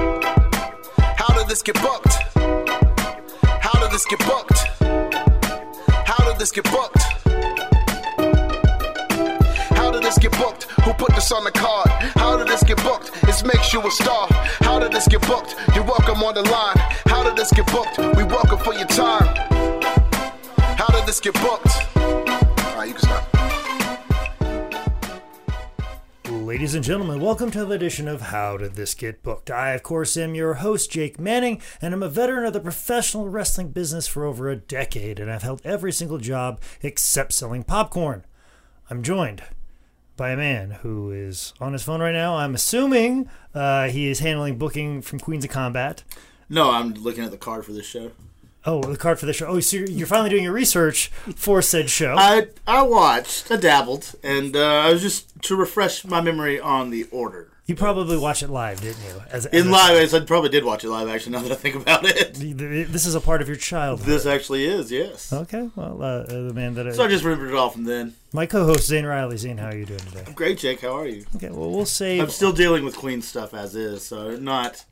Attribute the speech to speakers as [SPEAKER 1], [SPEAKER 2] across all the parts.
[SPEAKER 1] How did this get booked? How did this get booked? How did this get booked? How did this get booked? Who put this on the card? How did this get booked? This makes you a star. How did this get booked? You're welcome on the line. How did this get booked? We welcome for your time. How did this get booked? Alright, you can stop.
[SPEAKER 2] Ladies and gentlemen, welcome to the edition of How Did This Get Booked? I, of course, am your host, Jake Manning, and I'm a veteran of the professional wrestling business for over a decade, and I've held every single job except selling popcorn. I'm joined by a man who is on his phone right now. I'm assuming uh, he is handling booking from Queens of Combat.
[SPEAKER 3] No, I'm looking at the card for this show.
[SPEAKER 2] Oh, the card for the show. Oh, so you're- you're finally doing your research for said show.
[SPEAKER 3] I I watched, I dabbled, and uh, I was just to refresh my memory on the order.
[SPEAKER 2] you probably watched it live, didn't you? As, as
[SPEAKER 3] In
[SPEAKER 2] a-
[SPEAKER 3] live, as I probably did watch it live. Actually, now that I think about it,
[SPEAKER 2] This is a part of your childhood.
[SPEAKER 3] this actually is yes.
[SPEAKER 2] Okay, well, uh, uh, the man that
[SPEAKER 3] So I just remembered it all from then.
[SPEAKER 2] my co-host Zane Riley. Zane, how are you doing today?
[SPEAKER 3] Great, Jake. How are you?
[SPEAKER 2] Okay, well, we'll
[SPEAKER 3] I'm
[SPEAKER 2] save.
[SPEAKER 3] still dealing with Queen stuff as is, so not.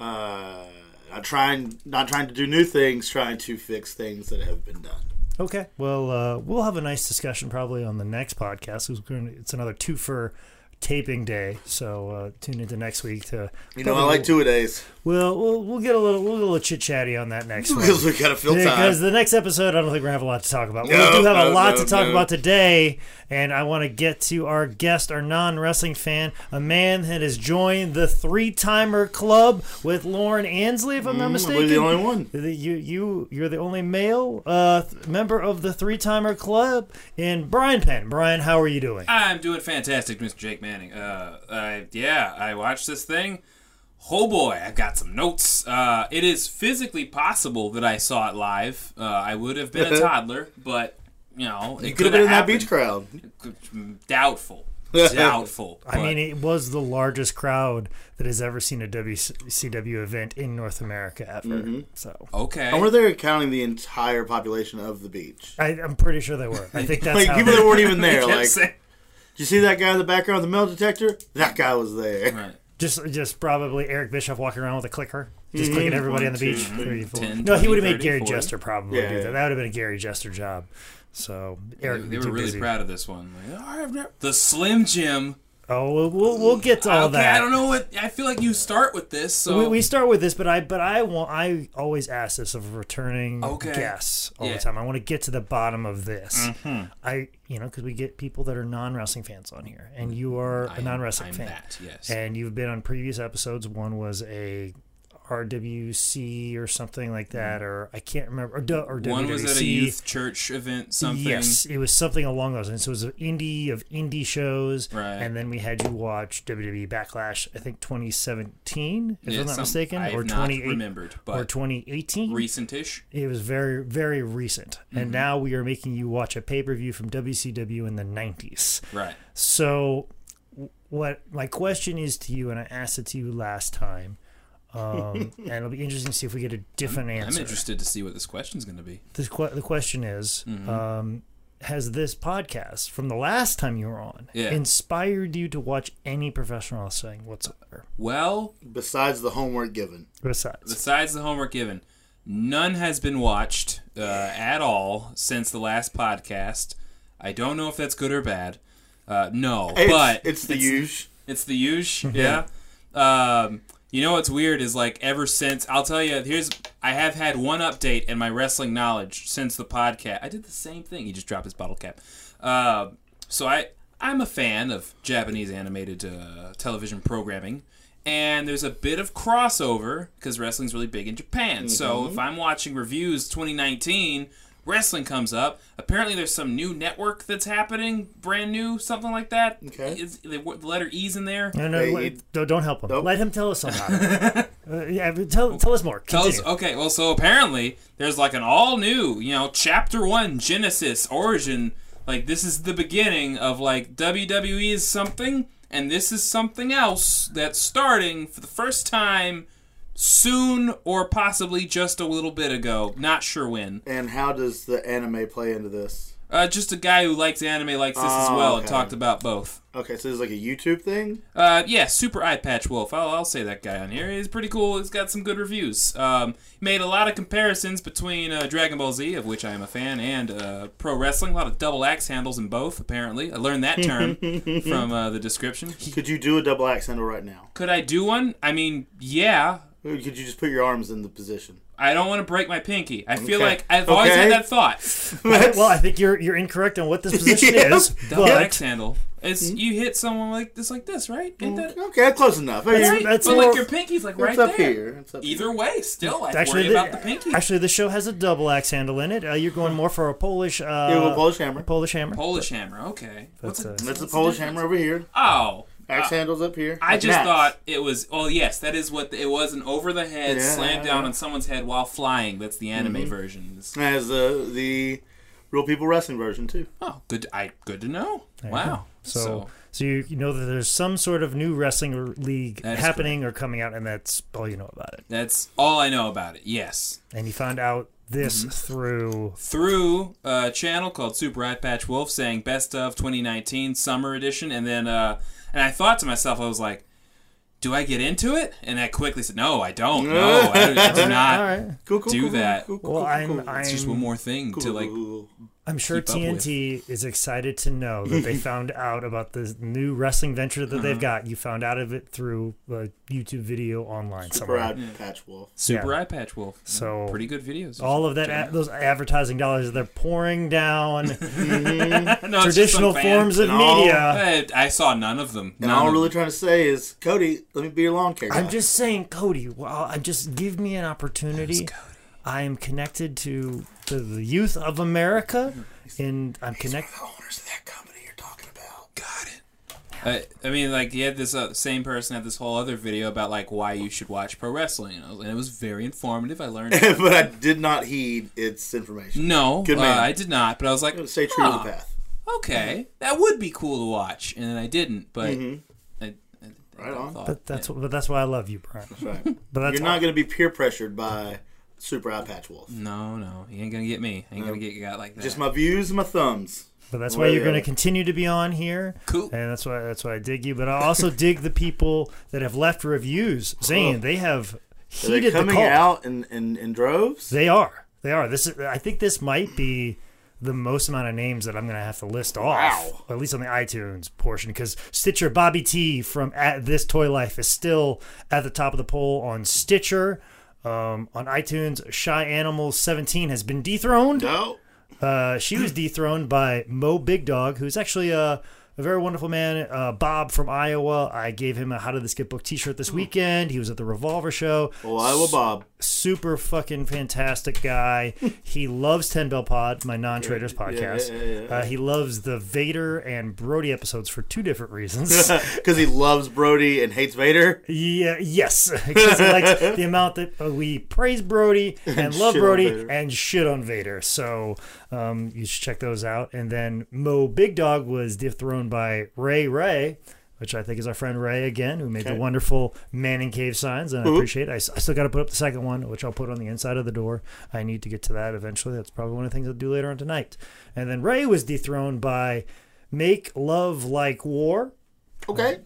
[SPEAKER 3] Uh, not trying, not trying to do new things, trying to fix things that have been done.
[SPEAKER 2] Okay, well, uh, we'll have a nice discussion probably on the next podcast. 'cause we're gonna- It's another two for taping day, so uh, tune into next week to.
[SPEAKER 3] You know, I like two a days
[SPEAKER 2] We'll, we'll we'll get a little we'll get a little chit chatty on that next one.
[SPEAKER 3] because we gotta fill
[SPEAKER 2] Yeah,
[SPEAKER 3] time.
[SPEAKER 2] Because the next episode, I don't think we're gonna have a lot to talk about.
[SPEAKER 3] No,
[SPEAKER 2] we do have a
[SPEAKER 3] no,
[SPEAKER 2] lot
[SPEAKER 3] no,
[SPEAKER 2] to talk
[SPEAKER 3] no.
[SPEAKER 2] about today, and I want to get to our guest, our non-wrestling fan, a man that has joined the three-timer club with Lauren Ansley, if I'm not
[SPEAKER 3] I
[SPEAKER 2] mistaken.
[SPEAKER 3] believe Mm, the only one.
[SPEAKER 2] The- You you you're the only male uh, th- member of the three-timer club, and Brian Penn. Brian, how are you doing?
[SPEAKER 4] I'm doing fantastic, Mr. Jake Manning. Uh, I, yeah, I watched this thing. Oh boy, I've got some notes. Uh, it is physically possible that I saw it live. Uh, I would have been a toddler, but you know, it
[SPEAKER 3] You could have been in that beach
[SPEAKER 4] happened.
[SPEAKER 3] crowd.
[SPEAKER 4] Doubtful. Doubtful.
[SPEAKER 2] I
[SPEAKER 4] but-
[SPEAKER 2] mean, it was the largest crowd that has ever seen a WCW event in North America ever.
[SPEAKER 3] Mm-hmm.
[SPEAKER 2] So
[SPEAKER 4] okay.
[SPEAKER 3] And were they counting the entire population of the beach?
[SPEAKER 2] I, I'm pretty sure they were. I think that's
[SPEAKER 3] Like
[SPEAKER 2] how
[SPEAKER 3] people
[SPEAKER 2] they-
[SPEAKER 3] that weren't even there.
[SPEAKER 4] Can't
[SPEAKER 3] Like, did
[SPEAKER 4] say-
[SPEAKER 3] you see that guy in the background with the metal detector? That guy was there.
[SPEAKER 4] Right.
[SPEAKER 2] just just probably Eric Bischoff walking around with a clicker, just
[SPEAKER 3] Mm-hmm.
[SPEAKER 2] clicking everybody on the beach. Three, four.
[SPEAKER 4] 10,
[SPEAKER 2] no, he
[SPEAKER 4] 20,
[SPEAKER 2] would have made
[SPEAKER 4] 30,
[SPEAKER 2] Gary
[SPEAKER 4] 40.
[SPEAKER 2] Jester probably
[SPEAKER 3] Yeah,
[SPEAKER 2] do
[SPEAKER 3] yeah.
[SPEAKER 2] that. That would have been a Gary Jester job. So
[SPEAKER 4] They,
[SPEAKER 2] Eric would
[SPEAKER 4] they
[SPEAKER 2] be
[SPEAKER 4] were
[SPEAKER 2] too
[SPEAKER 4] really
[SPEAKER 2] busy.
[SPEAKER 4] proud of this one. Like, "Oh, I've never-" The Slim Jim.
[SPEAKER 2] Oh, we'll, we'll, we'll get to all
[SPEAKER 4] okay,
[SPEAKER 2] that.
[SPEAKER 4] I don't know what. I feel like you start with this, so
[SPEAKER 2] We, we start with this, but I but I want I always ask this of returning
[SPEAKER 4] Okay.
[SPEAKER 2] guests all
[SPEAKER 4] Yeah. Mm-hmm.
[SPEAKER 2] the time. I want to get to the bottom of this. I you know because we get people that are non wrestling fans on here, and you are a
[SPEAKER 4] am-
[SPEAKER 2] non wrestling
[SPEAKER 4] Mm,
[SPEAKER 2] fan.
[SPEAKER 4] I'm that, yes.
[SPEAKER 2] and you've been on previous episodes. One was a RWC or something like that, or I can't remember. Or, du- or
[SPEAKER 4] Mm-hmm. one
[SPEAKER 2] WWC.
[SPEAKER 4] was at a youth church event. Something.
[SPEAKER 2] Yes, it was something along those lines. So it was an indie of indie shows,
[SPEAKER 4] Right.
[SPEAKER 2] and then we had you watch WWE Backlash. I think 2017, if
[SPEAKER 4] Yeah,
[SPEAKER 2] I'm not
[SPEAKER 4] some-
[SPEAKER 2] mistaken,
[SPEAKER 4] I have
[SPEAKER 2] or
[SPEAKER 4] not
[SPEAKER 2] 28
[SPEAKER 4] remembered, but
[SPEAKER 2] or 2018.
[SPEAKER 4] recentish.
[SPEAKER 2] it was very very recent,
[SPEAKER 4] Mm-hmm.
[SPEAKER 2] and now we are making you watch a pay per view from WCW in the 90s.
[SPEAKER 4] Right.
[SPEAKER 2] So, w- what my question is to you, and I asked it to you last time, um, and it'll be interesting to see if we get a different answer.
[SPEAKER 4] I'm interested Mm-hmm. to see what this question's going to be.
[SPEAKER 2] The, que- the question is um, Has this podcast from the last time you were on
[SPEAKER 4] Yeah.
[SPEAKER 2] inspired you to watch any professional wrestling whatsoever?
[SPEAKER 4] Well,
[SPEAKER 3] Besides the homework given.
[SPEAKER 2] Besides,
[SPEAKER 4] besides the homework given, none has been watched uh, at all since the last podcast. I don't know if that's good or bad. Uh, no,
[SPEAKER 3] It's,
[SPEAKER 4] but
[SPEAKER 3] it's the huge.
[SPEAKER 4] It's the huge, yeah. Um, you know what's weird is like ever since I'll tell you here's I have had one update in my wrestling knowledge since the podcast. I did the same thing. He just dropped his bottle cap. Uh, so I I'm a fan of Japanese animated uh, television programming, and there's a bit of crossover because wrestling's really big in Japan. So if I'm watching reviews 2019. Wrestling comes up. Apparently, there's some new network that's happening, brand new, something like that.
[SPEAKER 3] Okay.
[SPEAKER 4] Is- the w- the letter E's in there.
[SPEAKER 2] no, no,
[SPEAKER 3] Hey,
[SPEAKER 2] let-
[SPEAKER 3] you-
[SPEAKER 2] don't, don't help him.
[SPEAKER 3] Nope.
[SPEAKER 2] Let him tell us about it. Uh, yeah, but tell, tell us more.
[SPEAKER 4] Tell us-
[SPEAKER 2] Continue.
[SPEAKER 4] okay, well, so apparently there's like an all new, you know, chapter one Genesis origin. Like this is the beginning of like WWE is something, and this is something else that's starting for the first time soon, or possibly just a little bit ago. Not sure when.
[SPEAKER 3] And how does the anime play into this?
[SPEAKER 4] Uh, just a guy who likes anime, likes this as
[SPEAKER 3] Oh,
[SPEAKER 4] well, and
[SPEAKER 3] okay.
[SPEAKER 4] talked about both.
[SPEAKER 3] Okay, so this is like a YouTube thing.
[SPEAKER 4] Uh, yeah, Super Eye Patch Wolf. I'll, I'll say that guy on here. He's pretty cool. He's got some good reviews. Um, made a lot of comparisons between uh, Dragon Ball Z, of which I am a fan, and uh, pro wrestling. A lot of double axe handles in both. Apparently, I learned that term from uh, the description.
[SPEAKER 3] Could you do a double axe handle right now?
[SPEAKER 4] Could I do one? I mean, yeah.
[SPEAKER 3] Or Could you just put your arms in the position?
[SPEAKER 4] I don't want to break my pinky. I feel
[SPEAKER 3] Okay.
[SPEAKER 4] like I've always
[SPEAKER 3] Okay.
[SPEAKER 4] had that thought.
[SPEAKER 2] Well, I think you're you're incorrect on what this position
[SPEAKER 3] Yep.
[SPEAKER 2] is,
[SPEAKER 4] Double axe
[SPEAKER 2] but
[SPEAKER 4] handle. It's
[SPEAKER 3] Hmm?
[SPEAKER 4] you hit someone like this, like this, right? Ain't that
[SPEAKER 3] okay, close enough. Hey,
[SPEAKER 4] right?
[SPEAKER 2] that's
[SPEAKER 4] but
[SPEAKER 2] more-
[SPEAKER 4] like your pinky's like right
[SPEAKER 3] It's up
[SPEAKER 4] there.
[SPEAKER 3] here. It's up
[SPEAKER 4] Either way, still I
[SPEAKER 2] actually,
[SPEAKER 4] worry
[SPEAKER 2] the,
[SPEAKER 4] about the pinky.
[SPEAKER 2] actually, the show has a double axe handle in it. Uh, you're going more for a Polish, uh,
[SPEAKER 3] here. Here, we'll Polish hammer.
[SPEAKER 2] Polish hammer.
[SPEAKER 4] Polish hammer. Okay. What's
[SPEAKER 2] That's,
[SPEAKER 4] a,
[SPEAKER 2] uh,
[SPEAKER 3] That's the Polish
[SPEAKER 4] difference?
[SPEAKER 3] hammer over here.
[SPEAKER 4] Oh, uh,
[SPEAKER 3] Axe handles up here.
[SPEAKER 4] I
[SPEAKER 3] Like
[SPEAKER 4] just
[SPEAKER 3] an axe.
[SPEAKER 4] thought it was. Oh yes, that is what the, it was. An over the head
[SPEAKER 3] Yeah. Mm-hmm.
[SPEAKER 4] slam down on someone's head while flying. That's the anime version. It's-
[SPEAKER 3] as the the real people wrestling version too.
[SPEAKER 4] Oh, good. I good to know.
[SPEAKER 2] you
[SPEAKER 4] Wow.
[SPEAKER 2] So,
[SPEAKER 4] So,
[SPEAKER 2] so, you, you know that there's some sort of new wrestling r- league
[SPEAKER 4] That is
[SPEAKER 2] happening or coming out, and that's all you know about it.
[SPEAKER 4] that's all I know about it. Yes,
[SPEAKER 2] And you found out
[SPEAKER 4] Mm-hmm.
[SPEAKER 2] this through.
[SPEAKER 4] through a channel called Super Rat Patch Wolf saying best of 2019 summer edition, and then uh, and I thought to myself, I was like. Do I get into it? And I quickly said, "No, I don't. No, I do, I do not.
[SPEAKER 2] All right.
[SPEAKER 3] Cool, cool,
[SPEAKER 4] Do
[SPEAKER 3] cool,
[SPEAKER 4] that.
[SPEAKER 3] Cool, cool,
[SPEAKER 2] Well,
[SPEAKER 3] cool,
[SPEAKER 2] I'm,
[SPEAKER 3] cool.
[SPEAKER 2] I'm,
[SPEAKER 4] It's just one more thing to like
[SPEAKER 3] Cool.
[SPEAKER 2] I'm sure
[SPEAKER 4] keep up with.
[SPEAKER 2] TNT is excited to know that they found out about this new wrestling venture that
[SPEAKER 4] Uh-huh.
[SPEAKER 2] they've got. You found out of it through a YouTube video online somewhere.
[SPEAKER 3] Brad Patch Wolf.
[SPEAKER 4] Super
[SPEAKER 2] Yeah.
[SPEAKER 4] Eye Patch Wolf. Mm,
[SPEAKER 2] So-
[SPEAKER 4] pretty good videos.
[SPEAKER 2] All of that,
[SPEAKER 4] Check it
[SPEAKER 2] ad-
[SPEAKER 4] out.
[SPEAKER 2] those advertising dollars that they're pouring down
[SPEAKER 4] No, it's just some
[SPEAKER 2] traditional
[SPEAKER 4] fan.
[SPEAKER 2] forms uh, of
[SPEAKER 3] and all-
[SPEAKER 2] media.
[SPEAKER 4] I, I saw none of them.
[SPEAKER 3] And
[SPEAKER 4] None
[SPEAKER 3] all I'm
[SPEAKER 4] of
[SPEAKER 3] really
[SPEAKER 4] them.
[SPEAKER 3] trying to say is, Cody, let me be your lawn care.
[SPEAKER 2] I'm
[SPEAKER 3] guy.
[SPEAKER 2] just saying, Cody. Well, I just give me an opportunity. I am connected to the, the youth of America,
[SPEAKER 4] Mm-hmm.
[SPEAKER 2] and I'm connected.
[SPEAKER 3] the owners of that company you're talking about.
[SPEAKER 4] got it. I, I mean, like he had this uh, same person had this whole other video about like why you should watch pro wrestling, and, I was, and it was very informative. I learned.
[SPEAKER 3] but I did not heed its information.
[SPEAKER 4] No,
[SPEAKER 3] Good man.
[SPEAKER 4] Uh, I did not. But I was like,
[SPEAKER 3] Stay true to
[SPEAKER 4] "Huh,
[SPEAKER 3] the path.
[SPEAKER 4] Okay, that would be cool to watch, and then I didn't. But I, I, I
[SPEAKER 3] Mm-hmm. Right on.
[SPEAKER 4] thought-
[SPEAKER 2] But that's what, but that's why I love you, Brian.
[SPEAKER 3] Right.
[SPEAKER 2] But that's
[SPEAKER 3] You're not going to be peer pressured by Super Eye Patch Wolf.
[SPEAKER 4] no, no, he ain't gonna get me. I ain't gonna get you got like that.
[SPEAKER 3] Just my views and my thumbs.
[SPEAKER 2] But that's why
[SPEAKER 3] Way
[SPEAKER 2] you're going to
[SPEAKER 3] up.
[SPEAKER 2] continue to be on here.
[SPEAKER 4] Cool.
[SPEAKER 2] And that's why that's why I dig you. But I also dig the people that have left reviews saying they have
[SPEAKER 3] Are they
[SPEAKER 2] heeded the
[SPEAKER 3] coming
[SPEAKER 2] call.
[SPEAKER 3] out in, in, in droves?
[SPEAKER 2] They are. They are. This is, I think this might be the most amount of names that I'm going to have to list off,
[SPEAKER 3] Wow.
[SPEAKER 2] at least on the iTunes portion, because Stitcher Bobby T from at This Toy Life is still at the top of the poll on Stitcher. Um, on iTunes, Shy Animal 17 has been dethroned.
[SPEAKER 3] No.
[SPEAKER 2] Uh, she was dethroned by Mo Big Dog, who's actually a, a very wonderful man, uh, Bob from Iowa. I gave him a How Did This Get Booked T-shirt this weekend. He was at the Revolver Show.
[SPEAKER 3] Well, I will Bob.
[SPEAKER 2] Super fucking fantastic guy. he loves Ten Bell Pod, my non-traders podcast.
[SPEAKER 3] yeah, yeah,
[SPEAKER 2] Uh, he loves the Vader and Brody episodes for two different reasons.
[SPEAKER 3] Because he loves Brody and hates Vader.
[SPEAKER 2] Yeah, yes, because he likes the amount that uh, we praise Brody and, love
[SPEAKER 3] shit on
[SPEAKER 2] Brody
[SPEAKER 3] Vader.
[SPEAKER 2] and shit on Vader. So um, you should check those out. And then Mo Big Dog was dethroned by Ray Ray, which I think is our friend Ray again, who made the wonderful Manning Cave signs, and I appreciate it. I, s- I still got to put up the second one, which I'll put on the inside of the door. I need to get to that eventually. That's probably one of the things I'll do later on tonight. And then Ray was dethroned by Make Love Like War.
[SPEAKER 3] Okay.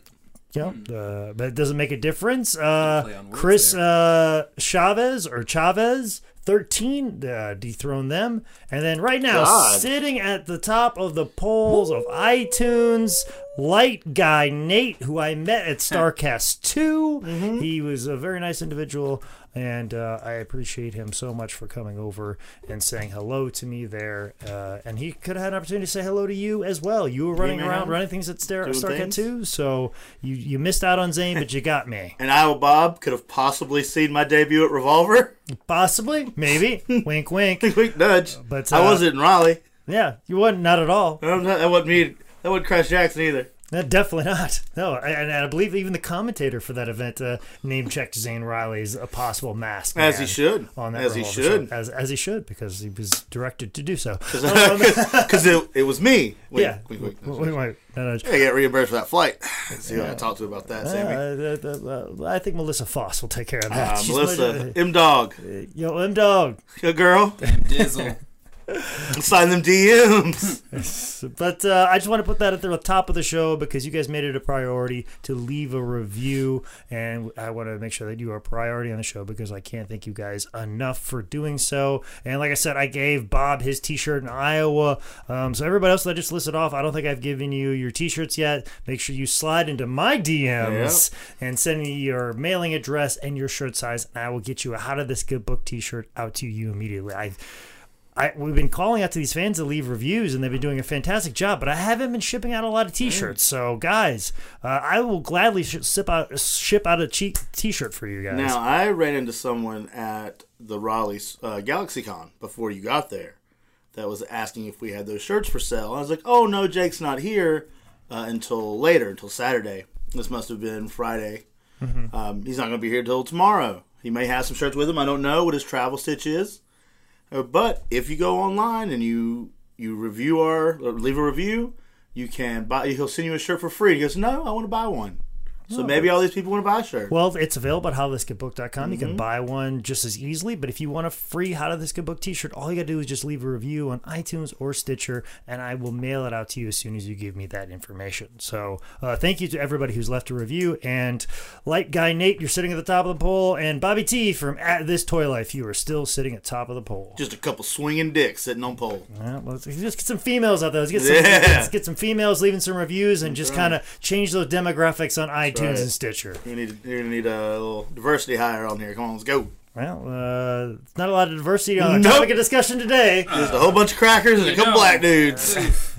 [SPEAKER 2] Yeah,
[SPEAKER 4] Hmm.
[SPEAKER 2] uh, but it doesn't make a difference. Uh,
[SPEAKER 4] on words
[SPEAKER 2] Chris
[SPEAKER 4] there.
[SPEAKER 2] uh, Chavez or Chavez, 13, uh, dethroned them. And then right now,
[SPEAKER 3] God.
[SPEAKER 2] sitting at the top of the polls of iTunes, Light Guy Nate, who I met at StarCast 2. He was a very nice individual, and uh, I appreciate him so much for coming over and saying hello to me there. Uh, and he could have had an opportunity to say hello to you as well. You were running
[SPEAKER 3] man.
[SPEAKER 2] around running things at Star-
[SPEAKER 3] Doing
[SPEAKER 2] StarCast
[SPEAKER 3] things.
[SPEAKER 2] 2 so you you missed out on Zane, but you got me.
[SPEAKER 3] And I will Bob could have possibly seen my debut at Revolver.
[SPEAKER 2] Possibly, maybe, wink, wink.
[SPEAKER 3] Quick nudge.
[SPEAKER 2] But,
[SPEAKER 3] I
[SPEAKER 2] uh,
[SPEAKER 3] wasn't in Raleigh.
[SPEAKER 2] Yeah, you wasn't not at all.
[SPEAKER 3] That was not- that wasn't me. That wasn't Crash Jackson either.
[SPEAKER 2] No, definitely not. No, and, and I believe even the commentator for that event uh, name checked Zane Riley's a possible mask.
[SPEAKER 3] As he
[SPEAKER 2] man
[SPEAKER 3] should.
[SPEAKER 2] On that
[SPEAKER 3] As he
[SPEAKER 2] Revolver
[SPEAKER 3] should.
[SPEAKER 2] show. as as he should, because he was directed to do so. Oh,
[SPEAKER 3] Because it, it was me. Wait,
[SPEAKER 2] yeah.
[SPEAKER 3] Wait, wait,
[SPEAKER 2] Wait, wait, wait. No, no,
[SPEAKER 3] I got reimbursed for that flight. See, I talked to you about that, Sammy.
[SPEAKER 2] uh, uh, uh, I think Melissa Foss will take care of that.
[SPEAKER 3] Uh,
[SPEAKER 2] She's
[SPEAKER 3] Melissa,
[SPEAKER 2] much-
[SPEAKER 3] M Dog,
[SPEAKER 2] yo, M Dog.
[SPEAKER 3] good girl.
[SPEAKER 4] Dizzle.
[SPEAKER 3] Sign them DMs.
[SPEAKER 2] But uh, I just want to put that at the top of the show because you guys made it a priority to leave a review, and I want to make sure that you are a priority on the show because I can't thank you guys enough for doing so. And like I said, I gave Bob his T-shirt in Iowa, um, so everybody else that I just listed off, I don't think I've given you your T-shirts yet. Make sure you slide into my DMs and send me your mailing address and your shirt size, and I will get you a How Did This Good Book T-shirt out to you immediately. I I, we've been calling out to these fans to leave reviews, and they've been doing a fantastic job. But I haven't been shipping out a lot of T-shirts, so guys, uh, I will gladly sh- ship out ship out a cheap T-shirt for you guys.
[SPEAKER 3] Now, I ran into someone at the Raleigh uh, GalaxyCon before you got there that was asking if we had those shirts for sale. I was like, oh no, Jake's not here uh, until later, until Saturday. This must have been Friday. Um, he's not going to be here till tomorrow. He may have some shirts with him. I don't know what his travel stitch is. Uh, But if you go online and you you review our or leave a review, you can buy. He'll send you a shirt for free. He goes, no, I want to buy one. So maybe all these people want to buy a shirt.
[SPEAKER 2] well, it's available at howthisgoodbook.com. You can buy one just as easily. But if you want a free How Did This Good Book T-shirt, all you gotta do is just leave a review on iTunes or Stitcher, and I will mail it out to you as soon as you give me that information. So uh, thank you to everybody who's left a review. And like guy Nate, you're sitting at the top of the poll, and Bobby T from at This Toy Life, you are still sitting at top of the poll.
[SPEAKER 3] Just a couple swinging dicks sitting on pole.
[SPEAKER 2] Yeah, well, let's just get some females out there. Let's get some,
[SPEAKER 3] Yeah.
[SPEAKER 2] let's get some females leaving some reviews and just kind of change those demographics on iTunes
[SPEAKER 3] right.
[SPEAKER 2] and Stitcher.
[SPEAKER 3] You need you need a little diversity hire on here. Come on, let's go.
[SPEAKER 2] Well, uh, it's not a lot of diversity on our
[SPEAKER 3] Nope.
[SPEAKER 2] topic of discussion today.
[SPEAKER 3] Just a whole bunch of crackers and a
[SPEAKER 4] you
[SPEAKER 3] couple
[SPEAKER 4] know.
[SPEAKER 3] black dudes.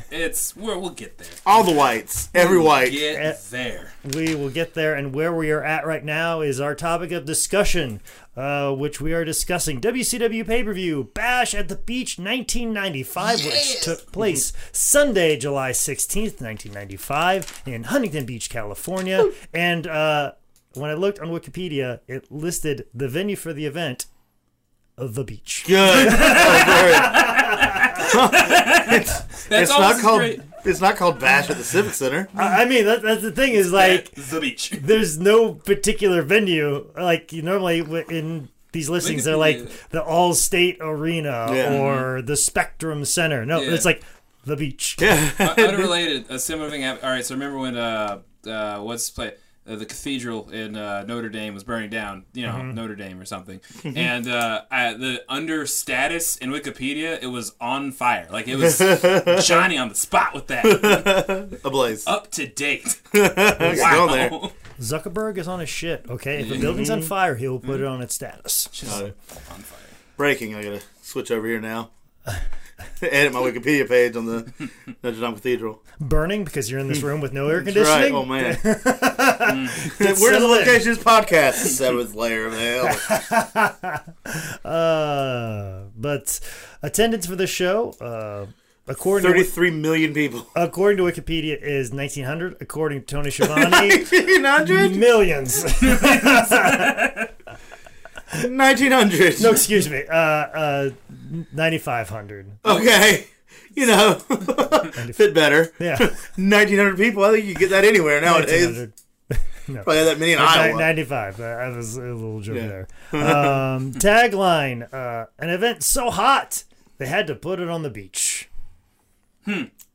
[SPEAKER 4] it's we're, we'll get there.
[SPEAKER 3] All the whites, every white.
[SPEAKER 4] Get there.
[SPEAKER 2] We will get there, and where we are at right now is our topic of discussion, uh, which we are discussing WCW pay per view Bash at the Beach 1995, which took place Sunday, July 16th, 1995, in Huntington Beach, California. and uh, when I looked on Wikipedia, it listed the venue for the event. The beach.
[SPEAKER 3] Good. Oh, great. it's
[SPEAKER 4] That's
[SPEAKER 3] it's not
[SPEAKER 4] always
[SPEAKER 3] called
[SPEAKER 4] great.
[SPEAKER 3] it's not called Bash at the Civic Center.
[SPEAKER 2] I I mean, that, that's the thing is like
[SPEAKER 4] At the beach.
[SPEAKER 2] there's no particular venue like you normally w- in these listings they're like the all state arena
[SPEAKER 3] Yeah.
[SPEAKER 2] or the spectrum center no
[SPEAKER 4] Yeah.
[SPEAKER 2] it's like the beach
[SPEAKER 4] Uh, unrelated, a similar thing happened. All right, so remember when uh, uh, what's play uh, the cathedral in uh, Notre Dame was burning down? You know,
[SPEAKER 3] Mm-hmm.
[SPEAKER 4] Notre Dame or something. and uh, I, the under status in Wikipedia, it was on fire. Like it was Johnny on the spot with that.
[SPEAKER 3] Ablaze.
[SPEAKER 4] Up to date.
[SPEAKER 3] Let's go there.
[SPEAKER 4] Wow.
[SPEAKER 2] zuckerberg is on his shit okay if a building's on fire he'll put it on its status
[SPEAKER 3] Got it. Breaking. I gotta switch over here now. Edit my Wikipedia page on the Notre Dame Cathedral.
[SPEAKER 2] burning because you're in this room with no air
[SPEAKER 3] Hmm. Right.
[SPEAKER 2] conditioning
[SPEAKER 3] Oh man. Where's the
[SPEAKER 2] settle in.
[SPEAKER 3] location of this podcast? Seventh layer of hell.
[SPEAKER 2] uh, but attendance for the show uh, according to,
[SPEAKER 3] Thirty-three million people.
[SPEAKER 2] according to wikipedia is 1900 according to tony Schiavone,
[SPEAKER 3] 1900?
[SPEAKER 2] millions
[SPEAKER 3] 1900.
[SPEAKER 2] No, excuse me. Uh, uh, 9,500.
[SPEAKER 3] Okay. You know, fit better.
[SPEAKER 2] Yeah.
[SPEAKER 3] 1900 people. I think you get that anywhere nowadays.
[SPEAKER 2] 9,500.
[SPEAKER 3] Probably that many in
[SPEAKER 2] Ni-
[SPEAKER 3] Iowa.
[SPEAKER 2] 95. Uh, I was a little joke
[SPEAKER 3] Yeah.
[SPEAKER 2] there. Um, tagline uh, An event so hot, they had to put it on the beach.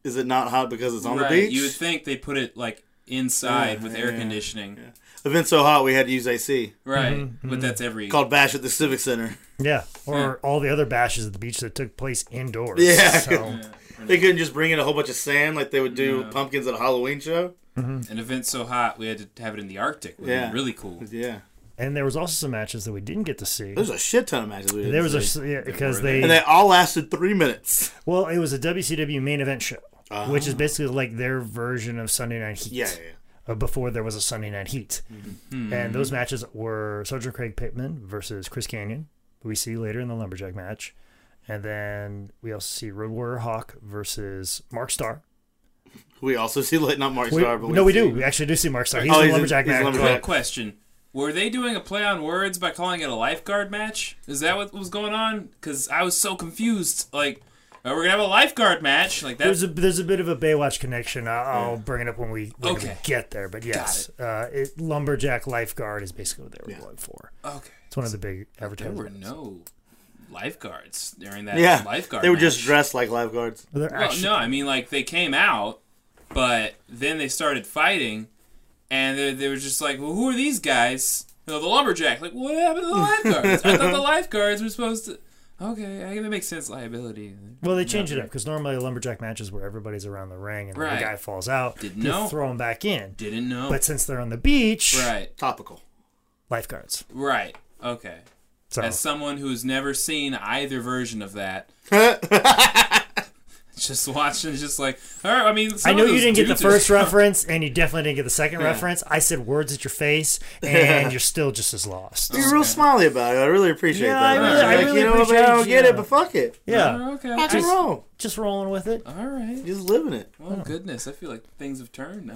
[SPEAKER 3] Is it not hot because it's on
[SPEAKER 4] right.
[SPEAKER 3] the beach?
[SPEAKER 4] You would think they put it like inside with air conditioning.
[SPEAKER 3] Event so hot we had to use AC.
[SPEAKER 4] Right. But that's every.
[SPEAKER 3] Mm-hmm. Called Bash at the Civic Center.
[SPEAKER 2] Yeah. Or all the other bashes at the beach that took place indoors.
[SPEAKER 3] Yeah.
[SPEAKER 2] So,
[SPEAKER 3] They couldn't just bring in a whole bunch of sand like they would do pumpkins at a Halloween show.
[SPEAKER 4] an event so hot we had to have it in the Arctic. Would
[SPEAKER 3] Yeah.
[SPEAKER 4] be really cool.
[SPEAKER 3] Yeah.
[SPEAKER 2] and there was also some matches that we didn't get to see.
[SPEAKER 3] There's a shit ton of matches we did.
[SPEAKER 2] There was a yeah, because
[SPEAKER 4] were there?
[SPEAKER 2] they
[SPEAKER 3] and they all lasted three minutes.
[SPEAKER 2] well, it was a WCW main event show, which is basically like their version of Sunday Night Heat.
[SPEAKER 3] Ah. Yeah, yeah, yeah.
[SPEAKER 2] uh, before there was a Sunday Night Heat.
[SPEAKER 4] Mm-hmm.
[SPEAKER 2] And those matches were Sergeant Craig Pittman versus Chris Canyon, who we see later in the Lumberjack match. And then we also see Road Warrior Hawk versus Mark Starr.
[SPEAKER 3] We also see, like, not Mark
[SPEAKER 2] We-
[SPEAKER 3] Star, but
[SPEAKER 2] no, we do.
[SPEAKER 3] see-
[SPEAKER 2] We actually do see Mark Starr. He's
[SPEAKER 3] Oh,
[SPEAKER 2] in the
[SPEAKER 3] he's in-
[SPEAKER 2] Lumberjack
[SPEAKER 3] he's
[SPEAKER 2] match.
[SPEAKER 4] Quick
[SPEAKER 3] Lumberjack.
[SPEAKER 4] question. Were they doing a play on words by calling it a lifeguard match? Is that what was going on? Because I was so confused. Like, uh, we're going to have a lifeguard match. Like,
[SPEAKER 2] There's
[SPEAKER 4] that's.
[SPEAKER 2] a there's a bit of a Baywatch connection. I- I'll bring it up when we, when
[SPEAKER 4] Okay.
[SPEAKER 2] we get there. But yes, Uh, it, Lumberjack Lifeguard is basically what they were going for.
[SPEAKER 4] okay.
[SPEAKER 2] It's one of the big
[SPEAKER 4] There
[SPEAKER 2] advertisements.
[SPEAKER 4] were no lifeguards during that
[SPEAKER 3] Yeah,
[SPEAKER 4] lifeguard.
[SPEAKER 3] they were
[SPEAKER 4] match.
[SPEAKER 3] just dressed like lifeguards.
[SPEAKER 2] But they're
[SPEAKER 4] Well,
[SPEAKER 2] actually,
[SPEAKER 4] no, I mean like they came out, but then they started fighting, and they, they were just like, "Well, who are these guys?" You know, the lumberjack. Like, what happened to the lifeguards? I thought the lifeguards were supposed to. Okay, I, that makes sense. Liability.
[SPEAKER 2] Well, they changed it up because normally lumberjack matches where everybody's around the ring and
[SPEAKER 4] Right.
[SPEAKER 2] the guy falls out,
[SPEAKER 4] Didn't
[SPEAKER 2] you
[SPEAKER 4] know.
[SPEAKER 2] throw him back in.
[SPEAKER 4] Didn't know.
[SPEAKER 2] But since they're on the beach,
[SPEAKER 4] right.
[SPEAKER 3] Topical.
[SPEAKER 2] lifeguards.
[SPEAKER 4] Right. Okay.
[SPEAKER 2] So
[SPEAKER 4] As someone who's never seen either version of that. Just watching, just like, all right. I mean,
[SPEAKER 2] I
[SPEAKER 4] some
[SPEAKER 2] know
[SPEAKER 4] of
[SPEAKER 2] you
[SPEAKER 4] those
[SPEAKER 2] didn't get the
[SPEAKER 4] dudes are
[SPEAKER 2] first
[SPEAKER 4] strong.
[SPEAKER 2] reference, and you definitely didn't get the second reference. I said words at your face, and you're still just as lost.
[SPEAKER 4] Uh-huh.
[SPEAKER 3] You're real smiley about it. I really appreciate
[SPEAKER 2] Yeah,
[SPEAKER 3] that.
[SPEAKER 2] I really- I
[SPEAKER 3] Like,
[SPEAKER 2] really
[SPEAKER 3] you know,
[SPEAKER 2] appreciate
[SPEAKER 3] I don't get
[SPEAKER 2] you.
[SPEAKER 3] it, but fuck it.
[SPEAKER 2] Yeah,
[SPEAKER 4] Oh, okay.
[SPEAKER 3] Nothing wrong.
[SPEAKER 2] just rolling with it.
[SPEAKER 4] all right.
[SPEAKER 3] Just living it.
[SPEAKER 4] Oh goodness, I feel like things have turned. now.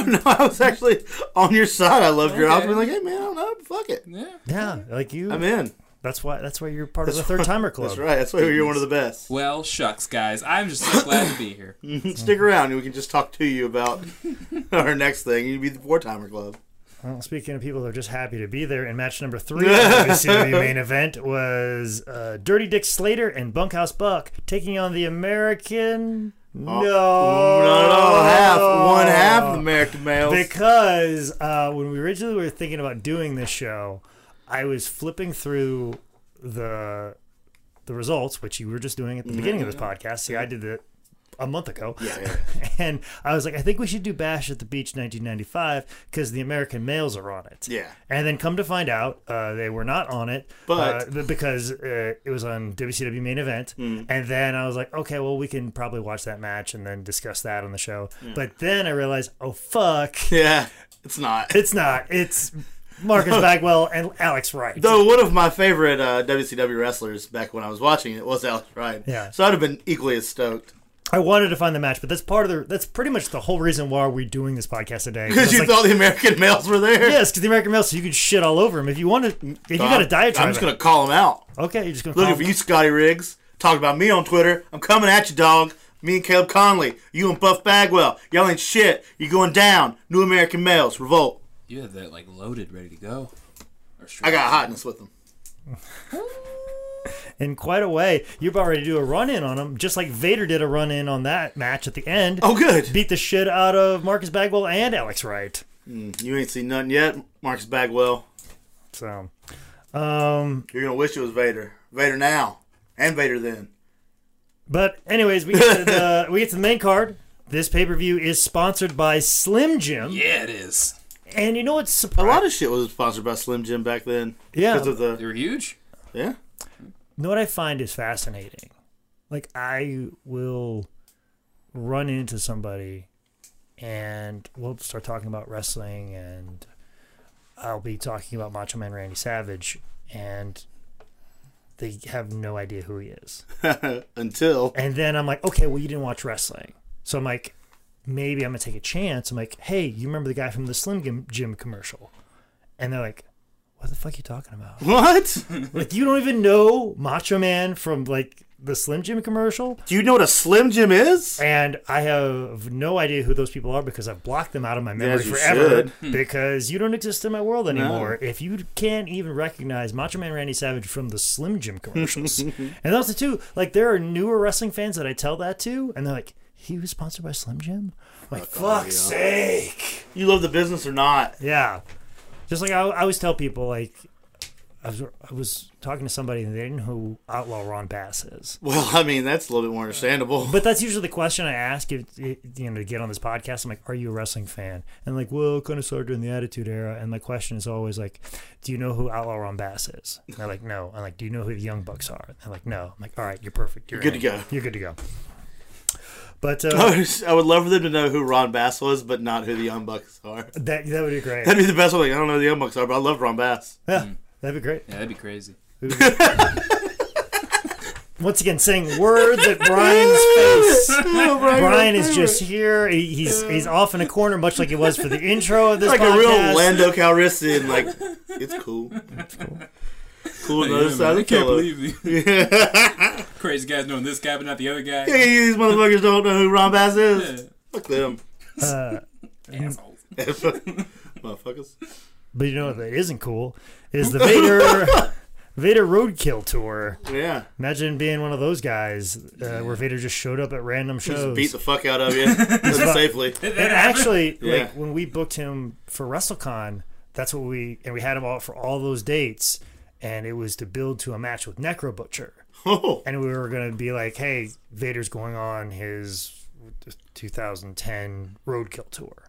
[SPEAKER 3] No, no, I was actually on your side. I loved your
[SPEAKER 4] Okay.
[SPEAKER 3] option. Like, hey man, I don't know. Fuck it.
[SPEAKER 4] Yeah.
[SPEAKER 2] Yeah, like you.
[SPEAKER 3] I'm in.
[SPEAKER 2] that's why. That's why you're part of the
[SPEAKER 3] That's
[SPEAKER 2] third
[SPEAKER 3] why-
[SPEAKER 2] timer club.
[SPEAKER 3] That's right. That's why you're one of the best.
[SPEAKER 4] Well, shucks, guys. I'm just so glad to be here.
[SPEAKER 3] Stick around. and We can just talk to you about our next thing. You'd be the four timer club.
[SPEAKER 2] Well, speaking of people that are just happy to be there, in match number three of the WCW main event was uh, Dirty Dick Slater and Bunkhouse Buck taking on the American.
[SPEAKER 3] Oh,
[SPEAKER 2] no,
[SPEAKER 3] Not at all. Half, one half of American males.
[SPEAKER 2] Because uh, when we originally were thinking about doing this show, I was flipping through the the results, which you were just doing at the beginning of this podcast. See, I did it a month ago.
[SPEAKER 3] Mm-hmm. yeah.
[SPEAKER 2] and I was like, I think we should do Bash at the Beach 1995 because the American males are on it.
[SPEAKER 3] Yeah.
[SPEAKER 2] And then come to find out, uh, they were not on it,
[SPEAKER 3] But- Hmm.
[SPEAKER 2] uh, b- because uh, it was on WCW main event. And then I was like, okay, well, we can probably watch that match and then discuss that on the show. But then I realized, oh fuck,
[SPEAKER 3] Yeah, it's not.
[SPEAKER 2] it's not. It's Marcus Bagwell and Alex Wright.
[SPEAKER 3] Though one of my favorite uh, WCW wrestlers back when I was watching it was Alex Ryan.
[SPEAKER 2] Yeah.
[SPEAKER 3] So I'd have been equally as stoked.
[SPEAKER 2] I wanted to find the match, but that's part of the. That's pretty much the whole reason why we're doing this podcast today.
[SPEAKER 3] Because you
[SPEAKER 2] it's like,
[SPEAKER 3] thought the American males were there.
[SPEAKER 2] Yes, because the American male, so you can shit all over him if you want to. If you got a diatribe,
[SPEAKER 3] I'm just gonna call them out.
[SPEAKER 2] okay, you're just gonna
[SPEAKER 3] Looking
[SPEAKER 2] call
[SPEAKER 3] for
[SPEAKER 2] him.
[SPEAKER 3] you, Scotty Riggs. Talk about me on Twitter. I'm coming at you, dog. Me and Caleb Conley. You and Buff Bagwell. Y'all ain't shit. You're going down. New American males. Revolt.
[SPEAKER 4] You have that like loaded, ready to go. Or
[SPEAKER 3] I got hotness with them.
[SPEAKER 2] in quite a way. You're about ready to do a run in on him, just like Vader did a run in on that match at the end.
[SPEAKER 3] Oh, good.
[SPEAKER 2] beat the shit out of Marcus Bagwell and Alex Wright.
[SPEAKER 3] You ain't seen nothing yet, Marcus Bagwell.
[SPEAKER 2] So, um,
[SPEAKER 3] You're gonna wish it was Vader. Vader now. And Vader then.
[SPEAKER 2] but anyways, we get to the we get to the main card. This pay per view is sponsored by Slim Jim,
[SPEAKER 4] Yeah, it is.
[SPEAKER 2] and you know what's
[SPEAKER 3] A
[SPEAKER 2] surprising?
[SPEAKER 3] lot of shit was sponsored by Slim Jim back then.
[SPEAKER 2] Yeah.
[SPEAKER 3] Because of the
[SPEAKER 4] They were huge.
[SPEAKER 3] yeah.
[SPEAKER 2] You know what I find is fascinating? Like I will run into somebody and we'll start talking about wrestling and I'll be talking about Macho Man Randy Savage and they have no idea who he is.
[SPEAKER 3] Until
[SPEAKER 2] And then I'm like, okay, well you didn't watch wrestling. So I'm like, maybe I'm gonna take a chance. I'm like, hey, you remember the guy from the Slim Jim- Jim commercial? And they're like, what the fuck are you talking about?
[SPEAKER 3] what?
[SPEAKER 2] Like you don't even know Macho Man from like the Slim Jim commercial,
[SPEAKER 3] Do you know what a Slim Jim is?
[SPEAKER 2] and I have no idea who those people are because I've blocked them out of my memory
[SPEAKER 3] Yes, you
[SPEAKER 2] forever.
[SPEAKER 3] should.
[SPEAKER 2] Because you don't exist in my world anymore. If you can't even recognize Macho Man Randy Savage from the Slim Jim commercials, and that's the two. Like there are newer wrestling fans that I tell that to, and they're like, "He was sponsored by Slim Jim." I'm
[SPEAKER 3] Oh,
[SPEAKER 2] like, fuck's sake.
[SPEAKER 3] You love the business or not?
[SPEAKER 2] Yeah. Just like I, I always tell people, like, I was, I was talking to somebody and they didn't know who Outlaw Ron Bass is.
[SPEAKER 3] Well, I mean that's a little bit more understandable.
[SPEAKER 2] But that's usually the question I ask if you know to get on this podcast. I'm like, "Are you a wrestling fan?" And like, "Well, kind of started during the Attitude Era." And my question is always like, "Do you know who Outlaw Ron Bass is?" And they're like, "No." I'm like, "Do you know who the Young Bucks are?" And they're like, "No." I'm like, "All right, you're perfect. You're,
[SPEAKER 3] You're good to
[SPEAKER 2] in.
[SPEAKER 3] go."
[SPEAKER 2] You're good to go." But uh,
[SPEAKER 3] I would love for them to know who Ron Bass was, but not who the Young Bucks are.
[SPEAKER 2] that that would be great.
[SPEAKER 3] That'd be the best one. Like, I don't know who the Young Bucks are, but I love Ron Bass.
[SPEAKER 2] Yeah, that'd be great.
[SPEAKER 4] Yeah, that'd be crazy.
[SPEAKER 2] Once again, saying words at Brian's face.
[SPEAKER 3] Oh, Brian,
[SPEAKER 2] Brian is just here. He, he's he's off in a corner, much like he was for the intro of this
[SPEAKER 3] like
[SPEAKER 2] podcast.
[SPEAKER 3] a real Lando Calrissian. Like it's cool. It's cool. Cool on the other
[SPEAKER 4] Yeah,
[SPEAKER 3] side of
[SPEAKER 4] man, I
[SPEAKER 3] the
[SPEAKER 4] can't
[SPEAKER 3] pillow.
[SPEAKER 4] believe the crazy guys knowing this guy but not the other guy.
[SPEAKER 3] Yeah, these motherfuckers don't know who Ron Bass is.
[SPEAKER 4] Yeah.
[SPEAKER 3] Fuck them,
[SPEAKER 2] Uh,
[SPEAKER 4] Assholes.
[SPEAKER 3] motherfuckers.
[SPEAKER 2] But you know what that isn't cool is the Vader Vader Roadkill tour.
[SPEAKER 3] Yeah.
[SPEAKER 2] Imagine being one of those guys uh, where Vader just showed up at random
[SPEAKER 3] Just
[SPEAKER 2] shows.
[SPEAKER 3] beat the fuck out of you safely.
[SPEAKER 2] and actually,
[SPEAKER 3] Yeah.
[SPEAKER 2] like when we booked him for WrestleCon, that's what we and we had him all for all those dates, and it was to build to a match with Necro Butcher,
[SPEAKER 3] Oh,
[SPEAKER 2] and we were gonna be like, hey, Vader's going on his 2010 Roadkill tour,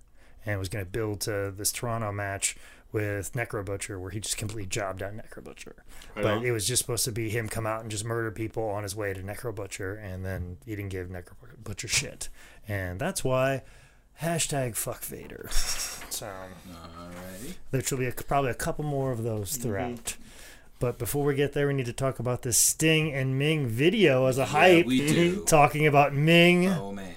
[SPEAKER 2] and it was gonna build to this Toronto match with Necro Butcher where he just completely jobbed out Necro Butcher, but
[SPEAKER 3] on.
[SPEAKER 2] it was just supposed to be him come out and just murder people on his way to Necro Butcher, and then he didn't give Necro Butcher shit, and that's why. Hashtag fuck Vader. So
[SPEAKER 4] Alrighty.
[SPEAKER 2] there should be a, probably a couple more of those
[SPEAKER 4] Mm-hmm.
[SPEAKER 2] throughout. But before we get there, we need to talk about this Sting and Ming video as a hype.
[SPEAKER 4] we do.
[SPEAKER 2] Talking about Ming,
[SPEAKER 4] Oh man.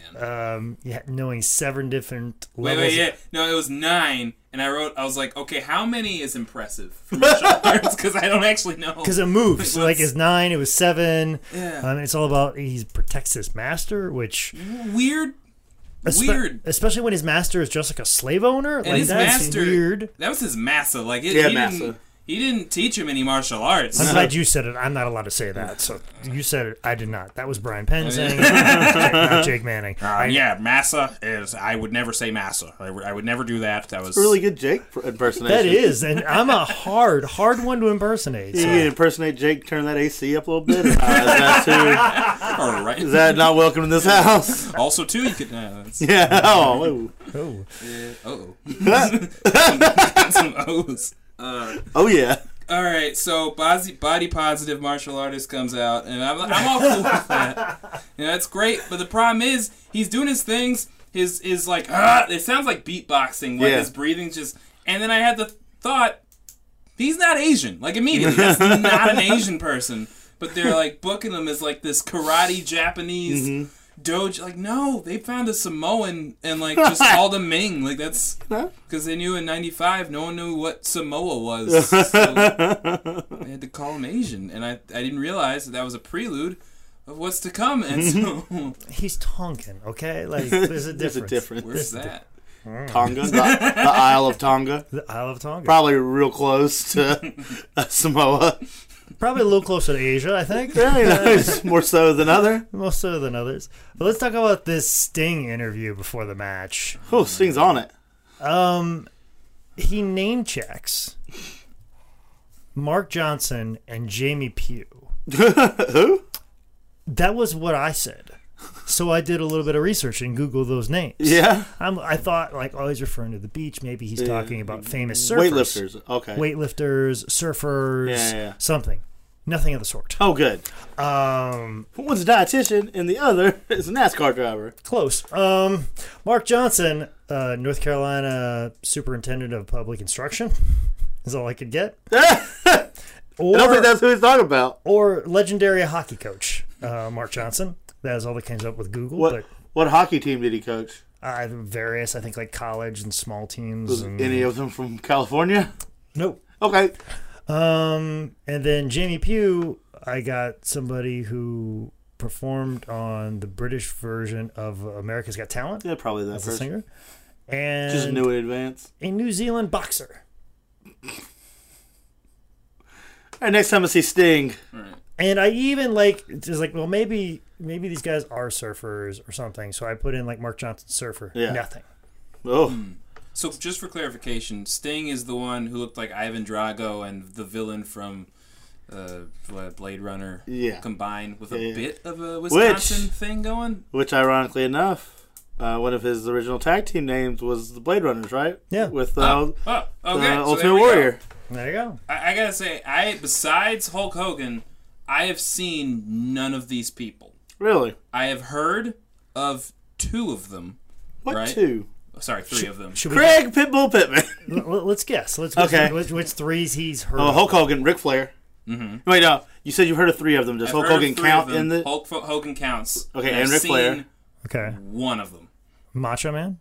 [SPEAKER 2] um, yeah, knowing seven different
[SPEAKER 4] Wait,
[SPEAKER 2] levels.
[SPEAKER 4] wait, yeah. No, it was nine, and I wrote. I was like, okay, how many is impressive for martial arts? Because I don't actually know.
[SPEAKER 2] Because it moves.
[SPEAKER 4] Let's-
[SPEAKER 2] like it's nine, it was seven.
[SPEAKER 4] Yeah.
[SPEAKER 2] Um, it's all about he protects his master, which
[SPEAKER 4] weird,
[SPEAKER 2] Espe-
[SPEAKER 4] weird.
[SPEAKER 2] especially when his master is just like a slave owner.
[SPEAKER 4] And
[SPEAKER 2] like
[SPEAKER 4] his
[SPEAKER 2] that's
[SPEAKER 4] master,
[SPEAKER 2] weird.
[SPEAKER 4] that was his massa. Like it,
[SPEAKER 3] Yeah,
[SPEAKER 4] he didn't,
[SPEAKER 3] massa.
[SPEAKER 4] he didn't teach him any martial arts.
[SPEAKER 2] I'm glad you said it. I'm not allowed to say that. So you said it. I did not. That was Brian Penn saying it, not Jake Manning.
[SPEAKER 4] Um, yeah, massa is. I would never say massa. I, would- I would never do that. That was
[SPEAKER 3] really good Jake pr- impersonation.
[SPEAKER 2] That is, and I'm a hard, hard one to impersonate.
[SPEAKER 3] You
[SPEAKER 2] so-
[SPEAKER 3] can impersonate Jake, turn that AC up a little bit. Uh, is, that too,
[SPEAKER 4] all right.
[SPEAKER 3] is that not welcome in this house?
[SPEAKER 4] also too, you could. Uh, that's,
[SPEAKER 3] Yeah. Oh, ooh.
[SPEAKER 2] Oh.
[SPEAKER 4] oh, some O's.
[SPEAKER 3] oh yeah.
[SPEAKER 4] All right, so body, body positive martial artist comes out, and I'm, I'm all cool with that. You know, that's great, but the problem is he's doing his things. His is like ah, it sounds like beatboxing. Like
[SPEAKER 3] Yeah.
[SPEAKER 4] his breathing's just. And then I had the thought, he's not Asian. Like immediately, that's not an Asian person. But they're like booking him as like this karate Japanese dojo. Like no, they found a Samoan and like just called him Ming. Like that's because they knew in '95 no one knew what Samoa was. So I had to call him Asian, and I I didn't realize that that was a prelude of what's to come. And so
[SPEAKER 2] He's Tongan, okay? Like, there's a difference.
[SPEAKER 3] There's a difference.
[SPEAKER 4] where's that?
[SPEAKER 3] Tonga, the, the Isle of Tonga,
[SPEAKER 2] The Isle of Tonga.
[SPEAKER 3] probably real close to uh, Samoa.
[SPEAKER 2] Probably a little closer to Asia, I think.
[SPEAKER 3] Yeah, you know, it's more so than other.
[SPEAKER 2] More so than others. But let's talk about this Sting interview before the match.
[SPEAKER 3] Oh, Sting's on it.
[SPEAKER 2] He name checks Mark Johnson and Jamie Pugh.
[SPEAKER 3] Who?
[SPEAKER 2] That was what I said. So I did a little bit of research and Google those names.
[SPEAKER 3] Yeah.
[SPEAKER 2] I'm, I thought, like, oh, he's referring to the beach. Maybe he's talking about famous surfers.
[SPEAKER 3] Mm-hmm. Weightlifters. Okay.
[SPEAKER 2] weightlifters, surfers,
[SPEAKER 3] Yeah, yeah, yeah.
[SPEAKER 2] something. Nothing of the sort.
[SPEAKER 3] Oh, good.
[SPEAKER 2] Um,
[SPEAKER 3] One's a dietitian and the other is a NASCAR driver.
[SPEAKER 2] close. Um, Mark Johnson, uh, North Carolina Superintendent of Public Instruction, is all I could get.
[SPEAKER 3] I don't think
[SPEAKER 2] or,
[SPEAKER 3] that's who he's talking about.
[SPEAKER 2] or legendary hockey coach, uh, Mark Johnson. That is all that comes up with Google.
[SPEAKER 3] What
[SPEAKER 2] But
[SPEAKER 3] what hockey team did he coach?
[SPEAKER 2] uh, various, I think, like college and small teams.
[SPEAKER 3] Was
[SPEAKER 2] And,
[SPEAKER 3] any of them from California?
[SPEAKER 2] nope.
[SPEAKER 3] Okay.
[SPEAKER 2] Um, and then Jamie Pugh, I got somebody who performed on the British version of America's Got Talent
[SPEAKER 3] Yeah, probably that
[SPEAKER 2] as a
[SPEAKER 3] person.
[SPEAKER 2] singer, and
[SPEAKER 3] Just knew in advance.
[SPEAKER 2] a New Zealand boxer.
[SPEAKER 3] All right, next time I see Sting.
[SPEAKER 2] And I even like just like well maybe maybe these guys are surfers or something. So I put in like Mark Johnson surfer.
[SPEAKER 3] Yeah.
[SPEAKER 2] Nothing.
[SPEAKER 3] Oh,
[SPEAKER 4] So just for clarification, Sting is the one who looked like Ivan Drago and the villain from uh, Blade Runner
[SPEAKER 3] Yeah.
[SPEAKER 4] combined with a
[SPEAKER 3] Yeah, yeah.
[SPEAKER 4] bit of a Wisconsin thing going.
[SPEAKER 3] which ironically enough, uh, one of his original tag team names was the Blade Runners, right?
[SPEAKER 2] Yeah.
[SPEAKER 3] With uh,
[SPEAKER 4] Oh, oh,
[SPEAKER 3] the
[SPEAKER 4] okay. so
[SPEAKER 3] Ultimate
[SPEAKER 4] there we go.
[SPEAKER 3] Warrior.
[SPEAKER 2] There you go.
[SPEAKER 4] I, I gotta say, I besides Hulk Hogan, I have seen none of these people.
[SPEAKER 3] Really?
[SPEAKER 4] I have heard of two of them.
[SPEAKER 3] What
[SPEAKER 4] Right.
[SPEAKER 3] two?
[SPEAKER 4] Sorry, three of them.
[SPEAKER 2] Should we?
[SPEAKER 3] Craig Pitbull Pittman.
[SPEAKER 2] let- Let's guess. Let's guess
[SPEAKER 3] Okay.
[SPEAKER 2] which, which threes he's heard.
[SPEAKER 3] Oh,
[SPEAKER 2] of.
[SPEAKER 3] Hulk Hogan, Ric Flair. Mm-hmm. Wait, no. You said you've heard of three of them. Does
[SPEAKER 4] I've
[SPEAKER 3] Hulk
[SPEAKER 4] heard of
[SPEAKER 3] Hogan
[SPEAKER 4] three of
[SPEAKER 3] count
[SPEAKER 4] them.
[SPEAKER 3] in the?
[SPEAKER 4] Hulk Fo- Hogan counts.
[SPEAKER 3] Okay,
[SPEAKER 4] I've
[SPEAKER 3] and Ric
[SPEAKER 4] seen
[SPEAKER 3] Flair.
[SPEAKER 2] Okay.
[SPEAKER 4] One of them.
[SPEAKER 2] Macho Man.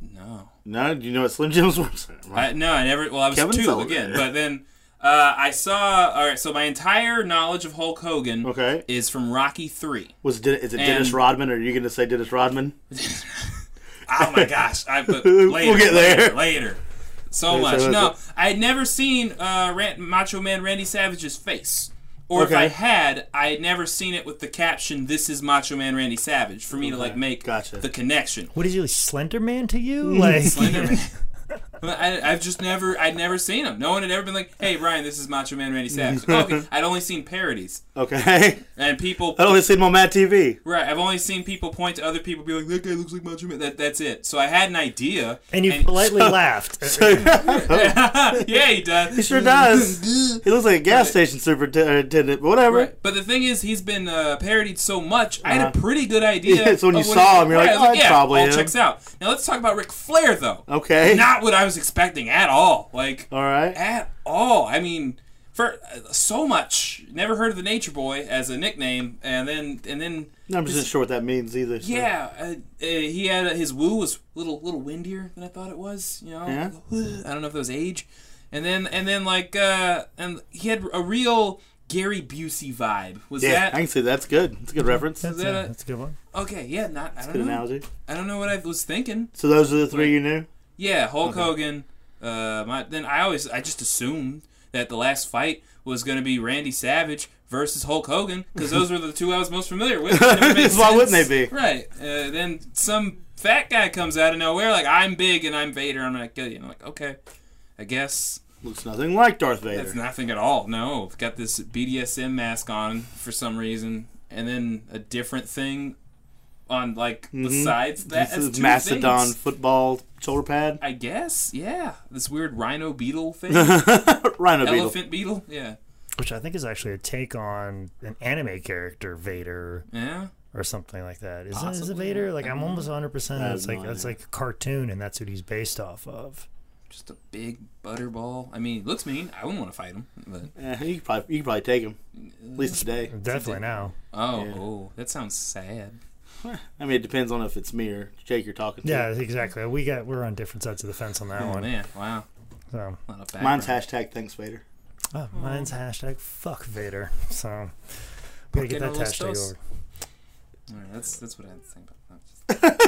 [SPEAKER 4] No.
[SPEAKER 3] No. Do you know what Slim Jim's was?
[SPEAKER 4] I, no, I never. Well, I was
[SPEAKER 3] Kevin
[SPEAKER 4] two
[SPEAKER 3] Sullivan.
[SPEAKER 4] again, but then uh, I saw. All right, so my entire knowledge of Hulk Hogan
[SPEAKER 3] Okay.
[SPEAKER 4] is from Rocky Three.
[SPEAKER 3] Was Den- is it Dennis
[SPEAKER 4] And-
[SPEAKER 3] Rodman? Or are you going to say Dennis Rodman?
[SPEAKER 4] Oh my gosh! I, but later,
[SPEAKER 3] get there.
[SPEAKER 4] later. later. so
[SPEAKER 3] Wait,
[SPEAKER 4] much.
[SPEAKER 3] so
[SPEAKER 4] No,
[SPEAKER 3] that's
[SPEAKER 4] I had never seen uh, Ran- Macho Man Randy Savage's face. Or
[SPEAKER 3] Okay.
[SPEAKER 4] if I had, I had never seen it with the caption "This is Macho Man Randy Savage" for me to like make
[SPEAKER 3] Gotcha.
[SPEAKER 4] the connection.
[SPEAKER 2] What is he, like, Slender Man to you? Like,
[SPEAKER 4] Slenderman. I, I've just never, I'd never seen him. No one had ever been like, "Hey, Ryan, this is Macho Man Randy Savage." okay, I'd only seen parodies
[SPEAKER 3] Okay.
[SPEAKER 4] and people.
[SPEAKER 3] I only seen him on Mad TV.
[SPEAKER 4] Right, I've only seen people point to other people, be like, "That guy looks like Macho Man." That, that's it. So I had an idea.
[SPEAKER 2] and you politely laughed.
[SPEAKER 4] yeah, he does.
[SPEAKER 3] He sure does. he looks like a gas station superintendent, but whatever.
[SPEAKER 4] Right. But the thing is, he's been uh, parodied so much. I had a pretty good idea.
[SPEAKER 3] Yeah, Uh-huh. so when
[SPEAKER 4] of
[SPEAKER 3] you
[SPEAKER 4] what
[SPEAKER 3] saw
[SPEAKER 4] it-
[SPEAKER 3] him, you're like,
[SPEAKER 4] I was
[SPEAKER 3] "Oh, that's
[SPEAKER 4] yeah,
[SPEAKER 3] probably
[SPEAKER 4] all
[SPEAKER 3] him."
[SPEAKER 4] checks out. Now let's talk about Ric Flair, though.
[SPEAKER 3] Okay.
[SPEAKER 4] Not what I was expecting at all. Like,
[SPEAKER 3] All right.
[SPEAKER 4] at all. I mean, for uh, so much. Never heard of the Nature Boy as a nickname, and then and then
[SPEAKER 3] I'm just not sure what that means either. so-
[SPEAKER 4] yeah, uh, uh, he had uh, his woo was a little little windier than I thought it was. You know,
[SPEAKER 3] Yeah.
[SPEAKER 4] I don't know if that was age, and then and then like uh, and he had a real Gary Busey vibe. Was
[SPEAKER 3] Yeah,
[SPEAKER 4] that
[SPEAKER 3] I can see that's good. That's a
[SPEAKER 4] Mm-hmm.
[SPEAKER 3] good reference.
[SPEAKER 2] That's,
[SPEAKER 3] That's
[SPEAKER 4] Is that
[SPEAKER 2] a,
[SPEAKER 4] a-
[SPEAKER 2] that's a good one.
[SPEAKER 4] okay? Yeah, not I
[SPEAKER 3] a good
[SPEAKER 4] don't know.
[SPEAKER 3] analogy.
[SPEAKER 4] I don't know what I was thinking.
[SPEAKER 3] So those are the three you knew.
[SPEAKER 4] Yeah, Hulk Hogan. Uh, my, then I always I just assumed that the last fight was going to be Randy Savage versus Hulk Hogan because those were the two I was most familiar with. It never made
[SPEAKER 3] Why wouldn't
[SPEAKER 4] sense.
[SPEAKER 3] they be?
[SPEAKER 4] Right. Uh, then some fat guy comes out of nowhere like I'm big and I'm Vader. I'm gonna kill you. And I'm like okay, I guess
[SPEAKER 3] Looks nothing like Darth Vader.
[SPEAKER 4] that's nothing at all. No, I've got this BDSM mask on for some reason, and then a different thing on like besides
[SPEAKER 3] Mm-hmm.
[SPEAKER 4] that.
[SPEAKER 3] this
[SPEAKER 4] That's
[SPEAKER 3] is
[SPEAKER 4] two
[SPEAKER 3] Mastodon
[SPEAKER 4] things.
[SPEAKER 3] football shoulder pad.
[SPEAKER 4] I guess, yeah. This weird rhino beetle thing,
[SPEAKER 3] Rhino beetle.
[SPEAKER 4] elephant beetle, yeah,
[SPEAKER 2] Which I think is actually a take on an anime character, Vader,
[SPEAKER 4] yeah.
[SPEAKER 2] or something like that. Isn't is it Vader? Like, I'm almost 100% that's
[SPEAKER 3] no
[SPEAKER 2] like, that's like a cartoon, and that's what he's based off of.
[SPEAKER 4] Just a big butterball. I mean, looks mean. I wouldn't want to fight him. But
[SPEAKER 3] Eh, you could probably you could probably take him. At least today.
[SPEAKER 2] Definitely now.
[SPEAKER 4] oh, oh, that sounds sad.
[SPEAKER 3] I mean, it depends on if it's me or Jake you're talking to.
[SPEAKER 2] Yeah, exactly. We got we're on different sides of the fence on that
[SPEAKER 4] Oh
[SPEAKER 2] one.
[SPEAKER 4] man, wow.
[SPEAKER 2] So,
[SPEAKER 4] A lot of
[SPEAKER 3] Mine's
[SPEAKER 4] background.
[SPEAKER 3] hashtag thanks Vader.
[SPEAKER 2] oh, mine's hashtag fuck Vader. So, we gotta get that
[SPEAKER 4] Porque no los
[SPEAKER 2] hashtag
[SPEAKER 4] dos.
[SPEAKER 2] over.
[SPEAKER 4] All right, that's that's what I had to think about.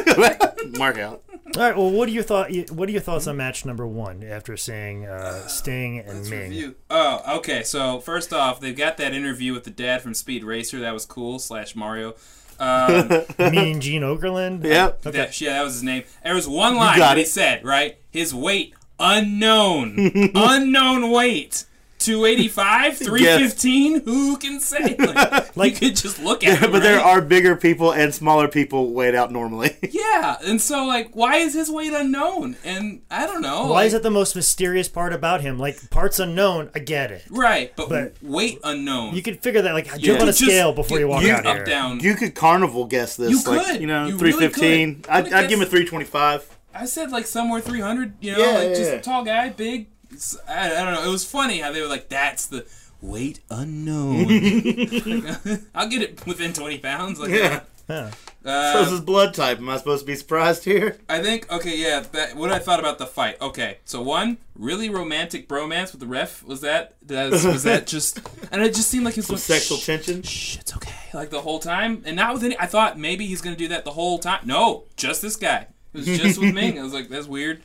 [SPEAKER 4] that.
[SPEAKER 3] Mark out.
[SPEAKER 2] All right. Well, what are your thought? What are your thoughts on match number one after seeing uh, Sting and
[SPEAKER 4] Let's
[SPEAKER 2] Ming?
[SPEAKER 4] review. Oh, okay. So first off, they've got that interview with the dad from Speed Racer. That was cool. Slash Mario. Um,
[SPEAKER 2] Mean Gene Okerlund.
[SPEAKER 3] Yep.
[SPEAKER 2] Okay.
[SPEAKER 4] That, yeah, that was his name. There was one line
[SPEAKER 3] got
[SPEAKER 4] that he
[SPEAKER 3] it.
[SPEAKER 4] said, right? His weight, unknown. unknown weight. 285, 315, who can say? Like,
[SPEAKER 2] Like-
[SPEAKER 4] you could just look at him,
[SPEAKER 3] but there
[SPEAKER 4] right?
[SPEAKER 3] are bigger people and smaller people weighed out normally.
[SPEAKER 4] Yeah, and so, like, why is his weight unknown? And I don't know.
[SPEAKER 2] Why is
[SPEAKER 4] like-
[SPEAKER 2] that the most mysterious part about him? Like parts unknown. I get it.
[SPEAKER 4] Right, but,
[SPEAKER 2] But-
[SPEAKER 4] weight unknown.
[SPEAKER 2] You could figure that. Like jump on a
[SPEAKER 4] could just-
[SPEAKER 2] scale before you, walk
[SPEAKER 4] you,
[SPEAKER 2] out
[SPEAKER 4] up,
[SPEAKER 2] here.
[SPEAKER 4] down.
[SPEAKER 3] you could carnival guess this.
[SPEAKER 4] You
[SPEAKER 3] like,
[SPEAKER 4] could.
[SPEAKER 3] You know,
[SPEAKER 4] You really
[SPEAKER 3] 315.
[SPEAKER 4] could.
[SPEAKER 3] I'd,
[SPEAKER 4] Could've
[SPEAKER 3] I'd give him a
[SPEAKER 4] guessed-
[SPEAKER 3] 325.
[SPEAKER 4] I said, like, somewhere 300, you know,
[SPEAKER 3] Yeah,
[SPEAKER 4] like,
[SPEAKER 3] yeah,
[SPEAKER 4] just
[SPEAKER 3] yeah.
[SPEAKER 4] tall guy, big. S- I, I don't know. It was funny how they were like, that's the weight unknown. I'll get it within 20 pounds. Like,
[SPEAKER 3] Yeah.
[SPEAKER 2] Yeah.
[SPEAKER 4] Uh,
[SPEAKER 3] So this is blood type. Am I supposed to be surprised here?
[SPEAKER 4] I think okay, yeah. That, what I thought about the fight. Okay, so one really romantic bromance with the ref was that. that was, was that just? And it just seemed like his
[SPEAKER 3] Sexual tension?
[SPEAKER 4] Shh, it's okay. Like the whole time, and not with any. I thought maybe he's gonna do that the whole time. No, just this guy. It was just with Ming. I was like, that's weird.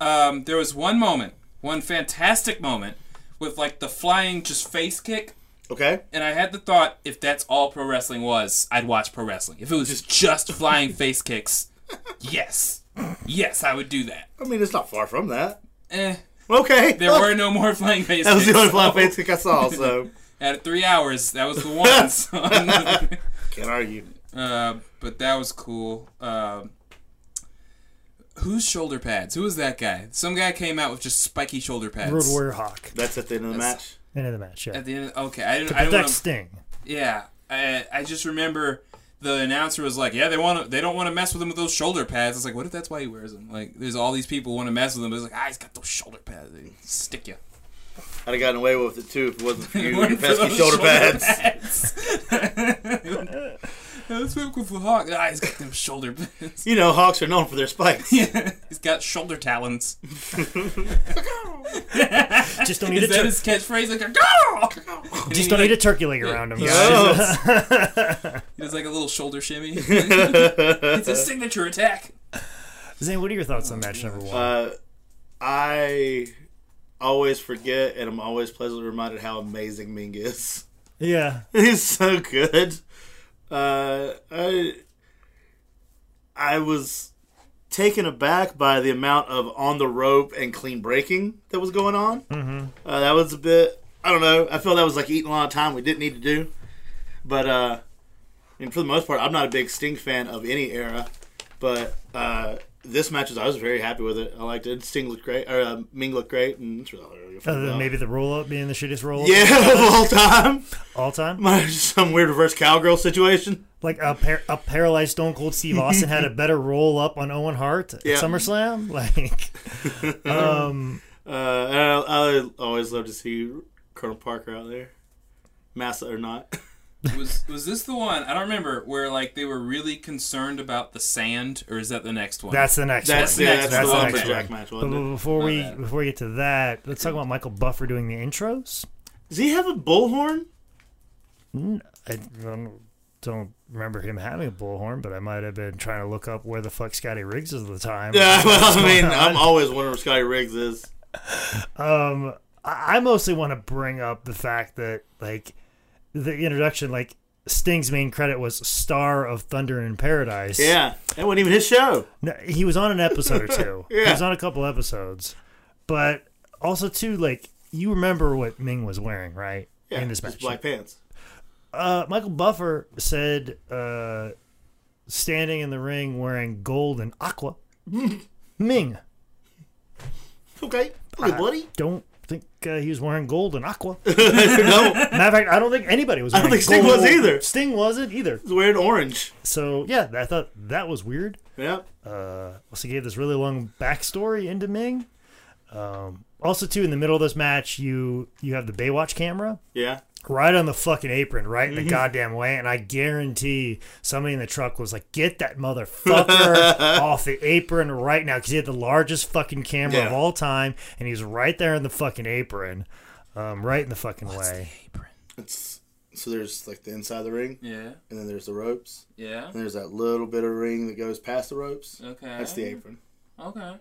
[SPEAKER 4] Um, there was one moment, one fantastic moment, with like the flying just face kick,
[SPEAKER 3] Okay.
[SPEAKER 4] and I had the thought if that's all pro wrestling was, I'd watch pro wrestling. If it was just just flying face kicks, yes, yes, I would do that.
[SPEAKER 3] I mean, it's not far from that.
[SPEAKER 4] Eh,
[SPEAKER 3] Okay.
[SPEAKER 4] there were no more flying face
[SPEAKER 3] Oh. That was
[SPEAKER 4] kicks.
[SPEAKER 3] the only flat face kick I saw, so
[SPEAKER 4] At three hours, that was the one. so I'm not-
[SPEAKER 3] can't argue.
[SPEAKER 4] Uh, but that was cool. Um, whose shoulder pads? Who was that guy? Some guy came out with just spiky shoulder pads.
[SPEAKER 2] Road Warrior Hawk.
[SPEAKER 3] That's at the end of the match.
[SPEAKER 2] End of the match. Yeah.
[SPEAKER 4] At the end, okay, I didn't. I
[SPEAKER 2] Protect
[SPEAKER 4] didn't want
[SPEAKER 2] Sting.
[SPEAKER 4] Yeah, I, I just remember the announcer was like, "Yeah, they want to. They don't want to mess with him with those shoulder pads." It's like, what if that's why he wears them? Like, there's all these people want to mess with him. But it's like, ah, he's got those shoulder pads. They stick you.
[SPEAKER 3] I'd have gotten away with it too if it wasn't for you and your
[SPEAKER 4] Wearing
[SPEAKER 3] pesky
[SPEAKER 4] those
[SPEAKER 3] shoulder pads.
[SPEAKER 4] pads. That's what with the hawk. Ah, he's got them shoulder pads.
[SPEAKER 3] You know, hawks are known for their spikes.
[SPEAKER 4] he's got shoulder talons.
[SPEAKER 2] Just don't eat a
[SPEAKER 4] Is that
[SPEAKER 2] tur-
[SPEAKER 4] his catchphrase? Like, go!
[SPEAKER 2] just don't eat a turkey leg around him. guys.
[SPEAKER 3] Oh,
[SPEAKER 4] It's like a little shoulder shimmy. it's a signature attack.
[SPEAKER 2] Zane, what are your thoughts on match number one?
[SPEAKER 3] uh, I always forget, and I'm always pleasantly reminded how amazing Ming is.
[SPEAKER 2] Yeah.
[SPEAKER 3] He's so good. Uh, I I was taken aback by the amount of on the rope and clean breaking that was going on. Mm-hmm. Uh, that was a bit. I don't know. I feel that was like eating a lot of time we didn't need to do. But uh, and for the most part, I'm not a big Sting fan of any era. But uh, this match was I was very happy with it. I liked it. Sting looked great, or uh, Ming looked great, and that's really all I really
[SPEAKER 2] Other than
[SPEAKER 3] about.
[SPEAKER 2] maybe the roll up being the shittiest roll up
[SPEAKER 3] yeah, of all time.
[SPEAKER 2] all time.
[SPEAKER 3] My some weird reverse cowgirl situation.
[SPEAKER 2] Like a, par- a paralyzed Stone Cold Steve Austin had a better roll up on Owen Hart at
[SPEAKER 3] Yeah.
[SPEAKER 2] SummerSlam. Like,
[SPEAKER 3] Uh, and I, I always love to see Colonel Parker out there, massa or not.
[SPEAKER 4] Was was this the one? I don't remember where like they were really concerned about the sand, or is that the next one?
[SPEAKER 2] that's the next
[SPEAKER 3] That's
[SPEAKER 2] one.
[SPEAKER 3] yeah, that's, the
[SPEAKER 4] That's the
[SPEAKER 3] one for
[SPEAKER 4] next
[SPEAKER 3] Jack match,
[SPEAKER 2] But
[SPEAKER 3] wasn't it?
[SPEAKER 2] before
[SPEAKER 4] My
[SPEAKER 2] we
[SPEAKER 4] bad.
[SPEAKER 2] before we get to that, let's talk about Michael Buffer doing the intros.
[SPEAKER 3] Does he have a bullhorn?
[SPEAKER 2] I don't, don't remember him having a bullhorn, but I might have been trying to look up where the fuck Scotty Riggs is at the time.
[SPEAKER 3] Yeah, well, I mean, I'm always wondering where Scotty Riggs is.
[SPEAKER 2] I I mostly want to bring up the fact that like the introduction, like Sting's main credit was Star of Thunder in Paradise.
[SPEAKER 3] Yeah, that wasn't even his show.
[SPEAKER 2] No, he was on an episode or two. He
[SPEAKER 3] Yeah.
[SPEAKER 2] was on a couple episodes, but also too like you remember what Ming was wearing, right?
[SPEAKER 3] Yeah,
[SPEAKER 2] in this
[SPEAKER 3] just
[SPEAKER 2] match,
[SPEAKER 3] black pants.
[SPEAKER 2] uh, Michael Buffer said, uh, standing in the ring wearing gold and aqua. Ming,
[SPEAKER 3] Okay, okay, buddy.
[SPEAKER 2] don't think uh, he was wearing gold and aqua.
[SPEAKER 3] no,
[SPEAKER 2] Matter of fact, I don't think anybody was. Wearing
[SPEAKER 3] think Sting
[SPEAKER 2] gold.
[SPEAKER 3] was either.
[SPEAKER 2] Sting wasn't either.
[SPEAKER 3] he's wearing orange.
[SPEAKER 2] So yeah, I thought that was weird.
[SPEAKER 3] Yep.
[SPEAKER 2] Uh, also gave this really long backstory into Ming. Um, also, too, in the middle of this match, you you have the Baywatch camera
[SPEAKER 3] Yeah.
[SPEAKER 2] right on the fucking apron, right in the
[SPEAKER 3] Mm-hmm.
[SPEAKER 2] goddamn way, and I guarantee somebody in the truck was like, "Get that motherfucker off the apron right now," because he had the largest fucking camera of
[SPEAKER 3] Yeah.
[SPEAKER 2] all time, and he was right there in the fucking apron, um, right in the fucking way.
[SPEAKER 4] apron.
[SPEAKER 3] It's so there's like the inside of the ring,
[SPEAKER 4] Yeah.
[SPEAKER 3] and then there's the ropes,
[SPEAKER 4] Yeah.
[SPEAKER 3] and there's that little bit of ring that goes past the ropes.
[SPEAKER 4] Okay.
[SPEAKER 3] That's the apron.
[SPEAKER 4] Okay.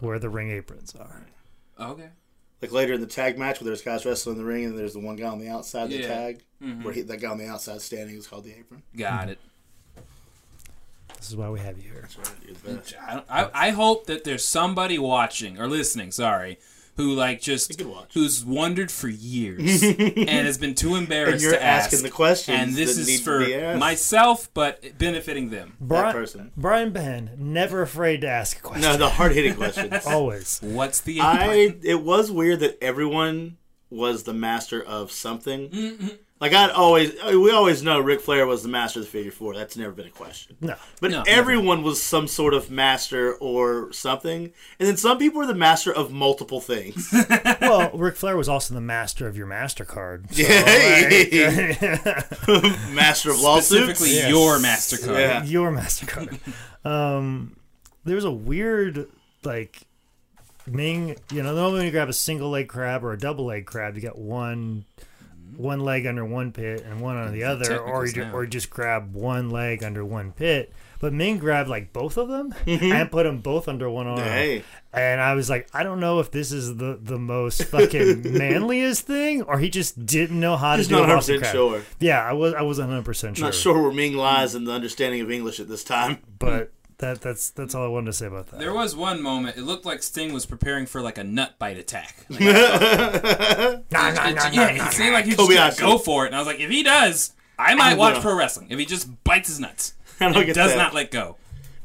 [SPEAKER 2] where the ring aprons are.
[SPEAKER 4] Okay.
[SPEAKER 3] like later in the tag match where there's guys wrestling in the ring and there's the one guy on the outside of the
[SPEAKER 4] Yeah. Mm-hmm.
[SPEAKER 3] tag where he, that guy on the outside standing is called the apron.
[SPEAKER 4] Got it.
[SPEAKER 2] This is why we have you here.
[SPEAKER 3] Mm-hmm.
[SPEAKER 4] I, don't- I, I hope that there's somebody watching or listening, sorry, who like just
[SPEAKER 3] could watch.
[SPEAKER 4] who's wondered for years and has been too embarrassed
[SPEAKER 3] And you're
[SPEAKER 4] to ask.
[SPEAKER 3] asking the questions
[SPEAKER 4] And this
[SPEAKER 3] that
[SPEAKER 4] is
[SPEAKER 3] need to
[SPEAKER 4] for
[SPEAKER 3] be asked.
[SPEAKER 4] myself, but benefiting them.
[SPEAKER 2] Brian,
[SPEAKER 3] person.
[SPEAKER 2] Brian Ben, never afraid to ask a question.
[SPEAKER 3] No, the Oh, hard hitting questions.
[SPEAKER 2] Always.
[SPEAKER 4] What's the
[SPEAKER 3] I it was weird that everyone was the master of something.
[SPEAKER 4] Mm-hmm.
[SPEAKER 3] Like I'd always I mean, we always know Ric Flair was the master of the figure four. That's never been a question.
[SPEAKER 2] No.
[SPEAKER 3] But
[SPEAKER 4] No, never.
[SPEAKER 3] everyone was some sort of master or something. And then some people are the master of multiple things.
[SPEAKER 2] Well, Ric Flair was also the master of your MasterCard. So,
[SPEAKER 3] master of lawsuits.
[SPEAKER 4] specifically your Mastercard?
[SPEAKER 3] Yeah.
[SPEAKER 2] your MasterCard. Um, there was a weird, like, Ming, you know, normally when you grab a single leg crab or a double leg crab, you got one. One leg under one pit and one under the other, or
[SPEAKER 4] technicals
[SPEAKER 2] you ju-
[SPEAKER 4] now.
[SPEAKER 2] or you just grab one leg under one pit. But Ming grabbed like both of them and put them both under one arm.
[SPEAKER 3] Mm-hmm. Hey.
[SPEAKER 2] And I was like, I don't know if this is the, the most fucking manliest thing, or he just didn't know how
[SPEAKER 3] He's
[SPEAKER 2] to do
[SPEAKER 3] not
[SPEAKER 2] a Boston
[SPEAKER 3] 100%
[SPEAKER 2] crab.
[SPEAKER 3] sure.
[SPEAKER 2] Yeah, I was I was 100 percent sure,
[SPEAKER 3] Not sure where Ming lies in the understanding of English at this time.
[SPEAKER 2] but that that's that's all I wanted to say about that.
[SPEAKER 4] There was one moment. It looked like Sting was preparing for like a nut bite attack. Like, I
[SPEAKER 2] Nah, nah, nah,
[SPEAKER 4] thought-
[SPEAKER 2] nah,
[SPEAKER 4] yeah,
[SPEAKER 2] nah.
[SPEAKER 4] it seemed like he was
[SPEAKER 3] Kobayashi.
[SPEAKER 4] just gonna go for it, and I was like, if he does, I might
[SPEAKER 3] I'm
[SPEAKER 4] watch
[SPEAKER 3] gonna-
[SPEAKER 4] pro wrestling. If he just bites his nuts,
[SPEAKER 3] I don't
[SPEAKER 4] and
[SPEAKER 3] get
[SPEAKER 4] does
[SPEAKER 3] that.
[SPEAKER 4] not let go.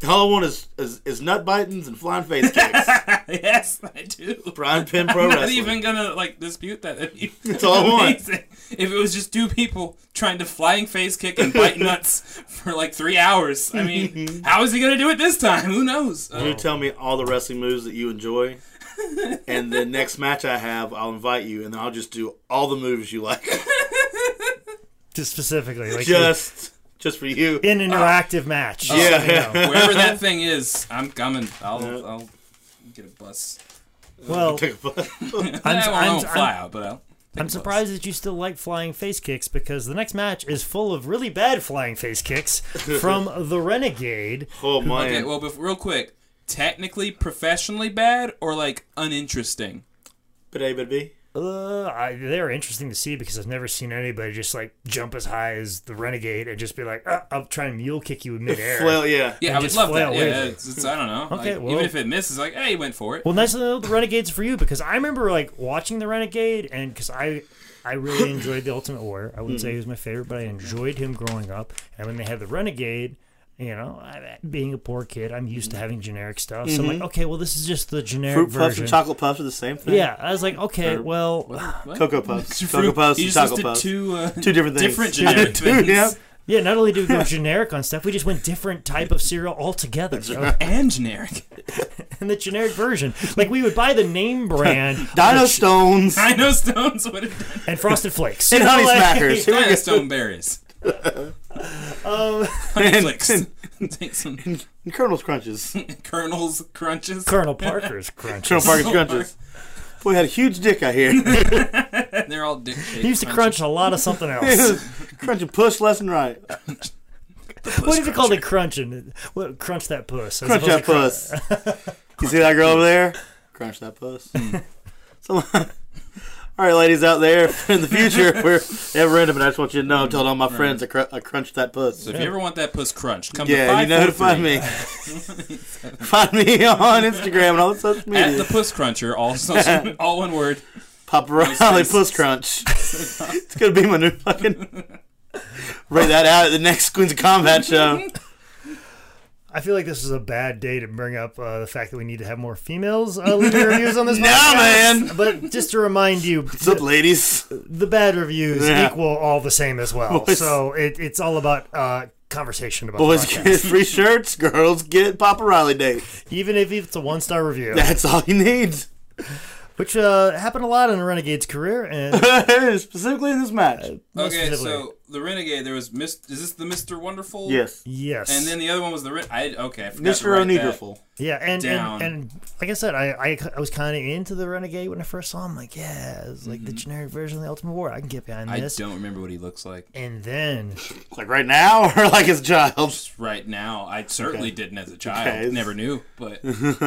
[SPEAKER 3] All I want is, is, is nut bitings and flying face kicks.
[SPEAKER 4] yes, I do.
[SPEAKER 3] Brian Penn Pro
[SPEAKER 4] I'm not
[SPEAKER 3] Wrestling.
[SPEAKER 4] even gonna like dispute that. That'd be
[SPEAKER 3] That's all I want.
[SPEAKER 4] amazing. If it was just two people trying to flying face kick and bite nuts for like three hours, I mean, how is he gonna do it this time? Who knows? Uh,
[SPEAKER 3] You tell me all the wrestling moves that you enjoy, and the next match I have, I'll invite you, and then I'll just do all the moves you like,
[SPEAKER 2] Just Uh, specifically, like
[SPEAKER 3] just just for you.
[SPEAKER 2] in an interactive match.
[SPEAKER 3] yeah,
[SPEAKER 4] wherever that thing is, I'm coming. I'll, I'll get a bus.
[SPEAKER 2] Well,
[SPEAKER 3] Take a bus.
[SPEAKER 4] I'm, I will not
[SPEAKER 2] I'm-
[SPEAKER 4] fly
[SPEAKER 2] I'm-
[SPEAKER 4] out, but I'll.
[SPEAKER 2] I'm surprised that you still like flying face kicks because the next match is full of really bad flying face kicks from the Renegade.
[SPEAKER 3] Oh man,
[SPEAKER 4] Okay, well, bef- real quick, technically professionally bad or like uninteresting?
[SPEAKER 3] But A, but B.
[SPEAKER 2] Uh, I, they're interesting to see because I've never seen anybody just like jump as high as the Renegade and just be like, "Ah, I'll try and mule kick you in midair.
[SPEAKER 3] Flail, yeah.
[SPEAKER 4] Yeah,
[SPEAKER 2] And
[SPEAKER 4] I would
[SPEAKER 2] just
[SPEAKER 4] love
[SPEAKER 2] flail
[SPEAKER 4] that.
[SPEAKER 2] with
[SPEAKER 4] Yeah,
[SPEAKER 2] it.
[SPEAKER 4] it's, it's, I don't know.
[SPEAKER 2] Okay,
[SPEAKER 4] like,
[SPEAKER 2] well-
[SPEAKER 4] even if it misses, like, hey, he went for it.
[SPEAKER 2] Well, nice to know the Renegade's for you because I remember like watching the Renegade and because I, I really enjoyed the Ultimate Warrior. I wouldn't
[SPEAKER 3] Hmm.
[SPEAKER 2] say he was my favorite, but I enjoyed him growing up. And when they had the Renegade, you know, I, being a poor kid, I'm used to having generic stuff. So I'm like, okay, well, this is just the generic
[SPEAKER 3] Mm-hmm. Fruit puffs
[SPEAKER 2] version.
[SPEAKER 3] and chocolate puffs are the same thing.
[SPEAKER 2] yeah, I was like, okay, well,
[SPEAKER 4] What?
[SPEAKER 3] Cocoa puffs.
[SPEAKER 4] Fruit-
[SPEAKER 3] Cocoa puffs
[SPEAKER 4] you
[SPEAKER 3] and
[SPEAKER 4] just
[SPEAKER 3] chocolate
[SPEAKER 4] listed
[SPEAKER 3] puffs.
[SPEAKER 4] Two, uh,
[SPEAKER 3] Two different things.
[SPEAKER 4] Different generic
[SPEAKER 3] Two,
[SPEAKER 4] things.
[SPEAKER 3] yeah.
[SPEAKER 2] yeah. Not only did we go generic on stuff, we just went different type of cereal altogether. Okay?
[SPEAKER 4] And generic.
[SPEAKER 2] and the generic version. Like we would buy the name brand
[SPEAKER 3] Dino Stones.
[SPEAKER 4] I know stones. What did
[SPEAKER 2] and Frosted Flakes.
[SPEAKER 3] And honey
[SPEAKER 2] Like-
[SPEAKER 3] smackers. Here we
[SPEAKER 4] Dino
[SPEAKER 3] go.
[SPEAKER 4] stone berries? Um, flicks. Take some
[SPEAKER 3] And Colonel's Crunches.
[SPEAKER 4] kernels, crunches. Oh,
[SPEAKER 2] Colonel Parker's crunch.
[SPEAKER 3] Colonel Parker's Crunches. Boy, had a huge dick, I hear.
[SPEAKER 4] They're all dick
[SPEAKER 2] He used to crunch a lot of something else.
[SPEAKER 3] Crunching push left and right.
[SPEAKER 2] what if you called it crunching? What, crunch that puss. as
[SPEAKER 3] Crunch
[SPEAKER 2] opposed
[SPEAKER 3] that
[SPEAKER 2] to crun-
[SPEAKER 3] puss. You see that girl over there? Crunch that puss.
[SPEAKER 4] Hmm.
[SPEAKER 3] So, all right, ladies out there, in the future, if we're ever into it, I just want you to know. I'm telling all my friends I, cr- I crunch that puss.
[SPEAKER 4] So if you ever want that puss crunched, come to
[SPEAKER 3] Yeah, you know who to find me. find me on Instagram and all the social
[SPEAKER 4] At the
[SPEAKER 3] media.
[SPEAKER 4] puss cruncher, all, social- all one word.
[SPEAKER 3] Papa Riley Puss Crunch. it's gonna be my new fucking. Write that out at the next Queens of Combat show.
[SPEAKER 2] I feel like this is a bad day to bring up uh, the fact that we need to have more females uh, leaving reviews on this.
[SPEAKER 3] Nah,
[SPEAKER 2] podcast.
[SPEAKER 3] man.
[SPEAKER 2] But just to remind you,
[SPEAKER 3] What's up, ladies?
[SPEAKER 2] the bad reviews
[SPEAKER 3] Yeah.
[SPEAKER 2] equal all the same as well.
[SPEAKER 3] Boys.
[SPEAKER 2] So it, it's all about uh, conversation about. the
[SPEAKER 3] Boys
[SPEAKER 2] podcast.
[SPEAKER 3] get free shirts, girls get Papa Riley date.
[SPEAKER 2] even if it's a one star review.
[SPEAKER 3] That's all you need.
[SPEAKER 2] which uh, happened a lot in Renegade's career. And
[SPEAKER 3] Specifically in this match.
[SPEAKER 2] most
[SPEAKER 4] Okay,
[SPEAKER 2] specifically-
[SPEAKER 4] so the renegade. There was Miss. Is this the Mister Wonderful?
[SPEAKER 3] Yes.
[SPEAKER 2] yes,
[SPEAKER 4] And then the other one was the Ren- I okay. I forgot to
[SPEAKER 3] Mr.
[SPEAKER 4] write that.
[SPEAKER 3] Oneedreful.
[SPEAKER 2] yeah, and,
[SPEAKER 4] down.
[SPEAKER 2] and and like I said, I I, I was kind of into the Renegade when I first saw him. Like, yeah, it's like the generic version of the Ultimate War. I can get behind
[SPEAKER 4] Mm-hmm. I
[SPEAKER 2] this.
[SPEAKER 4] don't remember what he looks like
[SPEAKER 2] And then
[SPEAKER 3] Like right now or like as a child?
[SPEAKER 4] right now. I certainly didn't as a child.
[SPEAKER 3] Okay.
[SPEAKER 4] Never knew, but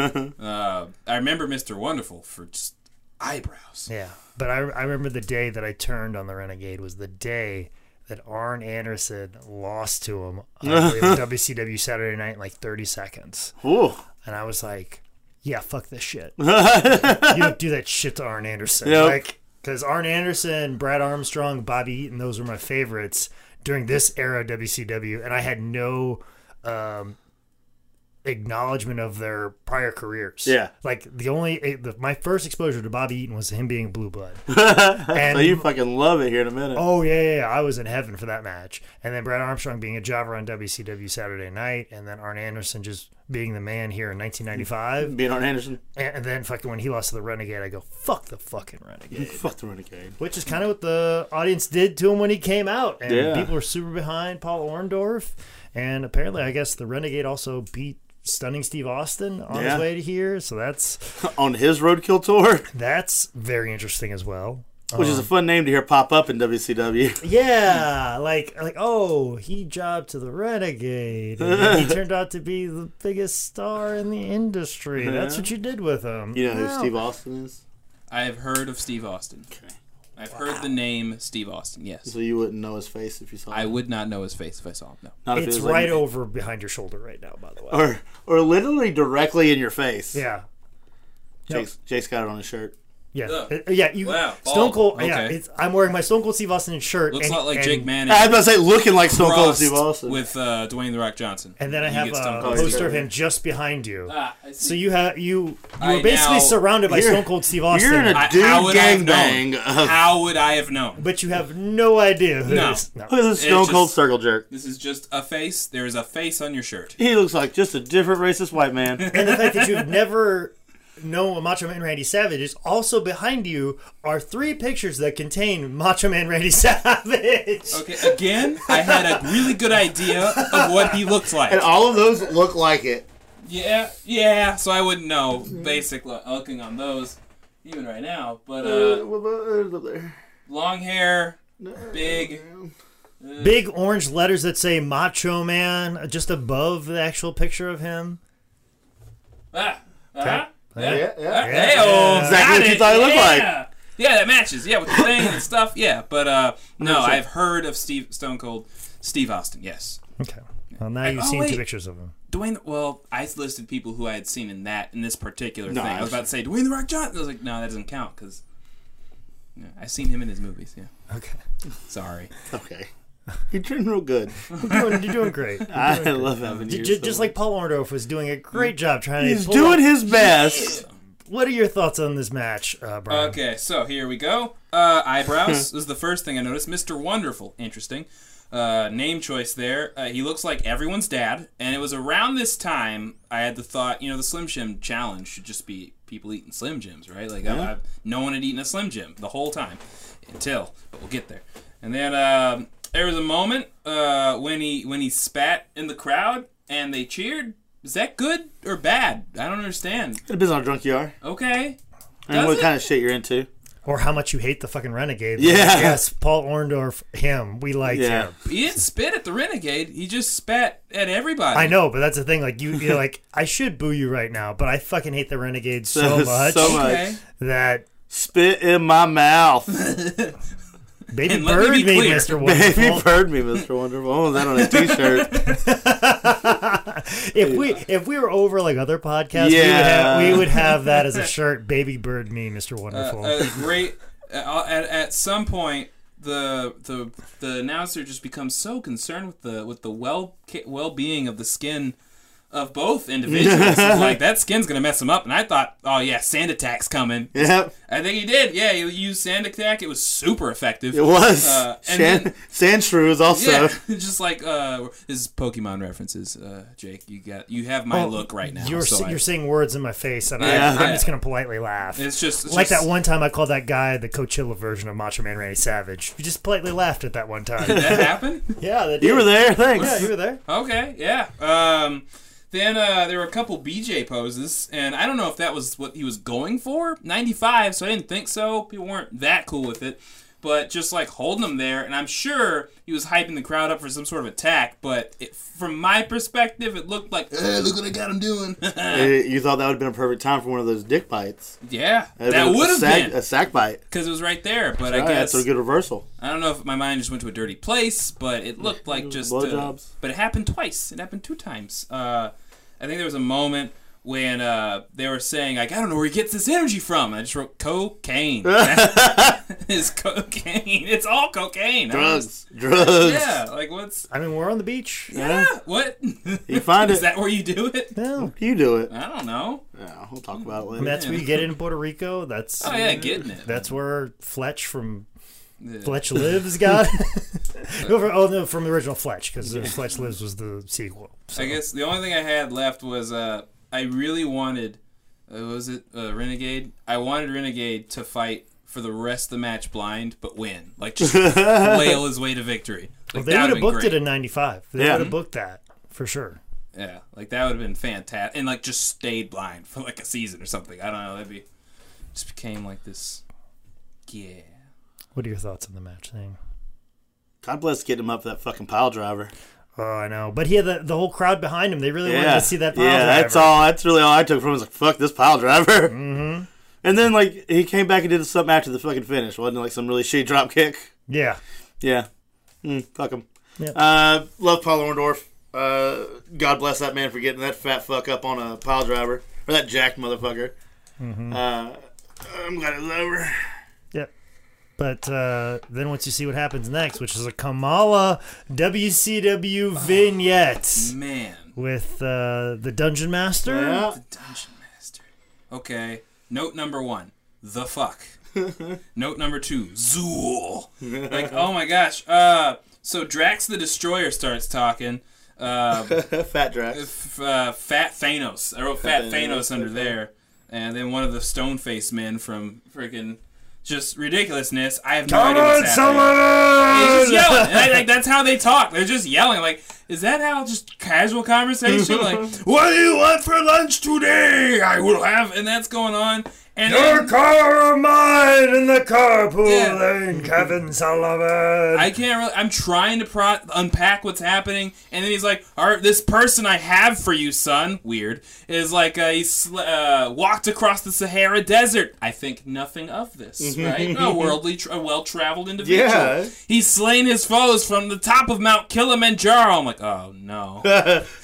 [SPEAKER 4] uh, I remember Mister Wonderful for just eyebrows.
[SPEAKER 2] yeah, but I I remember the day that I turned on the Renegade was the day. That Arn Anderson lost to him on I believe, WCW Saturday Night in like 30 seconds.
[SPEAKER 3] Ooh.
[SPEAKER 2] And I was like, yeah, fuck this shit. you don't do that shit to Arn Anderson.
[SPEAKER 3] Yep.
[SPEAKER 2] Like, because Arn Anderson, Brad Armstrong, Bobby Eaton, those were my favorites during this era of WCW. And I had no um, acknowledgement of their prior careers.
[SPEAKER 3] Yeah.
[SPEAKER 2] Like, the only, eh, the, my first exposure to Bobby Eaton was him being Blue Blood.
[SPEAKER 3] So you fucking love it here in a minute.
[SPEAKER 2] Oh yeah, yeah, yeah. I was in heaven for that match. And then Brad Armstrong being a jobber on WCW Saturday Night, and then Arn Anderson just being the man here in 1995.
[SPEAKER 3] Being on Anderson.
[SPEAKER 2] And, and then fucking when he lost to the Renegade, I go fuck the fucking Renegade,
[SPEAKER 3] Fuck the renegade.
[SPEAKER 2] which is kind of what the audience did to him when he came out, and
[SPEAKER 3] Yeah.
[SPEAKER 2] people were super behind Paul Orndorff. And apparently, I guess the Renegade also beat stunning Steve Austin on
[SPEAKER 3] Yeah.
[SPEAKER 2] his way to here. So that's
[SPEAKER 3] on his roadkill tour,
[SPEAKER 2] that's very interesting as well.
[SPEAKER 3] which is a fun name to hear pop up in WCW.
[SPEAKER 2] Yeah, like like oh, he jobbed to the renegade. and he turned out to be the biggest star in the industry. That's what you did with him.
[SPEAKER 3] You know who
[SPEAKER 2] No.
[SPEAKER 3] Steve Austin is?
[SPEAKER 4] I have heard of Steve Austin.
[SPEAKER 3] Okay.
[SPEAKER 4] I've heard the name Steve Austin. Yes,
[SPEAKER 3] So you wouldn't know his face if you saw
[SPEAKER 4] I
[SPEAKER 3] him.
[SPEAKER 4] would not know his face if I saw him. No.
[SPEAKER 3] Not if it
[SPEAKER 2] It's
[SPEAKER 3] was like-
[SPEAKER 2] right over behind your shoulder right now, by the way.
[SPEAKER 3] or or literally directly in your face.
[SPEAKER 2] Yeah,
[SPEAKER 3] Jake's, Jake's got it on his shirt.
[SPEAKER 2] yeah,
[SPEAKER 4] Ugh.
[SPEAKER 2] Uh, yeah. You
[SPEAKER 4] Wow,
[SPEAKER 2] Stone
[SPEAKER 4] bald.
[SPEAKER 2] Cold. Yeah,
[SPEAKER 4] Okay.
[SPEAKER 2] it's, I'm wearing my Stone Cold Steve Austin shirt.
[SPEAKER 4] Looks
[SPEAKER 2] and,
[SPEAKER 4] a lot like
[SPEAKER 2] and,
[SPEAKER 4] Jake Manning.
[SPEAKER 3] I was about to say looking like Stone Cold
[SPEAKER 4] crossed
[SPEAKER 3] Steve Austin. Oh,
[SPEAKER 4] with uh, Dwayne the Rock Johnson.
[SPEAKER 2] And then I
[SPEAKER 4] You
[SPEAKER 2] have
[SPEAKER 4] get
[SPEAKER 2] a
[SPEAKER 4] Stone Cold Steve.
[SPEAKER 2] poster of him just behind you.
[SPEAKER 4] Ah, I see.
[SPEAKER 2] so you have you you
[SPEAKER 4] I
[SPEAKER 2] were basically
[SPEAKER 4] now-
[SPEAKER 2] surrounded by
[SPEAKER 3] You're-
[SPEAKER 2] Stone Cold Steve Austin.
[SPEAKER 3] You're in a
[SPEAKER 4] I-
[SPEAKER 3] dude
[SPEAKER 4] how would I have
[SPEAKER 3] gangbang
[SPEAKER 4] known?
[SPEAKER 3] of
[SPEAKER 4] How would I have known?
[SPEAKER 2] but you have no idea who
[SPEAKER 4] No.
[SPEAKER 2] it is. No.
[SPEAKER 3] Look at this Stone
[SPEAKER 4] just-
[SPEAKER 3] Cold Circle Jerk.
[SPEAKER 4] This is just a face. There is a face on your shirt.
[SPEAKER 3] He looks like just a different racist white man.
[SPEAKER 2] and the fact that you've never known what Macho Man Randy Savage is, also behind you are three pictures that contain Macho Man Randy Savage.
[SPEAKER 3] Oh,
[SPEAKER 4] Okay, again, I had a really good idea of what he looked like.
[SPEAKER 3] all of those look like it.
[SPEAKER 4] Yeah, yeah. So I wouldn't know basic lo- looking on those, even right now. But uh, long hair, big.
[SPEAKER 2] Big orange letters uh, that say Macho Man just above the actual picture of him.
[SPEAKER 4] Ah, ah,
[SPEAKER 2] Okay.
[SPEAKER 4] yeah.
[SPEAKER 3] Yeah, yeah.
[SPEAKER 4] Hey, oh,
[SPEAKER 3] Exactly what you thought it looked like.
[SPEAKER 4] yeah. Yeah, that matches. Yeah, with the thing and stuff. Yeah, but uh, no, I've heard of Steve Stone Cold Steve Austin. Yes,
[SPEAKER 2] Okay. Well, now you've
[SPEAKER 4] oh,
[SPEAKER 2] seen two
[SPEAKER 4] wait.
[SPEAKER 2] pictures of him.
[SPEAKER 4] Dwayne. Well, I listed people who I had seen in that in this particular
[SPEAKER 3] No,
[SPEAKER 4] thing. I was about to say Dwayne the Rock Johnson. I was like, no, that doesn't count because I've seen him in his movies. Yeah,
[SPEAKER 2] Okay.
[SPEAKER 4] sorry.
[SPEAKER 3] Okay. You're doing real good.
[SPEAKER 2] You're doing, you're doing great.
[SPEAKER 3] I love having you.
[SPEAKER 2] J-
[SPEAKER 3] so
[SPEAKER 2] j- just like Paul Orndorff was doing a great job trying
[SPEAKER 3] Mm. he's
[SPEAKER 2] to. pull
[SPEAKER 3] doing
[SPEAKER 2] off-
[SPEAKER 3] his best.
[SPEAKER 2] What are your thoughts on this match, uh, Brian?
[SPEAKER 4] Okay, so here we go. Uh, eyebrows is the first thing I noticed. Mr. Wonderful, interesting uh, name choice there. Uh, he looks like everyone's dad, and it was around this time I had the thought, you know, the Slim Jim challenge should just be people eating Slim Jims, right? Like I, I, no one had eaten a Slim Jim the whole time until, but we'll get there. And then um there was a moment uh, when he when he spat in the crowd and they cheered. Is that good or bad? I don't understand.
[SPEAKER 3] It depends on how drunk you are
[SPEAKER 4] Okay.
[SPEAKER 3] and
[SPEAKER 4] Does
[SPEAKER 3] what
[SPEAKER 4] it?
[SPEAKER 3] kind of shit you're into.
[SPEAKER 2] Or how much you hate the fucking renegade?
[SPEAKER 3] Yeah.
[SPEAKER 2] Yes, Paul Orndorff, him. We liked
[SPEAKER 3] Yeah.
[SPEAKER 2] him.
[SPEAKER 4] He didn't spit at the renegade. He just spat at everybody.
[SPEAKER 2] I know, but that's the thing. Like you, you're like, I should boo you right now, but I fucking hate the renegade so, much
[SPEAKER 3] so much.
[SPEAKER 4] Okay.
[SPEAKER 2] that
[SPEAKER 3] Spit in my mouth.
[SPEAKER 2] baby
[SPEAKER 4] And let me
[SPEAKER 2] bird
[SPEAKER 4] be
[SPEAKER 2] me,
[SPEAKER 4] clear.
[SPEAKER 2] Mr.
[SPEAKER 3] Baby
[SPEAKER 2] Wonderful.
[SPEAKER 3] bird me, Mr. Wonderful. Oh, that on a t-shirt.
[SPEAKER 2] if we if we were over like other podcasts, we, would
[SPEAKER 3] Yeah.
[SPEAKER 2] have, we would have that as a shirt. Baby bird me, Mr. Wonderful.
[SPEAKER 4] A great. uh, at, at some point, the the the announcer just becomes so concerned with the with the well well being of the skin of both individuals. He's like that skin's gonna mess him up. And I thought, oh yeah, sand attack's coming.
[SPEAKER 3] yep,
[SPEAKER 4] I think he did. Yeah, he used sand attack. It was super effective.
[SPEAKER 3] it was.
[SPEAKER 4] Uh, and
[SPEAKER 3] Shan-
[SPEAKER 4] then-
[SPEAKER 3] Sand shrews also.
[SPEAKER 4] Yeah, just like uh, this is Pokemon references, uh, Jake. You got you have my look right now.
[SPEAKER 2] Oh, You're
[SPEAKER 4] so
[SPEAKER 2] si-
[SPEAKER 4] I-
[SPEAKER 2] you're saying words in my face, and
[SPEAKER 3] Yeah.
[SPEAKER 2] I, I'm just gonna politely laugh.
[SPEAKER 4] it's just it's
[SPEAKER 2] like
[SPEAKER 4] just-
[SPEAKER 2] that one time I called that guy the Coachella version of Macho Man Randy Savage. You just politely laughed at that one time.
[SPEAKER 4] That happened.
[SPEAKER 2] yeah, that
[SPEAKER 3] You were there. Thanks.
[SPEAKER 2] Yeah, you were there.
[SPEAKER 4] Okay, yeah. Um, then uh, there were a couple BJ poses, and I don't know if that was what he was going for. 95, so I didn't think so. People weren't that cool with it. But just like holding him there, and I'm sure he was hyping the crowd up for some sort of attack, but it, from my perspective, it looked like, "Eh, look what I got him doing.
[SPEAKER 3] Uh, You thought that would have been a perfect time for one of those dick bites.
[SPEAKER 4] yeah,
[SPEAKER 3] That'd
[SPEAKER 4] that
[SPEAKER 3] been
[SPEAKER 4] would
[SPEAKER 3] a
[SPEAKER 4] have
[SPEAKER 3] sack, a
[SPEAKER 4] been.
[SPEAKER 3] sack bite.
[SPEAKER 4] Because it was right there, but I
[SPEAKER 3] All right,
[SPEAKER 4] guess.
[SPEAKER 3] that's a good reversal.
[SPEAKER 4] I don't know if my mind just went to a dirty place, but it looked like just. uh,
[SPEAKER 3] Blowjobs.
[SPEAKER 4] but it happened twice. It happened two times. Uh, I think there was a moment when uh, they were saying, like, I don't know where he gets this energy from. I just wrote cocaine. it's cocaine. It's all cocaine. I was-
[SPEAKER 3] Drugs, drugs.
[SPEAKER 4] Yeah. Like, what's. ah,
[SPEAKER 2] I mean, we're on the beach.
[SPEAKER 3] Yeah.
[SPEAKER 4] What?
[SPEAKER 3] You find
[SPEAKER 4] Is
[SPEAKER 3] it.
[SPEAKER 4] that where you do it?
[SPEAKER 2] No,
[SPEAKER 3] you do it.
[SPEAKER 4] I don't know.
[SPEAKER 3] Yeah, we'll talk about it
[SPEAKER 2] And
[SPEAKER 3] later.
[SPEAKER 2] that's where you get it in Puerto Rico. That's
[SPEAKER 4] Oh, yeah, getting it.
[SPEAKER 2] that's where Fletch from
[SPEAKER 4] Yeah.
[SPEAKER 2] Fletch Lives got. no, from, oh no, from the original Fletch because Fletch Lives was the sequel.
[SPEAKER 4] I guess the only thing I had left was uh, I really wanted, uh, what was it uh, Renegade? I wanted Renegade to fight for the rest of the match blind, but win, like just flail his way to victory. Like,
[SPEAKER 2] Well, they
[SPEAKER 4] that
[SPEAKER 2] would
[SPEAKER 4] would've
[SPEAKER 2] have
[SPEAKER 4] been
[SPEAKER 2] booked
[SPEAKER 4] great.
[SPEAKER 2] it in '95. They
[SPEAKER 3] Yeah.
[SPEAKER 2] would have booked that for sure.
[SPEAKER 4] Yeah, like that would have been fantastic, and like just stayed blind for like a season or something. I don't know. That'd be just became like this. Yeah.
[SPEAKER 2] What are your thoughts on the match thing?
[SPEAKER 3] God bless getting him up that fucking pile driver.
[SPEAKER 2] Oh, I know, but he had the, the whole crowd behind him. They really wanted
[SPEAKER 3] Yeah,
[SPEAKER 2] to see that. Pile
[SPEAKER 3] yeah, that's
[SPEAKER 2] driver.
[SPEAKER 3] all. That's really all I took from. It was like, fuck this pile driver. Mm-hmm. And then like he came back and did something after the fucking finish, wasn't it? Like some really shitty drop kick.
[SPEAKER 2] Yeah,
[SPEAKER 3] Yeah. Mm, fuck him.
[SPEAKER 2] Yep.
[SPEAKER 3] Uh, love Paul Orndorff. Uh, God bless that man for getting that fat fuck up on a pile driver or that jacked motherfucker.
[SPEAKER 2] Mm-hmm.
[SPEAKER 3] Uh, I'm glad it's over.
[SPEAKER 2] Yep. But uh, then once you see what happens next, which is a Kamala WCW vignette
[SPEAKER 4] Mm-hmm. Man,
[SPEAKER 2] with uh, the Dungeon Master.
[SPEAKER 3] Yeah.
[SPEAKER 4] the dungeon master. Okay. Note number one. The fuck. Note number two. Zool. Like, oh my gosh. Uh, so Drax the Destroyer starts talking. Uh,
[SPEAKER 3] fat Drax.
[SPEAKER 4] f- uh, Fat Thanos. I wrote Fat
[SPEAKER 3] Thanos,
[SPEAKER 4] Thanos under there, and then one of the stone faced men from freaking just ridiculousness. I have no idea what's happening. He's just yelling. And I, like that's how they talk. They're just yelling. Like, is that how just casual conversation? Like, what do you want for lunch today? I will have, and that's going on. And
[SPEAKER 2] Your
[SPEAKER 4] then
[SPEAKER 2] car or mine in the carpool
[SPEAKER 4] Yeah.
[SPEAKER 2] lane, Kevin Sullivan.
[SPEAKER 4] I can't really. I'm trying to pro- unpack what's happening, and then he's like, "All right, this person I have for you, son." Weird is like uh, he sl- uh, walked across the Sahara Desert. I think nothing of this, right? a worldly, tra- well-traveled individual.
[SPEAKER 3] Mm-hmm. Yeah.
[SPEAKER 4] He's slain his foes from the top of Mount Kilimanjaro. I'm like, oh no,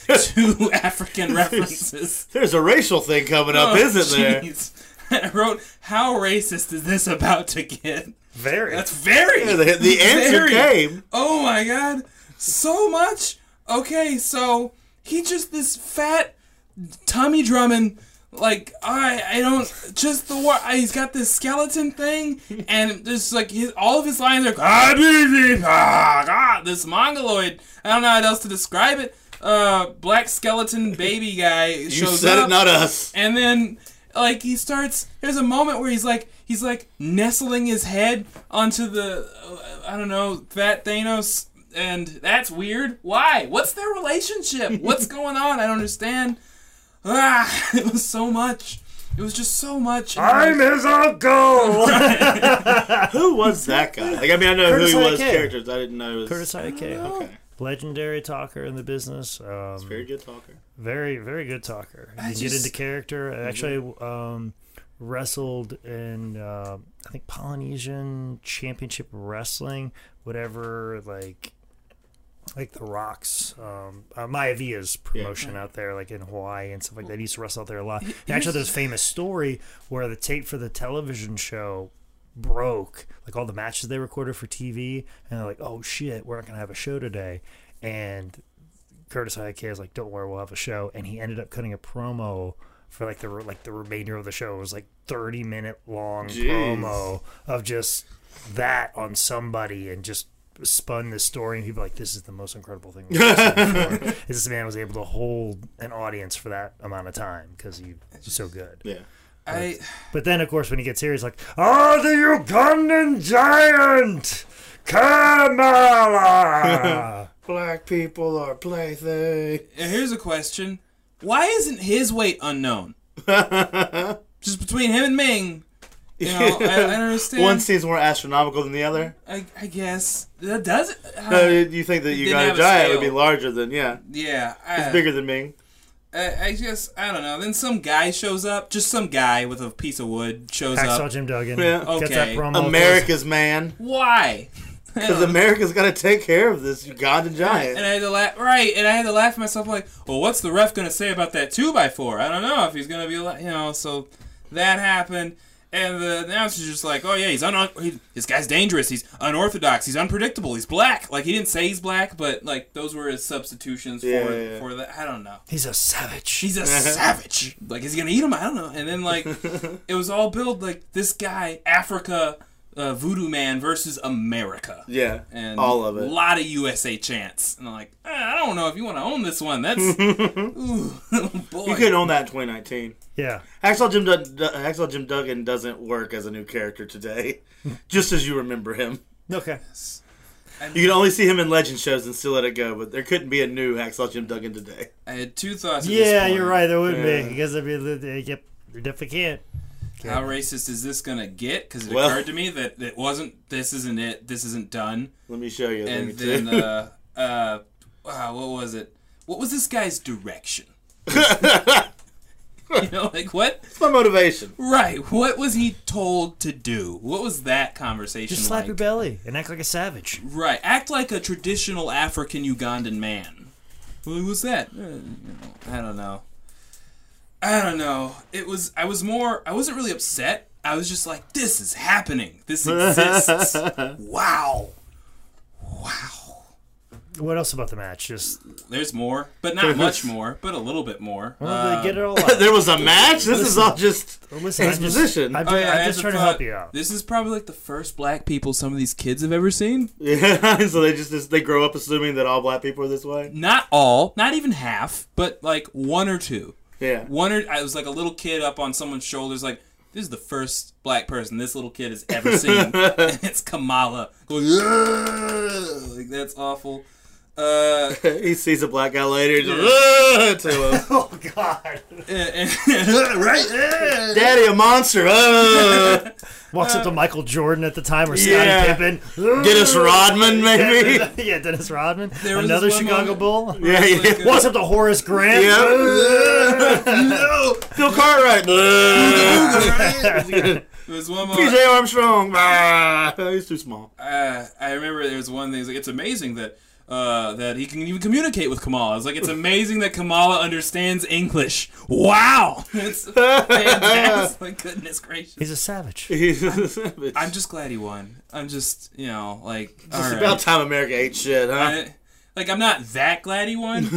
[SPEAKER 4] two African references. Oh,
[SPEAKER 3] There's a racial thing coming up, isn't there?
[SPEAKER 4] Jeez. I wrote, "How racist is this about to get?"
[SPEAKER 2] Very.
[SPEAKER 4] That's very.
[SPEAKER 3] Yeah, the, the answer
[SPEAKER 4] Very.
[SPEAKER 3] came.
[SPEAKER 4] Oh my god, so much. Okay, so he just this fat Tommy Drummond. Like I, I don't just the war. He's got this skeleton thing, and there's like his all of his lines are ah, bee, bee, ah, ah, this mongoloid. I don't know how else to describe it. Uh, black skeleton baby guy
[SPEAKER 3] You
[SPEAKER 4] shows
[SPEAKER 3] said
[SPEAKER 4] up.
[SPEAKER 3] it, not us.
[SPEAKER 4] And then like he starts there's a moment where he's like he's like nestling his head onto the uh, I don't know, fat Thanos and that's weird. Why? What's their relationship? What's going on? I don't understand. Ah, it was so much. It was just so much.
[SPEAKER 2] I'm his uncle.
[SPEAKER 3] Who was that guy? Like, I mean, I know
[SPEAKER 2] Curtis
[SPEAKER 3] who he was,
[SPEAKER 2] IK.
[SPEAKER 3] characters. I didn't know. It was
[SPEAKER 2] Curtis IK,
[SPEAKER 3] Okay.
[SPEAKER 2] legendary talker in the business. Um,
[SPEAKER 3] Very good talker.
[SPEAKER 2] very, very good talker. You can get
[SPEAKER 4] just-
[SPEAKER 2] into character. I Actually, um, wrestled in uh, I think Polynesian Championship Wrestling. Whatever, like. Like the Rocks, um, uh, Maya Villa's promotion out there, like in Hawaii and stuff like that. He used to wrestle out there a lot. And actually, there's a famous story where the tape for the television show broke like all the matches they recorded for TV and they're like oh shit we're not gonna have a show today and Curtis IK is like don't worry we'll have a show and he ended up cutting a promo for like the re- like the remainder of the show it was like 30 minute long
[SPEAKER 3] Jeez.
[SPEAKER 2] promo of just that on somebody and just spun this story and people were like this is the most incredible thing we've ever seen before. is this man was able to hold an audience for that amount of time because he was so good
[SPEAKER 3] Yeah.
[SPEAKER 4] I
[SPEAKER 2] but then, of course, when he gets here, he's like, "Oh, the Ugandan giant, Kamala."
[SPEAKER 3] Black people are plaything.
[SPEAKER 4] here's a question. Why isn't his weight unknown? just between him and Ming, you know, I, I don't understand.
[SPEAKER 3] One seems more astronomical than the other.
[SPEAKER 4] I, I guess that does. Uh,
[SPEAKER 3] No, you you think that you got
[SPEAKER 4] didn't have
[SPEAKER 3] a
[SPEAKER 4] a
[SPEAKER 3] giant would be
[SPEAKER 4] scale.
[SPEAKER 3] larger than yeah,
[SPEAKER 4] yeah, I,
[SPEAKER 3] bigger than Ming.
[SPEAKER 4] I, I just I don't know. Then some guy shows up, just some guy with a piece of wood shows
[SPEAKER 2] Hacksaw
[SPEAKER 4] up.
[SPEAKER 2] Jim Duggan
[SPEAKER 3] Yeah.
[SPEAKER 2] gets that
[SPEAKER 4] Okay.
[SPEAKER 2] promo.
[SPEAKER 3] America's man,
[SPEAKER 4] Why?
[SPEAKER 3] because America's got to take care of this Ugandan
[SPEAKER 4] And
[SPEAKER 3] giant.
[SPEAKER 4] I had to laugh. Right, and I had to laugh at myself. Like, well, what's the ref gonna say about that two by four? I don't know if he's gonna be, li- you know. So that happened, and the announcer's just like, oh yeah, he's un. He, this guy's dangerous. He's unorthodox. He's unpredictable. He's black. Like he didn't say he's black, but like those were his substitutions
[SPEAKER 3] Yeah,
[SPEAKER 4] for
[SPEAKER 3] yeah, yeah.
[SPEAKER 4] for that. I don't know.
[SPEAKER 2] He's a savage.
[SPEAKER 4] He's a
[SPEAKER 3] Uh-huh.
[SPEAKER 4] savage. Like, is he gonna eat him? I don't know. And then like, it was all built like this guy, Africa, uh, voodoo man versus America.
[SPEAKER 3] Yeah,
[SPEAKER 4] And
[SPEAKER 3] all of it.
[SPEAKER 4] A lot of USA chants, and I'm like, eh, I don't know if you want to own this one. That's ooh, boy.
[SPEAKER 3] You couldn't own that in 2019.
[SPEAKER 2] yeah,
[SPEAKER 3] Hacksaw Jim, Dug- Du- Hacksaw Jim Duggan doesn't work as a new character today, just as you remember him.
[SPEAKER 2] okay.
[SPEAKER 3] You can only see him in legend shows and still let it go, but there couldn't be a new Hacksaw Jim Duggan today.
[SPEAKER 4] I had two thoughts. at this
[SPEAKER 2] Yeah,
[SPEAKER 4] point.
[SPEAKER 2] you're right. There would
[SPEAKER 3] Yeah.
[SPEAKER 2] be because it'd be the- uh, yep, you definitely can't.
[SPEAKER 4] How racist is this gonna get? Because it
[SPEAKER 3] Well-
[SPEAKER 4] occurred to me that it wasn't. This isn't it. This isn't done.
[SPEAKER 3] Let me show you.
[SPEAKER 4] And
[SPEAKER 3] Let me
[SPEAKER 4] then, uh, uh, wow, what was it? What was this guy's direction? you know, like what?
[SPEAKER 3] What's my motivation?
[SPEAKER 4] Right. What was he told to do? What was that conversation
[SPEAKER 2] Just slap
[SPEAKER 4] like?
[SPEAKER 2] your belly and act like a savage.
[SPEAKER 4] right. Act like a traditional African Ugandan man. Who was that? Uh, you know, I don't know. I don't know. It was. I was more. I wasn't really upset. I was just like, this is happening. This exists. wow.
[SPEAKER 2] What else about the match? Just
[SPEAKER 4] There's more, but not much more, but a little bit more.
[SPEAKER 2] well,
[SPEAKER 4] Uh,
[SPEAKER 2] they get it all out.
[SPEAKER 3] There was a match. This is all just
[SPEAKER 2] Listen, I'm just,
[SPEAKER 3] exposition.
[SPEAKER 2] I'm,
[SPEAKER 4] Oh, yeah,
[SPEAKER 2] I'm
[SPEAKER 4] as
[SPEAKER 2] just
[SPEAKER 4] a
[SPEAKER 2] trying to
[SPEAKER 4] thought,
[SPEAKER 2] help you out.
[SPEAKER 4] This is probably like the first black people some of these kids have ever seen.
[SPEAKER 3] Yeah, so they just, just they grow up assuming that all black people are this way.
[SPEAKER 4] Not all, not even half, but like one or two.
[SPEAKER 3] Yeah.
[SPEAKER 4] One or I was like a little kid up on someone's shoulders, like this is the first black person this little kid has ever seen. and it's Kamala going, "Yeah!" like that's awful. Uh,
[SPEAKER 3] he sees a black guy later. He's like, "Ah," to him.
[SPEAKER 2] Oh God!
[SPEAKER 4] right?
[SPEAKER 3] Daddy, a monster. ah."
[SPEAKER 2] Walks up to Michael Jordan at the time or
[SPEAKER 3] Yeah.
[SPEAKER 2] Scottie Pippen.
[SPEAKER 3] Dennis Rodman, maybe.
[SPEAKER 2] yeah, Dennis Rodman.
[SPEAKER 4] There was
[SPEAKER 2] Another
[SPEAKER 4] this one
[SPEAKER 2] Chicago
[SPEAKER 4] moment-
[SPEAKER 2] Bull.
[SPEAKER 3] Yeah, yeah.
[SPEAKER 2] Walks up to Horace Grant.
[SPEAKER 3] Yeah. no, Phil Cartwright. Ah.
[SPEAKER 4] There was one moment.
[SPEAKER 3] PJ Armstrong. Ah. He's too small.
[SPEAKER 4] uh, I remember there was one thing. It's like it's amazing that uh, that he can even communicate with Kamala. It's like it's amazing that Kamala understands English. Wow, it's fantastic. Goodness gracious.
[SPEAKER 2] He's a savage.
[SPEAKER 3] He's
[SPEAKER 4] I'm just glad he won. I'm just you know like all
[SPEAKER 3] It's
[SPEAKER 4] right.
[SPEAKER 3] about time America ate shit, huh?
[SPEAKER 4] I- like I'm not that glad he won.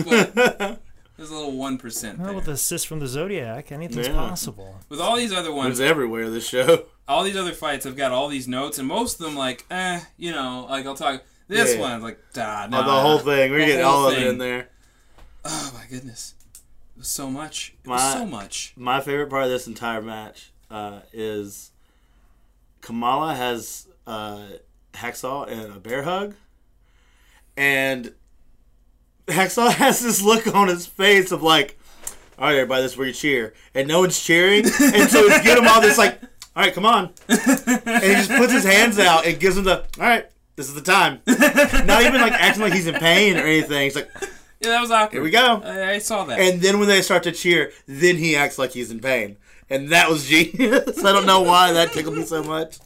[SPEAKER 4] But there's a little one percent
[SPEAKER 2] Well,
[SPEAKER 4] there.
[SPEAKER 2] with the assist from the Zodiac, anything's
[SPEAKER 3] Yeah.
[SPEAKER 2] possible.
[SPEAKER 4] With all these other
[SPEAKER 3] It's
[SPEAKER 4] ones,
[SPEAKER 3] everywhere. This show.
[SPEAKER 4] all these other fights, I've got all these notes, and most of them like eh, you know, like I'll talk. This
[SPEAKER 3] Yeah.
[SPEAKER 4] one, like, nah,
[SPEAKER 3] Oh,
[SPEAKER 4] nah.
[SPEAKER 3] the whole thing. We're
[SPEAKER 4] The
[SPEAKER 3] getting
[SPEAKER 4] whole
[SPEAKER 3] all of
[SPEAKER 4] thing.
[SPEAKER 3] it in there.
[SPEAKER 4] Oh my goodness, it was so much. It
[SPEAKER 3] My-
[SPEAKER 4] was so much.
[SPEAKER 3] My favorite part of this entire match uh, is Kamala has uh, Hacksaw and a bear hug, and Hacksaw has this look on his face of like, "All right, everybody, this is where you cheer," and no one's cheering, and so he's getting them all this like, "All right, come on," and he just puts his hands out and gives them the, "All right, this is the time." Not even like acting like he's in pain or anything. He's like,
[SPEAKER 4] Yeah, that was awkward.
[SPEAKER 3] "Here we go."
[SPEAKER 4] I, I saw that.
[SPEAKER 3] And then when they start to cheer, then he acts like he's in pain. And that was genius. I don't know why that tickled me so much.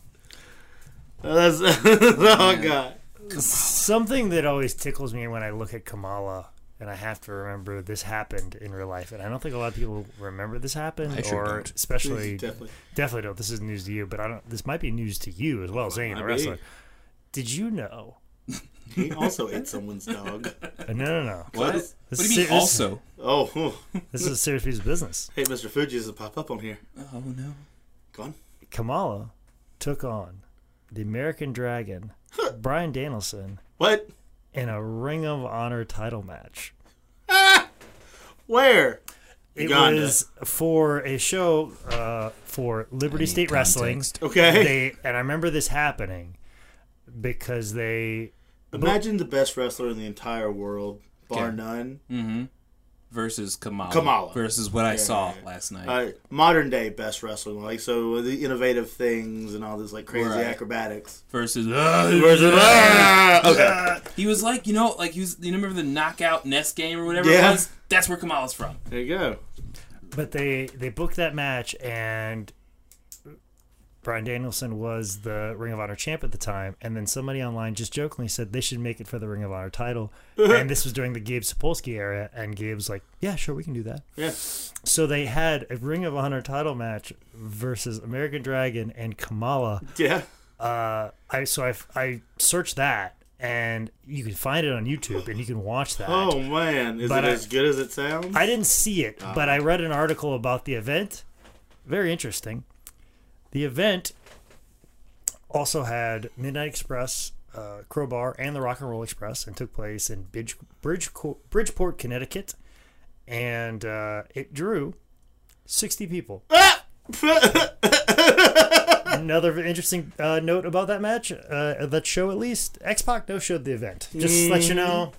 [SPEAKER 3] Uh, That's, that's all I got.
[SPEAKER 2] Something that always tickles me when I look at Kamala, and I have to remember this happened in real life, and I don't think a lot of people remember this happened,
[SPEAKER 4] I sure
[SPEAKER 2] or
[SPEAKER 4] don't.
[SPEAKER 2] especially
[SPEAKER 3] Definitely.
[SPEAKER 2] definitely don't. This is news to you, but I don't. This might be news to you as well, saying a
[SPEAKER 3] Might be.
[SPEAKER 2] wrestler. Did you know?
[SPEAKER 3] He also ate someone's dog.
[SPEAKER 2] Uh, no, no, no.
[SPEAKER 4] what? What
[SPEAKER 3] This
[SPEAKER 4] do you mean?
[SPEAKER 2] is-
[SPEAKER 4] Also,
[SPEAKER 3] Oh, whew.
[SPEAKER 2] This is a serious piece of business.
[SPEAKER 3] hey, Mr. Fuji is a pop up on here.
[SPEAKER 4] oh no.
[SPEAKER 3] Go on.
[SPEAKER 2] Kamala took on the American Dragon, Brian Danielson,
[SPEAKER 3] What?
[SPEAKER 2] in a Ring of Honor title match.
[SPEAKER 3] Ah! Where?
[SPEAKER 2] It
[SPEAKER 3] Uganda.
[SPEAKER 2] was for a show uh, for Liberty State Wrestling.
[SPEAKER 3] Okay.
[SPEAKER 2] They, and I remember this happening because they
[SPEAKER 3] Imagine the best wrestler in the entire world, bar
[SPEAKER 4] Okay.
[SPEAKER 3] none.
[SPEAKER 4] Mm. Versus Kamala.
[SPEAKER 3] Kamala.
[SPEAKER 4] Versus what I saw
[SPEAKER 3] yeah.
[SPEAKER 4] last night.
[SPEAKER 3] Uh, modern day best wrestler, like so the innovative things and all this like crazy
[SPEAKER 4] Right.
[SPEAKER 3] acrobatics.
[SPEAKER 4] versus. uh,
[SPEAKER 3] okay.
[SPEAKER 4] he was like, you know, like he was. You remember the knockout Nest game or whatever
[SPEAKER 3] Yeah.
[SPEAKER 4] it was? That's where Kamala's from.
[SPEAKER 3] There you go.
[SPEAKER 2] but they they booked that match and Brian Danielson was the Ring of Honor champ at the time, and then somebody online just jokingly said they should make it for the Ring of Honor title. and this was during the Gabe Sapolsky era, and Gabe's like, "Yeah, sure, we can do that."
[SPEAKER 3] Yeah.
[SPEAKER 2] So they had a Ring of Honor title match versus American Dragon and Kamala.
[SPEAKER 3] Yeah.
[SPEAKER 2] uh, I so I I searched that, and you can find it on YouTube, and you can watch that.
[SPEAKER 3] Oh man, is
[SPEAKER 2] But
[SPEAKER 3] it
[SPEAKER 2] I-
[SPEAKER 3] as good as it sounds?
[SPEAKER 2] I didn't see it, but I read an article about the event. Very interesting. The event also had Midnight Express, uh, Crowbar, and the Rock and Roll Express, and took place in Bridge, Bridge, Bridgeport, Connecticut, and uh, it drew sixty people. Another interesting uh, note about that match, uh, that show at least, X Pac no showed the event. Just to let you
[SPEAKER 3] Mm.
[SPEAKER 2] know.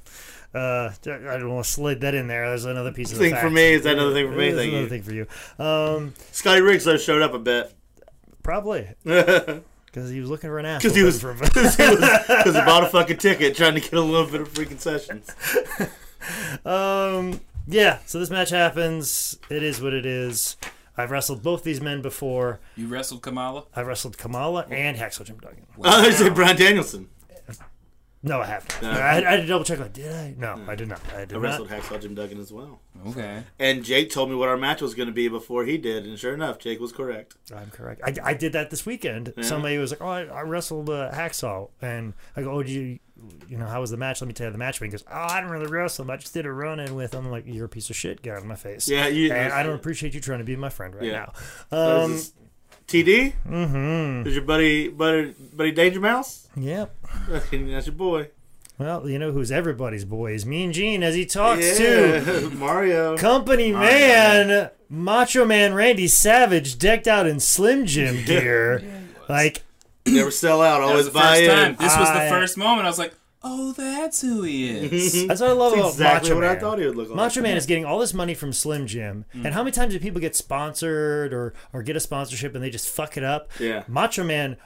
[SPEAKER 2] Uh, I don't want to slide that in there. There's another piece of the
[SPEAKER 3] thing for
[SPEAKER 2] fact.
[SPEAKER 3] me is that another thing for me.
[SPEAKER 2] There's
[SPEAKER 3] Thank
[SPEAKER 2] another
[SPEAKER 3] you.
[SPEAKER 2] thing for you. Um,
[SPEAKER 3] Scotty Riggs though showed up a bit
[SPEAKER 2] probably because he was looking for an ass.
[SPEAKER 3] because he was
[SPEAKER 2] for
[SPEAKER 3] because he, was- 'cause he bought a fucking ticket trying to get a little bit of free concessions.
[SPEAKER 2] um, yeah. So this match happens. It is what it is. I've wrestled both these men before.
[SPEAKER 4] You wrestled Kamala.
[SPEAKER 2] I've wrestled Kamala and Hacksaw Jim Duggan.
[SPEAKER 3] Oh, I said Brian Danielson.
[SPEAKER 2] No, I haven't. I, I had to double check. Like, did I? No, I did not. I did
[SPEAKER 3] Hmm. I
[SPEAKER 2] not.
[SPEAKER 3] wrestled Hacksaw Jim Duggan as well.
[SPEAKER 4] Okay.
[SPEAKER 3] And Jake told me what our match was going to be before he did, and sure enough, Jake was correct.
[SPEAKER 2] I'm correct. I, I did that this weekend. Somebody was like, "Oh, I, I wrestled uh, Hacksaw," and I go, "Oh, did you, you know, how was the match? Let me tell you the match." went." He goes, "Oh, I didn't really wrestle him. I just did a run in with him." I'm like, "You're a piece of shit. Get out of my face."
[SPEAKER 3] Yeah, you-
[SPEAKER 2] And I don't appreciate you trying to be my friend right
[SPEAKER 3] Yeah.
[SPEAKER 2] now. Um,
[SPEAKER 3] Is this TD. Mm-hmm. Is your buddy buddy buddy Danger Mouse?
[SPEAKER 2] yeah.
[SPEAKER 3] That's your boy.
[SPEAKER 2] Well, you know who's everybody's boy is Mean Gene as he talks to
[SPEAKER 3] Yeah, Mario.
[SPEAKER 2] Company Man, Macho Man Randy Savage, decked out in Slim Jim gear, like
[SPEAKER 3] Never sell out.
[SPEAKER 4] That was
[SPEAKER 3] Always
[SPEAKER 4] the
[SPEAKER 3] buy
[SPEAKER 4] first time.
[SPEAKER 3] in.
[SPEAKER 4] This was the
[SPEAKER 2] I-
[SPEAKER 4] first moment. I was like, oh, that's who he is.
[SPEAKER 2] That's what I love about
[SPEAKER 3] That's exactly
[SPEAKER 2] Macho
[SPEAKER 3] what
[SPEAKER 2] Man.
[SPEAKER 3] I thought he would look like. Mm.
[SPEAKER 2] Macho Man is getting all this money from Slim Jim, and how many times do people get sponsored or or get a sponsorship and they just fuck it up?
[SPEAKER 3] Yeah.
[SPEAKER 2] Macho Man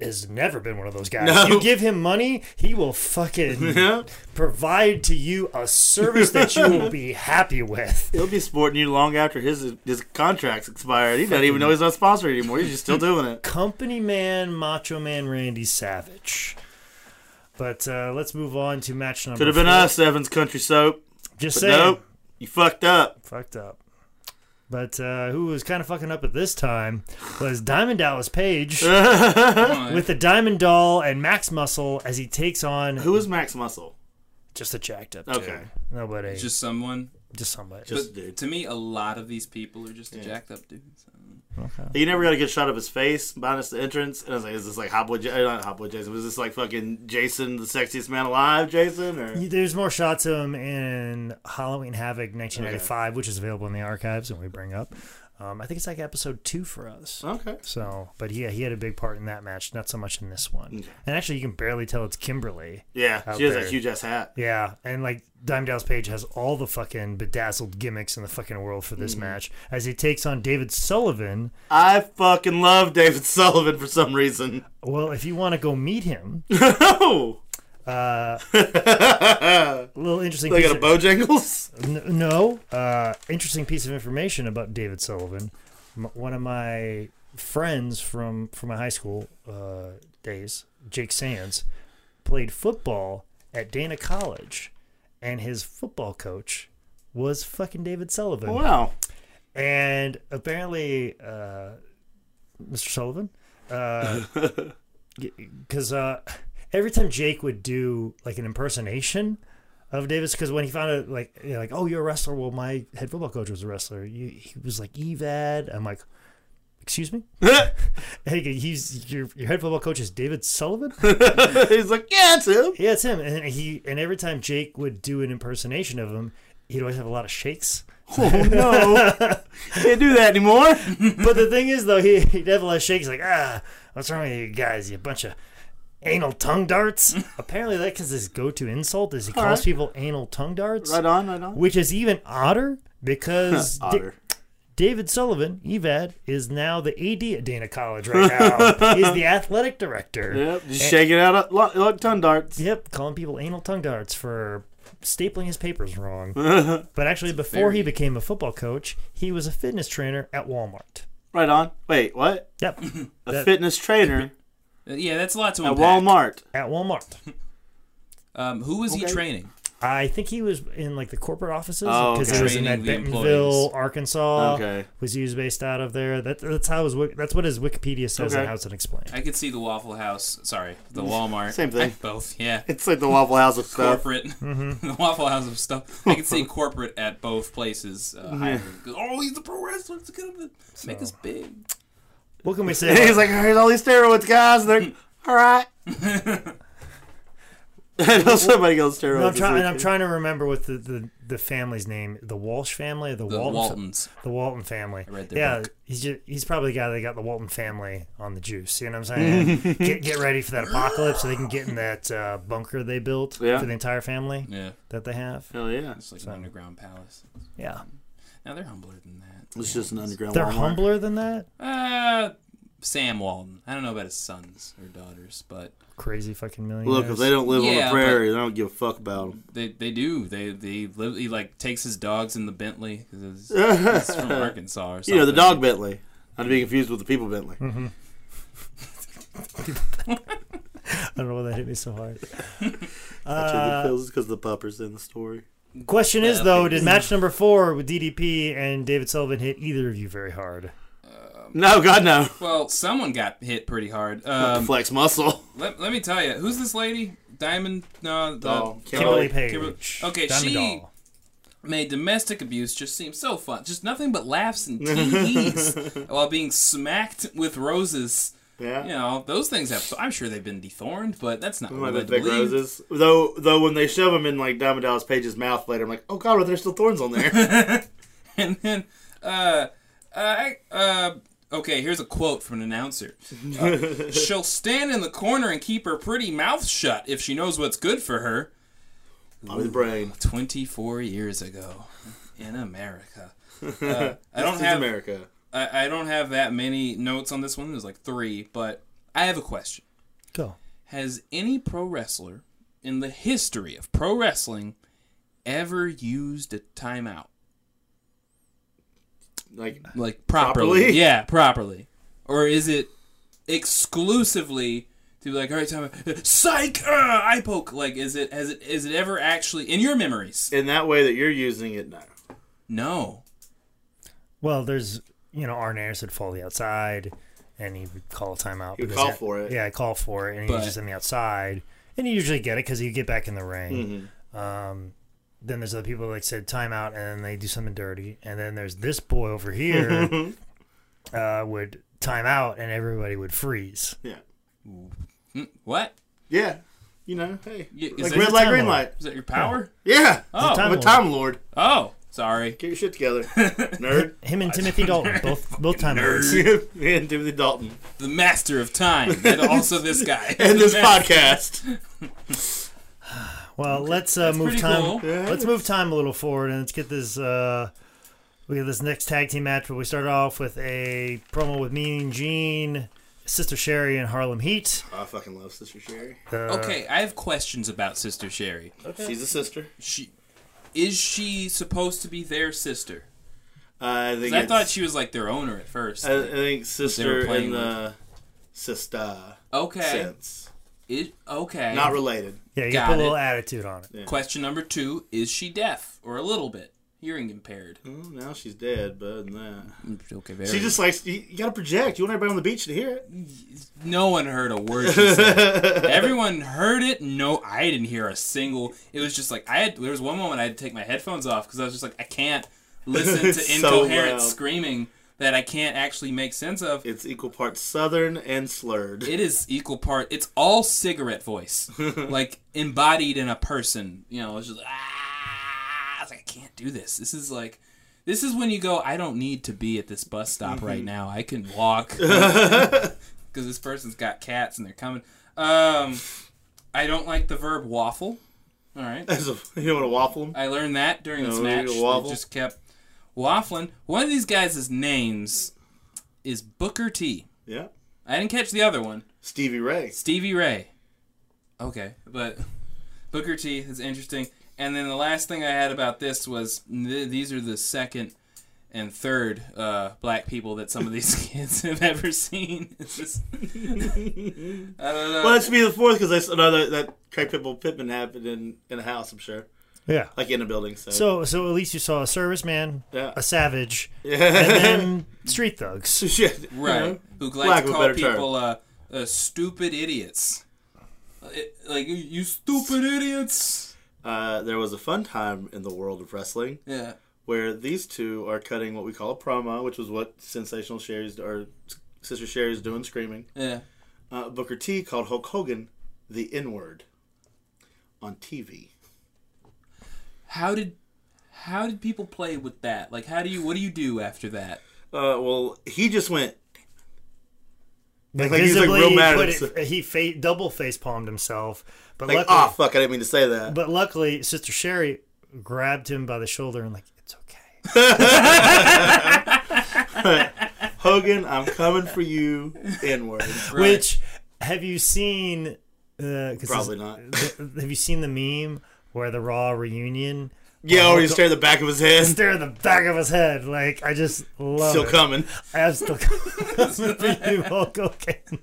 [SPEAKER 2] has never been one of those guys.
[SPEAKER 3] No.
[SPEAKER 2] You give him money, he will fucking
[SPEAKER 3] Yeah.
[SPEAKER 2] provide to you a service that you will be happy with.
[SPEAKER 3] He'll be sporting you long after his his contract's expired. He doesn't even know he's not sponsored anymore. He's just still doing it.
[SPEAKER 2] Company Man, Macho Man, Randy Savage. But uh, let's move on to match number.
[SPEAKER 3] Could have been
[SPEAKER 2] four.
[SPEAKER 3] us, Evans Country Soap.
[SPEAKER 2] Just
[SPEAKER 3] But
[SPEAKER 2] saying.
[SPEAKER 3] nope. You fucked up.
[SPEAKER 2] fucked up. But uh, who was kind of fucking up at this time was Diamond Dallas Page with the Diamond Doll and Max Muscle as he takes on
[SPEAKER 3] Who is Max Muscle?
[SPEAKER 2] just a jacked up
[SPEAKER 3] Okay.
[SPEAKER 2] dude. Nobody, just,
[SPEAKER 4] Just someone.
[SPEAKER 2] somebody.
[SPEAKER 3] Just a
[SPEAKER 4] But
[SPEAKER 3] dude.
[SPEAKER 4] to me, a lot of these people are just jacked up dudes.
[SPEAKER 3] You never got a good shot of his face, minus the entrance. And I was like, is this like Hot Boy J- uh, Not Hot Boy Jason. Was this like fucking Jason, the sexiest man alive, Jason? Or
[SPEAKER 2] There's more shots of him in Halloween Havoc 1995, which is available in the archives and we bring up. Um, I think it's like episode two for us.
[SPEAKER 3] Okay.
[SPEAKER 2] So, but yeah, he had a big part in that match, not so much in this one. And actually, you can barely tell it's Kimberly.
[SPEAKER 3] Yeah.
[SPEAKER 2] Out
[SPEAKER 3] she has
[SPEAKER 2] there.
[SPEAKER 3] that huge ass hat.
[SPEAKER 2] Yeah, and like Dime Dallas Page has all the fucking bedazzled gimmicks in the fucking world for this match as he takes on David Sullivan.
[SPEAKER 3] I fucking love David Sullivan for some reason.
[SPEAKER 2] Well, if you want to go meet him,
[SPEAKER 3] oh.
[SPEAKER 2] a little interesting.
[SPEAKER 3] They
[SPEAKER 2] piece
[SPEAKER 3] got a
[SPEAKER 2] of,
[SPEAKER 3] Bojangles?
[SPEAKER 2] n- no, uh, interesting piece of information about David Sullivan. M- one of my friends from from my high school uh, days, Jake Sands, played football at Dana College, and his football coach was fucking David Sullivan.
[SPEAKER 3] Wow.
[SPEAKER 2] and apparently uh, Mr. Sullivan, because uh, every time Jake would do like an impersonation of Davis, because when he found out like you know, like oh you're a wrestler, well my head football coach was a wrestler. You, he was like E Evad. I'm like, excuse me. hey, he's your your head football coach is David Sullivan.
[SPEAKER 3] He's like, yeah, it's him.
[SPEAKER 2] Yeah, it's him. And he and every time Jake would do an impersonation of him, he'd always have a lot of shakes.
[SPEAKER 3] Oh no, can't do that anymore.
[SPEAKER 2] but the thing is, though, he, he definitely shakes like, ah, what's wrong with you guys? You bunch of anal tongue darts. Apparently, that's his go-to insult is he calls
[SPEAKER 3] right.
[SPEAKER 2] people anal tongue darts,
[SPEAKER 3] Right on, right on.
[SPEAKER 2] which is even odder because Da-
[SPEAKER 3] Otter.
[SPEAKER 2] David Sullivan, Evad, is now the AD at Dana College right now. He's the athletic director.
[SPEAKER 3] Yep, just shaking out a lot, lot ton darts.
[SPEAKER 2] Yep, calling people anal tongue darts for stapling his papers wrong. but actually, before he became a football coach, he was a fitness trainer at Walmart.
[SPEAKER 3] Right on. Wait, what?
[SPEAKER 2] Yep,
[SPEAKER 3] A
[SPEAKER 2] That-
[SPEAKER 3] fitness trainer
[SPEAKER 4] Uh, Yeah, that's a lot to
[SPEAKER 3] at
[SPEAKER 4] unpack.
[SPEAKER 3] Walmart.
[SPEAKER 2] at Walmart.
[SPEAKER 4] Um, who was he
[SPEAKER 3] Okay.
[SPEAKER 4] training?
[SPEAKER 2] I think he was in like the corporate offices
[SPEAKER 3] Oh,
[SPEAKER 2] because
[SPEAKER 3] okay.
[SPEAKER 2] it was in that
[SPEAKER 4] Training the
[SPEAKER 2] Bentonville,
[SPEAKER 4] employees.
[SPEAKER 2] Arkansas.
[SPEAKER 3] Okay.
[SPEAKER 2] Was he was based out of there. That, that's how his wik- that's what his Wikipedia says
[SPEAKER 3] Okay.
[SPEAKER 2] and how it's explained.
[SPEAKER 4] I could see the Waffle House. Sorry, the Walmart.
[SPEAKER 3] Same thing.
[SPEAKER 4] Both. Yeah.
[SPEAKER 3] It's like the Waffle House of stuff. Mm-hmm.
[SPEAKER 4] corporate, the Waffle House of stuff. I can see corporate at both places. Uh, hiring. Oh, he's a pro wrestler. It's gonna make us big.
[SPEAKER 2] What can we say?
[SPEAKER 3] He's
[SPEAKER 2] about-
[SPEAKER 3] like, here's all these steroids, guys. And they're all right. I know somebody goes steroids.
[SPEAKER 2] No, I'm
[SPEAKER 3] this
[SPEAKER 2] trying. I'm
[SPEAKER 3] weekend.
[SPEAKER 2] trying to remember what the, the, the family's name, the Walsh family, or the,
[SPEAKER 4] The
[SPEAKER 2] Walton,
[SPEAKER 4] Waltons.
[SPEAKER 2] the Walton family.
[SPEAKER 4] read their
[SPEAKER 2] yeah, he's ju- he's probably the guy that got the Walton family on the juice. You know what I'm saying? get get ready for that apocalypse so they can get in that uh, bunker they built
[SPEAKER 3] Yeah.
[SPEAKER 2] for the entire family
[SPEAKER 4] Yeah,
[SPEAKER 2] that they have.
[SPEAKER 3] Hell yeah.
[SPEAKER 4] it's like an underground palace.
[SPEAKER 2] Yeah,
[SPEAKER 4] Now they're humbler than that.
[SPEAKER 3] It's just an underground
[SPEAKER 2] they're
[SPEAKER 3] Walmart.
[SPEAKER 2] humbler than that.
[SPEAKER 4] Uh, Sam Walton. I don't know about his sons or daughters, but
[SPEAKER 2] Crazy fucking millionaires.
[SPEAKER 3] Look, if they don't live on
[SPEAKER 4] Yeah,
[SPEAKER 3] the prairie, they don't give a fuck about them.
[SPEAKER 4] they they do. They they live. He like takes his dogs in the Bentley because he's from Arkansas or something.
[SPEAKER 3] You know, the dog Bentley. Not to be confused with the people Bentley.
[SPEAKER 2] I don't know why that hit me so hard.
[SPEAKER 3] Actually, because the puppers in the story.
[SPEAKER 2] Question is
[SPEAKER 4] Yeah,
[SPEAKER 2] though,
[SPEAKER 4] please.
[SPEAKER 2] did match number four with DDP and David Sullivan hit either of you very hard?
[SPEAKER 3] No, God, no.
[SPEAKER 4] Well, someone got hit pretty hard. Um,
[SPEAKER 3] Flex muscle.
[SPEAKER 4] let, let me tell you, who's this lady? Diamond? No, the
[SPEAKER 3] Doll.
[SPEAKER 2] Kimberly
[SPEAKER 3] Oh, Kimberly-
[SPEAKER 2] Page.
[SPEAKER 4] Kimberly- okay,
[SPEAKER 2] Diamond
[SPEAKER 4] she-
[SPEAKER 2] Doll.
[SPEAKER 4] made domestic abuse just seem so fun. Just nothing but laughs and tees while being smacked with roses.
[SPEAKER 3] Yeah.
[SPEAKER 4] You know, those things have. I'm sure they've been dethorned, but that's not what
[SPEAKER 3] Like
[SPEAKER 4] I
[SPEAKER 3] the
[SPEAKER 4] believe.
[SPEAKER 3] big roses. Though, though, when they shove them in like Diamond Dallas Page's mouth later, I'm like, oh god, are there still thorns on there?
[SPEAKER 4] And then, uh, I, uh, Okay, here's a quote from an announcer. Uh, She'll stand in the corner and keep her pretty mouth shut if she knows what's good for her.
[SPEAKER 3] Bobby the Brain.
[SPEAKER 4] 24 years ago in America. Uh, I
[SPEAKER 3] This
[SPEAKER 4] don't
[SPEAKER 3] is
[SPEAKER 4] have
[SPEAKER 3] America.
[SPEAKER 4] I, I don't have that many notes on this one. There's like three, but I have a question.
[SPEAKER 2] Go.
[SPEAKER 4] Has any pro wrestler in the history of pro wrestling ever used a timeout?
[SPEAKER 3] Like
[SPEAKER 4] Like properly?
[SPEAKER 3] Properly?
[SPEAKER 4] Yeah, properly. Or is it exclusively to be like, all right, time out. psych, uh, eye poke. Like, is it has it is it ever actually in your memories?
[SPEAKER 3] in that way that you're using it now.
[SPEAKER 4] No.
[SPEAKER 2] Well, there's you know Arn Anderson would follow the outside, and he would call a timeout.
[SPEAKER 3] He would
[SPEAKER 2] because
[SPEAKER 3] call for it.
[SPEAKER 2] Yeah, call for it, and
[SPEAKER 4] But-
[SPEAKER 2] he's just in the outside, and you usually get it because you get back in the ring.
[SPEAKER 3] Mm-hmm.
[SPEAKER 2] Um, then there's other people like said timeout, and then they do something dirty, and then there's this boy over here uh, would time out, and everybody would freeze.
[SPEAKER 3] Yeah.
[SPEAKER 4] Mm, What?
[SPEAKER 3] Yeah. You know, hey.
[SPEAKER 4] Y- is
[SPEAKER 3] like
[SPEAKER 4] it-
[SPEAKER 3] red light,
[SPEAKER 2] Time
[SPEAKER 3] green
[SPEAKER 2] Lord.
[SPEAKER 3] light.
[SPEAKER 4] Is that your power?
[SPEAKER 3] Yeah.
[SPEAKER 4] Oh.
[SPEAKER 3] I'm a
[SPEAKER 2] Time
[SPEAKER 3] Time Lord.
[SPEAKER 4] Oh, sorry.
[SPEAKER 3] Get your shit together, nerd.
[SPEAKER 2] Him and Timothy Dalton, both both time outs.
[SPEAKER 3] and Timothy Dalton.
[SPEAKER 4] The master of time, and also this guy.
[SPEAKER 3] And this
[SPEAKER 4] The mas-
[SPEAKER 3] podcast.
[SPEAKER 2] Well, let's uh, move
[SPEAKER 4] pretty
[SPEAKER 2] time.
[SPEAKER 4] cool.
[SPEAKER 3] Yeah.
[SPEAKER 2] Let's move time a little forward and let's get this. Uh, we get this next tag team match, but we start off with a promo with Mean Gene, Sister Sherry, and Harlem Heat. Uh,
[SPEAKER 3] I fucking love Sister Sherry.
[SPEAKER 4] Okay, I have questions about Sister Sherry.
[SPEAKER 3] She's a sister.
[SPEAKER 4] She is she supposed to be their sister?
[SPEAKER 3] I think
[SPEAKER 4] 'Cause I
[SPEAKER 3] it's-
[SPEAKER 4] thought she was like their owner at first.
[SPEAKER 3] I, I think sister
[SPEAKER 4] playing
[SPEAKER 3] in the sister
[SPEAKER 4] okay.
[SPEAKER 3] sense.
[SPEAKER 4] Is, okay.
[SPEAKER 3] Not related.
[SPEAKER 2] Yeah, you
[SPEAKER 4] Got
[SPEAKER 2] put a little
[SPEAKER 4] it.
[SPEAKER 2] attitude on it.
[SPEAKER 4] Question number two: Is she deaf or a little bit hearing impaired?
[SPEAKER 3] Well, now she's dead, but other than that.
[SPEAKER 4] Mm, Okay, very.
[SPEAKER 3] She just likes you, you gotta project. You want everybody on the beach to hear it.
[SPEAKER 4] No one heard a word she said. Everyone heard it. No, I didn't hear a single. It was just like I had. There was one moment I had to take my headphones off because I was just like I can't listen to
[SPEAKER 3] So
[SPEAKER 4] incoherent
[SPEAKER 3] loud.
[SPEAKER 4] screaming that I can't actually make sense of.
[SPEAKER 3] It's equal parts southern and slurred.
[SPEAKER 4] It is equal part. It's all cigarette voice, like embodied in a person. You know, it's just ah. I was like, I can't do this. This is like. This is when you go. I don't need to be at this bus stop
[SPEAKER 3] Mm-hmm.
[SPEAKER 4] right now. I can walk. because this person's got cats and they're coming. Um, I don't like the verb waffle. All right,
[SPEAKER 3] As a, you know what a waffle?
[SPEAKER 4] I learned that during this
[SPEAKER 3] Oh,
[SPEAKER 4] match.
[SPEAKER 3] you waffle?
[SPEAKER 4] They just kept waffling. One of these guys' names is Booker T.
[SPEAKER 3] Yeah.
[SPEAKER 4] I didn't catch the other one.
[SPEAKER 3] Stevie Ray.
[SPEAKER 4] Stevie Ray. Okay, but Booker T is interesting. And then the last thing I had about this was th- these are the second and third uh, black people that some of these kids have ever seen. It's just, I don't know.
[SPEAKER 3] Well, that should be the fourth because I s- no, that, that Craig Pitbull Pittman happened in, in a house, I'm sure.
[SPEAKER 2] Yeah.
[SPEAKER 3] Like in a building. So,
[SPEAKER 2] So, so at least you saw a serviceman,
[SPEAKER 3] Yeah.
[SPEAKER 2] a savage, and then street thugs.
[SPEAKER 3] Shit.
[SPEAKER 4] right?
[SPEAKER 3] You know?
[SPEAKER 4] Who
[SPEAKER 3] Lack
[SPEAKER 4] like
[SPEAKER 3] of
[SPEAKER 4] to
[SPEAKER 3] a
[SPEAKER 4] call
[SPEAKER 3] better
[SPEAKER 4] people uh, uh, stupid idiots? It- like you- you stupid idiots.
[SPEAKER 3] Uh, there was a fun time in the world of wrestling
[SPEAKER 4] Yeah.
[SPEAKER 3] where these two are cutting what we call a promo, which was what Sensational Sherry's or Sister Sherry's doing, screaming.
[SPEAKER 4] Yeah.
[SPEAKER 3] Uh, Booker T called Hulk Hogan the N word on TV.
[SPEAKER 4] How did how did people play with that? Like, how do you? What do you do after that?
[SPEAKER 3] Uh, well, he just went.
[SPEAKER 2] Like,
[SPEAKER 3] like he's, like,
[SPEAKER 2] visibly,
[SPEAKER 3] real
[SPEAKER 2] he
[SPEAKER 3] mad at
[SPEAKER 2] put
[SPEAKER 3] himself.
[SPEAKER 2] it, he fa- double face palmed himself, but
[SPEAKER 3] Like,
[SPEAKER 2] luckily,
[SPEAKER 3] oh fuck! I didn't mean to say that.
[SPEAKER 2] but luckily, Sister Sherry grabbed him by the shoulder and like, it's okay.
[SPEAKER 3] Hogan, I'm coming for you. N word.
[SPEAKER 2] Which have you seen? Uh, 'cause
[SPEAKER 3] Probably
[SPEAKER 2] this-
[SPEAKER 3] not.
[SPEAKER 2] th- have you seen the meme where the Raw reunion?
[SPEAKER 3] Yeah, or you stare at the back of his head.
[SPEAKER 2] Stare in the back of his head. Like I just love
[SPEAKER 3] Still
[SPEAKER 2] it.
[SPEAKER 3] coming.
[SPEAKER 2] I'm still coming for you, Hulk Hogan.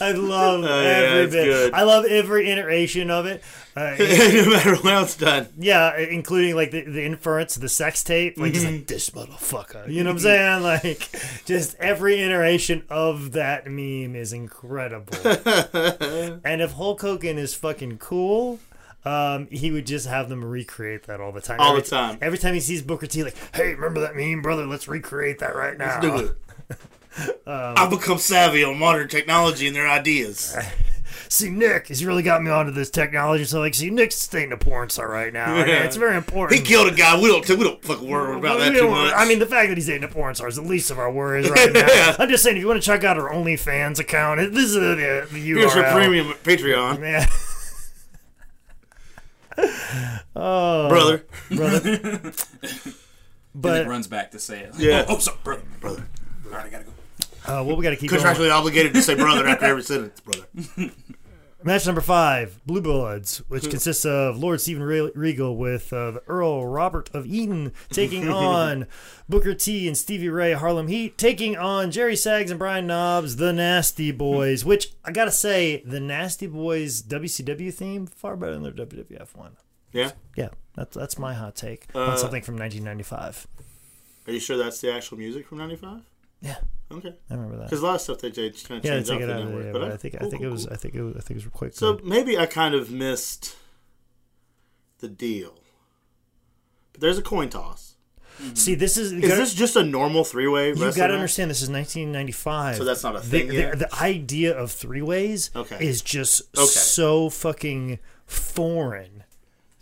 [SPEAKER 2] I love
[SPEAKER 3] Oh, yeah,
[SPEAKER 2] every
[SPEAKER 3] it's
[SPEAKER 2] bit.
[SPEAKER 3] good.
[SPEAKER 2] I love every iteration of it. Uh,
[SPEAKER 3] no matter when it's done.
[SPEAKER 2] yeah, including like the, the inference, the sex tape, like just
[SPEAKER 3] Mm-hmm.
[SPEAKER 2] like this motherfucker. You know what I'm saying? Like just every iteration of that meme is incredible. and if Hulk Hogan is fucking cool, um, he would just have them recreate that all the time.
[SPEAKER 3] All
[SPEAKER 2] every,
[SPEAKER 3] the time.
[SPEAKER 2] Every time he sees Booker T, like, hey, remember that meme, brother? Let's recreate that right now. Um.
[SPEAKER 3] Do it. I've become savvy on modern technology and their ideas.
[SPEAKER 2] see, Nick, he's really got me onto this technology. So, like, see, Nick's staying to porn star right now. and
[SPEAKER 4] Yeah.
[SPEAKER 2] It's very important.
[SPEAKER 3] He killed a guy. We don't we don't fucking worry about
[SPEAKER 2] Well,
[SPEAKER 3] that
[SPEAKER 2] we
[SPEAKER 3] too
[SPEAKER 2] don't-
[SPEAKER 3] much.
[SPEAKER 2] I mean, the fact that he's dating a porn star is the least of our worries right now.
[SPEAKER 3] Yeah.
[SPEAKER 2] I'm just saying, if you want to check out her OnlyFans account, it- this is the, the URL.
[SPEAKER 3] here's her premium Patreon,
[SPEAKER 2] Yeah. Oh.
[SPEAKER 3] brother.
[SPEAKER 4] It
[SPEAKER 2] But
[SPEAKER 4] runs back to say it.
[SPEAKER 3] Yeah.
[SPEAKER 4] Oh, oh sorry, brother. Brother. All right, I gotta go.
[SPEAKER 2] uh, what we got to keep going.
[SPEAKER 3] Contractually obligated to say brother after every sentence, brother.
[SPEAKER 2] Match number five, Blue Bloods, which consists of Lord Stephen Re- Regal with uh, the Earl Robert of Eaton taking on Booker T and Stevie Ray Harlem Heat, taking on Jerry Sags and Brian Knobs, the
[SPEAKER 3] Hmm.
[SPEAKER 2] Nasty Boys, which I gotta say, the Nasty Boys WCW theme far better than their WWF one.
[SPEAKER 3] Yeah.
[SPEAKER 2] Yeah, that's that's my hot take
[SPEAKER 3] Uh,
[SPEAKER 2] on something from 1995.
[SPEAKER 3] Are you sure that's the actual music from '95?
[SPEAKER 2] Yeah,
[SPEAKER 3] Okay.
[SPEAKER 2] I remember that.
[SPEAKER 3] Because a lot of stuff they changed, kind of
[SPEAKER 2] Yeah,
[SPEAKER 3] changed
[SPEAKER 2] take
[SPEAKER 3] off
[SPEAKER 2] it
[SPEAKER 3] the
[SPEAKER 2] out of
[SPEAKER 3] network.
[SPEAKER 2] there,
[SPEAKER 3] but
[SPEAKER 2] but I think I
[SPEAKER 3] cool,
[SPEAKER 2] think it
[SPEAKER 3] cool,
[SPEAKER 2] was uh,
[SPEAKER 3] cool.
[SPEAKER 2] I think it was I think it was quite
[SPEAKER 3] So
[SPEAKER 2] good.
[SPEAKER 3] maybe I kind of missed the deal. But there's a coin toss.
[SPEAKER 2] See, this is
[SPEAKER 3] Is this just a normal three-way?
[SPEAKER 2] You
[SPEAKER 3] wrestling
[SPEAKER 2] got to
[SPEAKER 3] match?
[SPEAKER 2] understand this is 1995.
[SPEAKER 3] So that's not a
[SPEAKER 2] The-
[SPEAKER 3] thing
[SPEAKER 2] The,
[SPEAKER 3] yet?
[SPEAKER 2] the idea of three ways
[SPEAKER 3] Okay.
[SPEAKER 2] is just
[SPEAKER 3] Okay.
[SPEAKER 2] so fucking foreign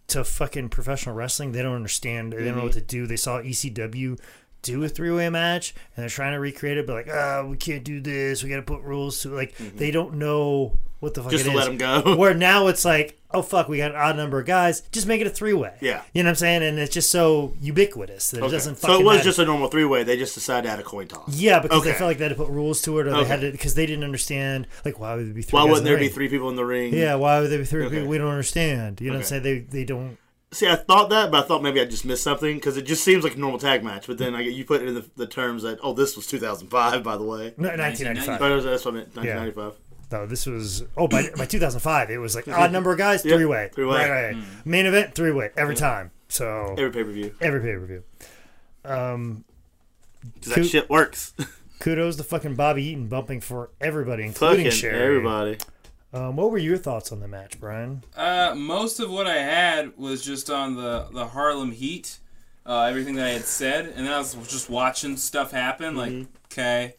[SPEAKER 2] to fucking professional wrestling. They don't understand. They don't know what
[SPEAKER 3] Mm-hmm.
[SPEAKER 2] to do. They saw ECW do a three way match and they're trying to recreate it, but like, ah, we can't do this. We got to put rules to like. They don't know what the fuck.
[SPEAKER 3] Mm-hmm. Just
[SPEAKER 2] it
[SPEAKER 3] to let
[SPEAKER 2] is.
[SPEAKER 3] 'em go.
[SPEAKER 2] Where now it's like, oh fuck, we got an odd number of guys. Just make it a three way.
[SPEAKER 3] Yeah.
[SPEAKER 2] you know what I'm saying? And it's just so ubiquitous that it
[SPEAKER 3] Okay.
[SPEAKER 2] doesn't. Fucking
[SPEAKER 3] So it was
[SPEAKER 2] matter.
[SPEAKER 3] just a normal three-way. They just decided to add a coin toss.
[SPEAKER 2] Yeah, because they
[SPEAKER 3] Okay.
[SPEAKER 2] felt like they had to put rules to it, or they had
[SPEAKER 3] Okay.
[SPEAKER 2] to because they didn't understand. Like, why would there be three?
[SPEAKER 3] Why
[SPEAKER 2] guys in
[SPEAKER 3] wouldn't
[SPEAKER 2] the
[SPEAKER 3] there
[SPEAKER 2] ring?
[SPEAKER 3] be three people in the ring?
[SPEAKER 2] Yeah, why would there be three?
[SPEAKER 3] Okay.
[SPEAKER 2] people? We don't understand. You know what I'm
[SPEAKER 3] Okay.
[SPEAKER 2] saying? They they don't.
[SPEAKER 3] See, I thought that, but I thought maybe I just missed something because it just seems like a normal tag match. But then I get you put it in the, the terms that oh, this was 2005, by the way.
[SPEAKER 2] No, 1995.
[SPEAKER 3] But that's what I meant. 1995.
[SPEAKER 2] No, this was oh by by 2005. It was like odd number of guys,
[SPEAKER 3] Yeah,
[SPEAKER 2] three way,
[SPEAKER 3] three-way.
[SPEAKER 2] right, right. main event, three way every time. So every,
[SPEAKER 3] Hmm. Every pay per view.
[SPEAKER 2] pay per view.
[SPEAKER 3] Because
[SPEAKER 2] Two-
[SPEAKER 3] that shit works.
[SPEAKER 2] Kudos to fucking Bobby Eaton bumping for everybody, including
[SPEAKER 3] Fucking
[SPEAKER 2] Sherry.
[SPEAKER 3] everybody.
[SPEAKER 2] Um, what were your thoughts on the match, Brian?
[SPEAKER 4] Uh, most of what I had was just on the, the Harlem Heat, uh, everything that I had said, and then I was just watching stuff happen. Like,
[SPEAKER 3] Mm-hmm.
[SPEAKER 4] okay,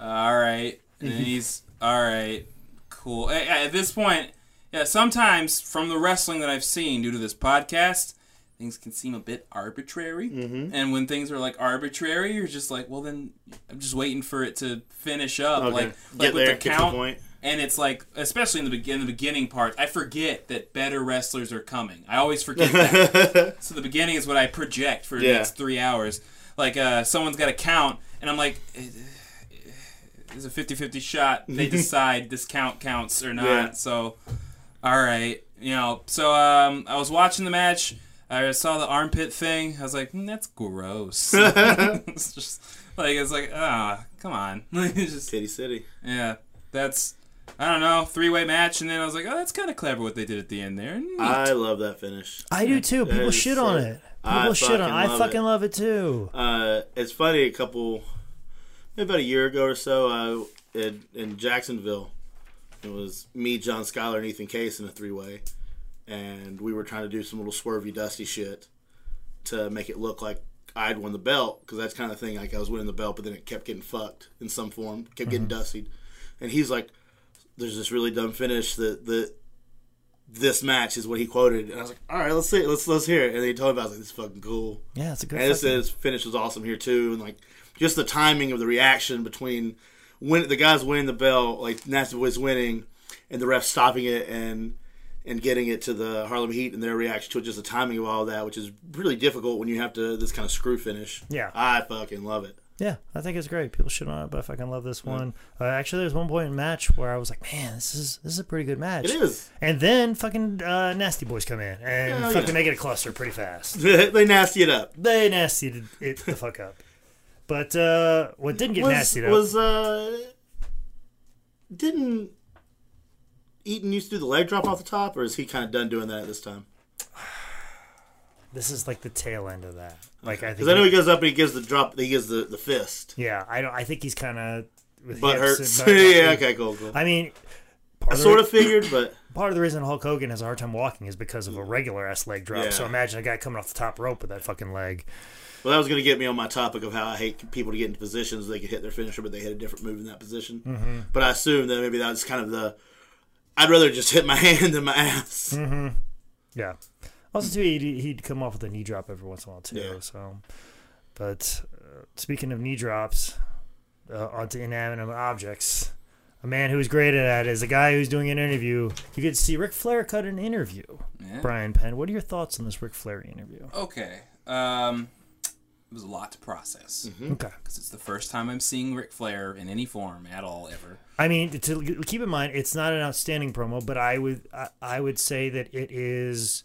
[SPEAKER 4] uh, all right, and then he's all right, cool. A- a- At this point, yeah, sometimes from the wrestling that I've seen due to this podcast, things can seem a bit arbitrary. Mm-hmm. And when things are like arbitrary, you're just like, well, then I'm just waiting for it to finish up,
[SPEAKER 3] Okay.
[SPEAKER 4] like,
[SPEAKER 3] Get
[SPEAKER 4] like with
[SPEAKER 3] there,
[SPEAKER 4] the
[SPEAKER 3] get to the
[SPEAKER 4] count.
[SPEAKER 3] point.
[SPEAKER 4] And it's like, especially in the begin, the beginning part, I forget that better wrestlers are coming. I always forget that. so the beginning is what I project for the
[SPEAKER 3] Yeah.
[SPEAKER 4] next three hours. Like uh, someone's got to count, and I'm like, eh, eh, it's a 50-50 shot. They decide this count counts or not.
[SPEAKER 3] Yeah.
[SPEAKER 4] So, all right, you know. So um, I was watching the match. I saw the armpit thing. I was like, mm, that's gross. it's just like it's like ah, come on. It's just-
[SPEAKER 3] Titty City.
[SPEAKER 4] yeah, that's I don't know three way match, and then I was like, oh, that's kind of clever what they did at the end there. Neat.
[SPEAKER 3] I love that finish.
[SPEAKER 2] I do too. People
[SPEAKER 3] is
[SPEAKER 2] shit on
[SPEAKER 3] so-
[SPEAKER 2] it.
[SPEAKER 3] I
[SPEAKER 2] People shit on.
[SPEAKER 3] fucking
[SPEAKER 2] it. I
[SPEAKER 3] love
[SPEAKER 2] fucking
[SPEAKER 3] it.
[SPEAKER 2] love it too.
[SPEAKER 3] Uh, it's funny. A couple, maybe about a year ago or so, I in, in Jacksonville, it was me, John Schuyler, and Ethan Case in a three-way, and we were trying to do some little swervy, dusty shit to make it look like I'd won the belt because that's kind of thing. Like I was winning the belt, but then it kept getting fucked in some form, kept getting dustied, and he's like, "There's this really dumb finish that that." This match is what he quoted, and I was like, "All right, let's see, it. let's let's hear it." And he told me, "I was like, this is fucking cool."
[SPEAKER 2] Yeah, it's a good.
[SPEAKER 3] And this
[SPEAKER 2] fucking-
[SPEAKER 3] is finish was awesome here too, and like just the timing of the reaction between when the guys winning the bell, like Nasty Boys winning, and the ref stopping it and and getting it to the Harlem Heat and their reaction to it, just the timing of all that, which is really difficult when you have to this kind of screw finish.
[SPEAKER 2] Yeah.
[SPEAKER 3] I fucking love it.
[SPEAKER 2] Yeah, I think it's great. People shit on it, but I fucking love this one. Uh, actually, there's one point in the match where I was like, "Man, this is this is a pretty good match."
[SPEAKER 3] It is.
[SPEAKER 2] And then fucking uh, nasty boys come in and
[SPEAKER 3] Hell
[SPEAKER 2] fucking
[SPEAKER 3] yeah.
[SPEAKER 2] make it a cluster pretty fast.
[SPEAKER 3] they nasty it up.
[SPEAKER 2] They nastied it the fuck up. But uh, what didn't get
[SPEAKER 3] Was,
[SPEAKER 2] nasty up
[SPEAKER 3] was uh didn't Eaton used to do the leg drop off the top, or is he kind of done doing that at this time?
[SPEAKER 2] this is like the tail end of that. Like I think,
[SPEAKER 3] Because I know he goes up and he gives the drop, he gives the, the fist.
[SPEAKER 2] yeah, I don't. I think he's kind of
[SPEAKER 3] Butt hurts. yeah, okay, cool, cool.
[SPEAKER 2] I mean, part
[SPEAKER 3] I
[SPEAKER 2] of the-
[SPEAKER 3] sort of figured, but
[SPEAKER 2] part of the reason Hulk Hogan has a hard time walking is because of a regular ass leg drop.
[SPEAKER 3] Yeah.
[SPEAKER 2] So imagine a guy coming off the top rope with that fucking leg.
[SPEAKER 3] well, that was going to get me on my topic of how I hate people to get into positions Mm-hmm. where they could hit their finisher, but they hit a different move in that position. But I assume that maybe that's kind of the. I'd rather just hit my hand than my ass.
[SPEAKER 2] Yeah. Also, too, he'd, he'd come off with a knee drop every once in a while, too.
[SPEAKER 3] Yeah.
[SPEAKER 2] So, but uh, speaking of knee drops, uh, onto inanimate objects, a man who's great at that is a guy who's doing an interview. You could see Ric Flair cut an interview. Brian Penn, what are your thoughts on this Ric Flair interview?
[SPEAKER 4] Okay. Um, it was a lot to process because
[SPEAKER 3] Mm-hmm.
[SPEAKER 2] Okay.
[SPEAKER 4] it's the first time I'm seeing Ric Flair in any form at all ever.
[SPEAKER 2] I mean, to to keep in mind, it's not an outstanding promo, but I would I, I would say that it is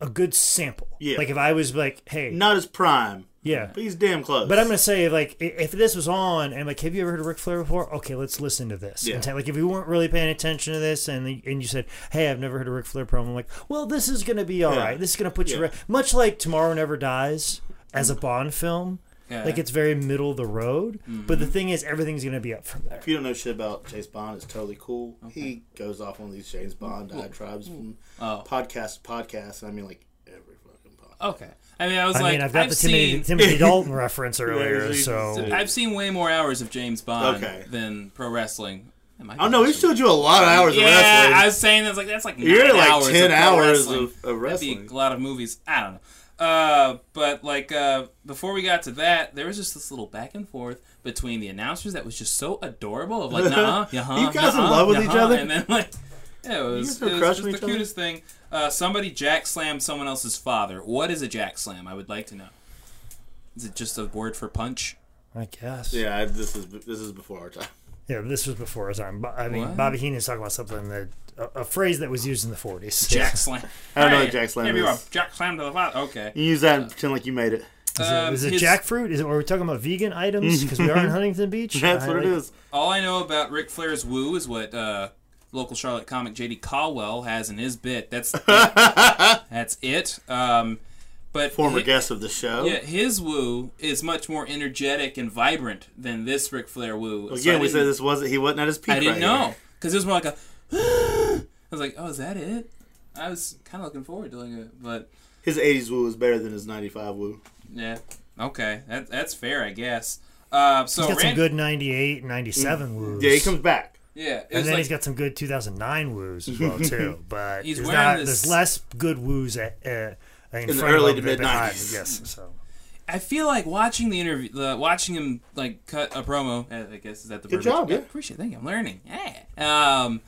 [SPEAKER 2] a good sample.
[SPEAKER 3] Yeah.
[SPEAKER 2] Like if I was like, hey,
[SPEAKER 3] Not as prime,
[SPEAKER 2] yeah,
[SPEAKER 3] but he's damn close.
[SPEAKER 2] But I'm gonna say, like, i- if this was on, and like, have you ever heard of Ric Flair before? Okay, let's listen to this.
[SPEAKER 3] Yeah.
[SPEAKER 2] And ta- like, if you weren't really paying attention to this, and the, and you said, "Hey, I've never heard of Ric Flair," promo, I'm like, well, this is gonna be all right.
[SPEAKER 3] Yeah.
[SPEAKER 2] This is gonna put you
[SPEAKER 3] Yeah.
[SPEAKER 2] right. much like Tomorrow Never Dies as a Bond film.
[SPEAKER 4] Yeah.
[SPEAKER 2] Like it's very middle of the road,
[SPEAKER 3] Mm-hmm.
[SPEAKER 2] but the thing is, everything's gonna be up from there.
[SPEAKER 3] If you don't know shit about Chase Bond, it's totally cool. He goes off on these James Bond diatribes from podcast to podcast, and I mean like every fucking podcast.
[SPEAKER 4] Okay. I mean, I was
[SPEAKER 2] I
[SPEAKER 4] like,
[SPEAKER 2] mean, I've got
[SPEAKER 4] I've
[SPEAKER 2] the Timothy,
[SPEAKER 4] seen.
[SPEAKER 2] Timothy Dalton reference earlier,
[SPEAKER 3] he's-
[SPEAKER 2] so
[SPEAKER 4] I've seen way more hours of James Bond
[SPEAKER 3] Okay.
[SPEAKER 4] than pro wrestling. Am I
[SPEAKER 3] Oh no, he showed you a lot of hours
[SPEAKER 4] yeah,
[SPEAKER 3] of wrestling.
[SPEAKER 4] I was saying that's like that's like
[SPEAKER 3] You're
[SPEAKER 4] nine
[SPEAKER 3] like
[SPEAKER 4] hours
[SPEAKER 3] 10
[SPEAKER 4] of pro
[SPEAKER 3] hours
[SPEAKER 4] wrestling.
[SPEAKER 3] of- of
[SPEAKER 4] That'd
[SPEAKER 3] wrestling.
[SPEAKER 4] be a lot of movies. I don't know. Uh, but like uh, before we got to that, there was just this little back and forth between the announcers that was just so adorable. Of like, nah, yeah,
[SPEAKER 3] You guys in love with each other?
[SPEAKER 4] And then like, yeah, it
[SPEAKER 3] guys
[SPEAKER 4] was,
[SPEAKER 3] have
[SPEAKER 4] it was
[SPEAKER 3] crush
[SPEAKER 4] just
[SPEAKER 3] on
[SPEAKER 4] the
[SPEAKER 3] each other?
[SPEAKER 4] cutest thing. Uh, somebody jack slammed someone else's father. What is a jack slam? I would like to know. Is it just a word for punch?
[SPEAKER 2] I guess.
[SPEAKER 3] yeah, I, this is this is before our time.
[SPEAKER 2] Yeah, this was before his time. Bo- I mean,
[SPEAKER 4] What?
[SPEAKER 2] Bobby Heenan's talking about something that a, a phrase that was used in the '40s.
[SPEAKER 4] Jack slam.
[SPEAKER 3] I don't know what jack slam
[SPEAKER 4] Give you a
[SPEAKER 3] is.
[SPEAKER 4] jack slam to the father. Okay.
[SPEAKER 3] You use that and pretend like you made it.
[SPEAKER 2] Is it,
[SPEAKER 4] Um,
[SPEAKER 2] is it
[SPEAKER 4] his-
[SPEAKER 2] jackfruit? Is it? Are we talking about vegan items? Because we are in Huntington Beach.
[SPEAKER 3] Mm-hmm. That's
[SPEAKER 2] I
[SPEAKER 3] what it
[SPEAKER 2] like-
[SPEAKER 3] is.
[SPEAKER 4] All I know about Ric Flair's woo is what uh, local Charlotte comic JD Caldwell has in his bit. That's it. that's it. Um, but
[SPEAKER 3] Former
[SPEAKER 4] hi-
[SPEAKER 3] guest of the show.
[SPEAKER 4] yeah, his woo is much more energetic and vibrant than this Ric Flair woo. So
[SPEAKER 3] Again,
[SPEAKER 4] I
[SPEAKER 3] we said
[SPEAKER 4] didn't-
[SPEAKER 3] this wasn't he wasn't at his peak.
[SPEAKER 4] I didn't
[SPEAKER 3] right
[SPEAKER 4] know
[SPEAKER 3] here.
[SPEAKER 4] because it was more like a. I was like, oh, is that it? I was kind of looking forward to doing it, but
[SPEAKER 3] His 80s woo is better than his 95 woo.
[SPEAKER 4] yeah, okay, that, that's fair, I guess. Uh, so
[SPEAKER 2] He's got some
[SPEAKER 4] Rand-
[SPEAKER 2] good 98, 97 woos.
[SPEAKER 3] Yeah, he comes back.
[SPEAKER 4] yeah, it
[SPEAKER 2] And
[SPEAKER 4] was
[SPEAKER 2] then
[SPEAKER 4] like,
[SPEAKER 2] he's got some good 2009 woos as well too. But
[SPEAKER 4] He's
[SPEAKER 2] there's,
[SPEAKER 4] wearing
[SPEAKER 2] not,
[SPEAKER 4] this-
[SPEAKER 2] there's less good woos at, uh, in,
[SPEAKER 3] the
[SPEAKER 2] front
[SPEAKER 3] early
[SPEAKER 2] of
[SPEAKER 3] to
[SPEAKER 2] him than
[SPEAKER 3] mid
[SPEAKER 2] behind,
[SPEAKER 3] 90s.
[SPEAKER 2] Yes. So
[SPEAKER 4] I feel like watching the interview, the, watching him like cut a promo. uh, I guess is that the
[SPEAKER 3] Good
[SPEAKER 4] verbiage?
[SPEAKER 3] job, yeah.
[SPEAKER 4] Appreciate, it. thank you. I'm learning. Yeah. Um,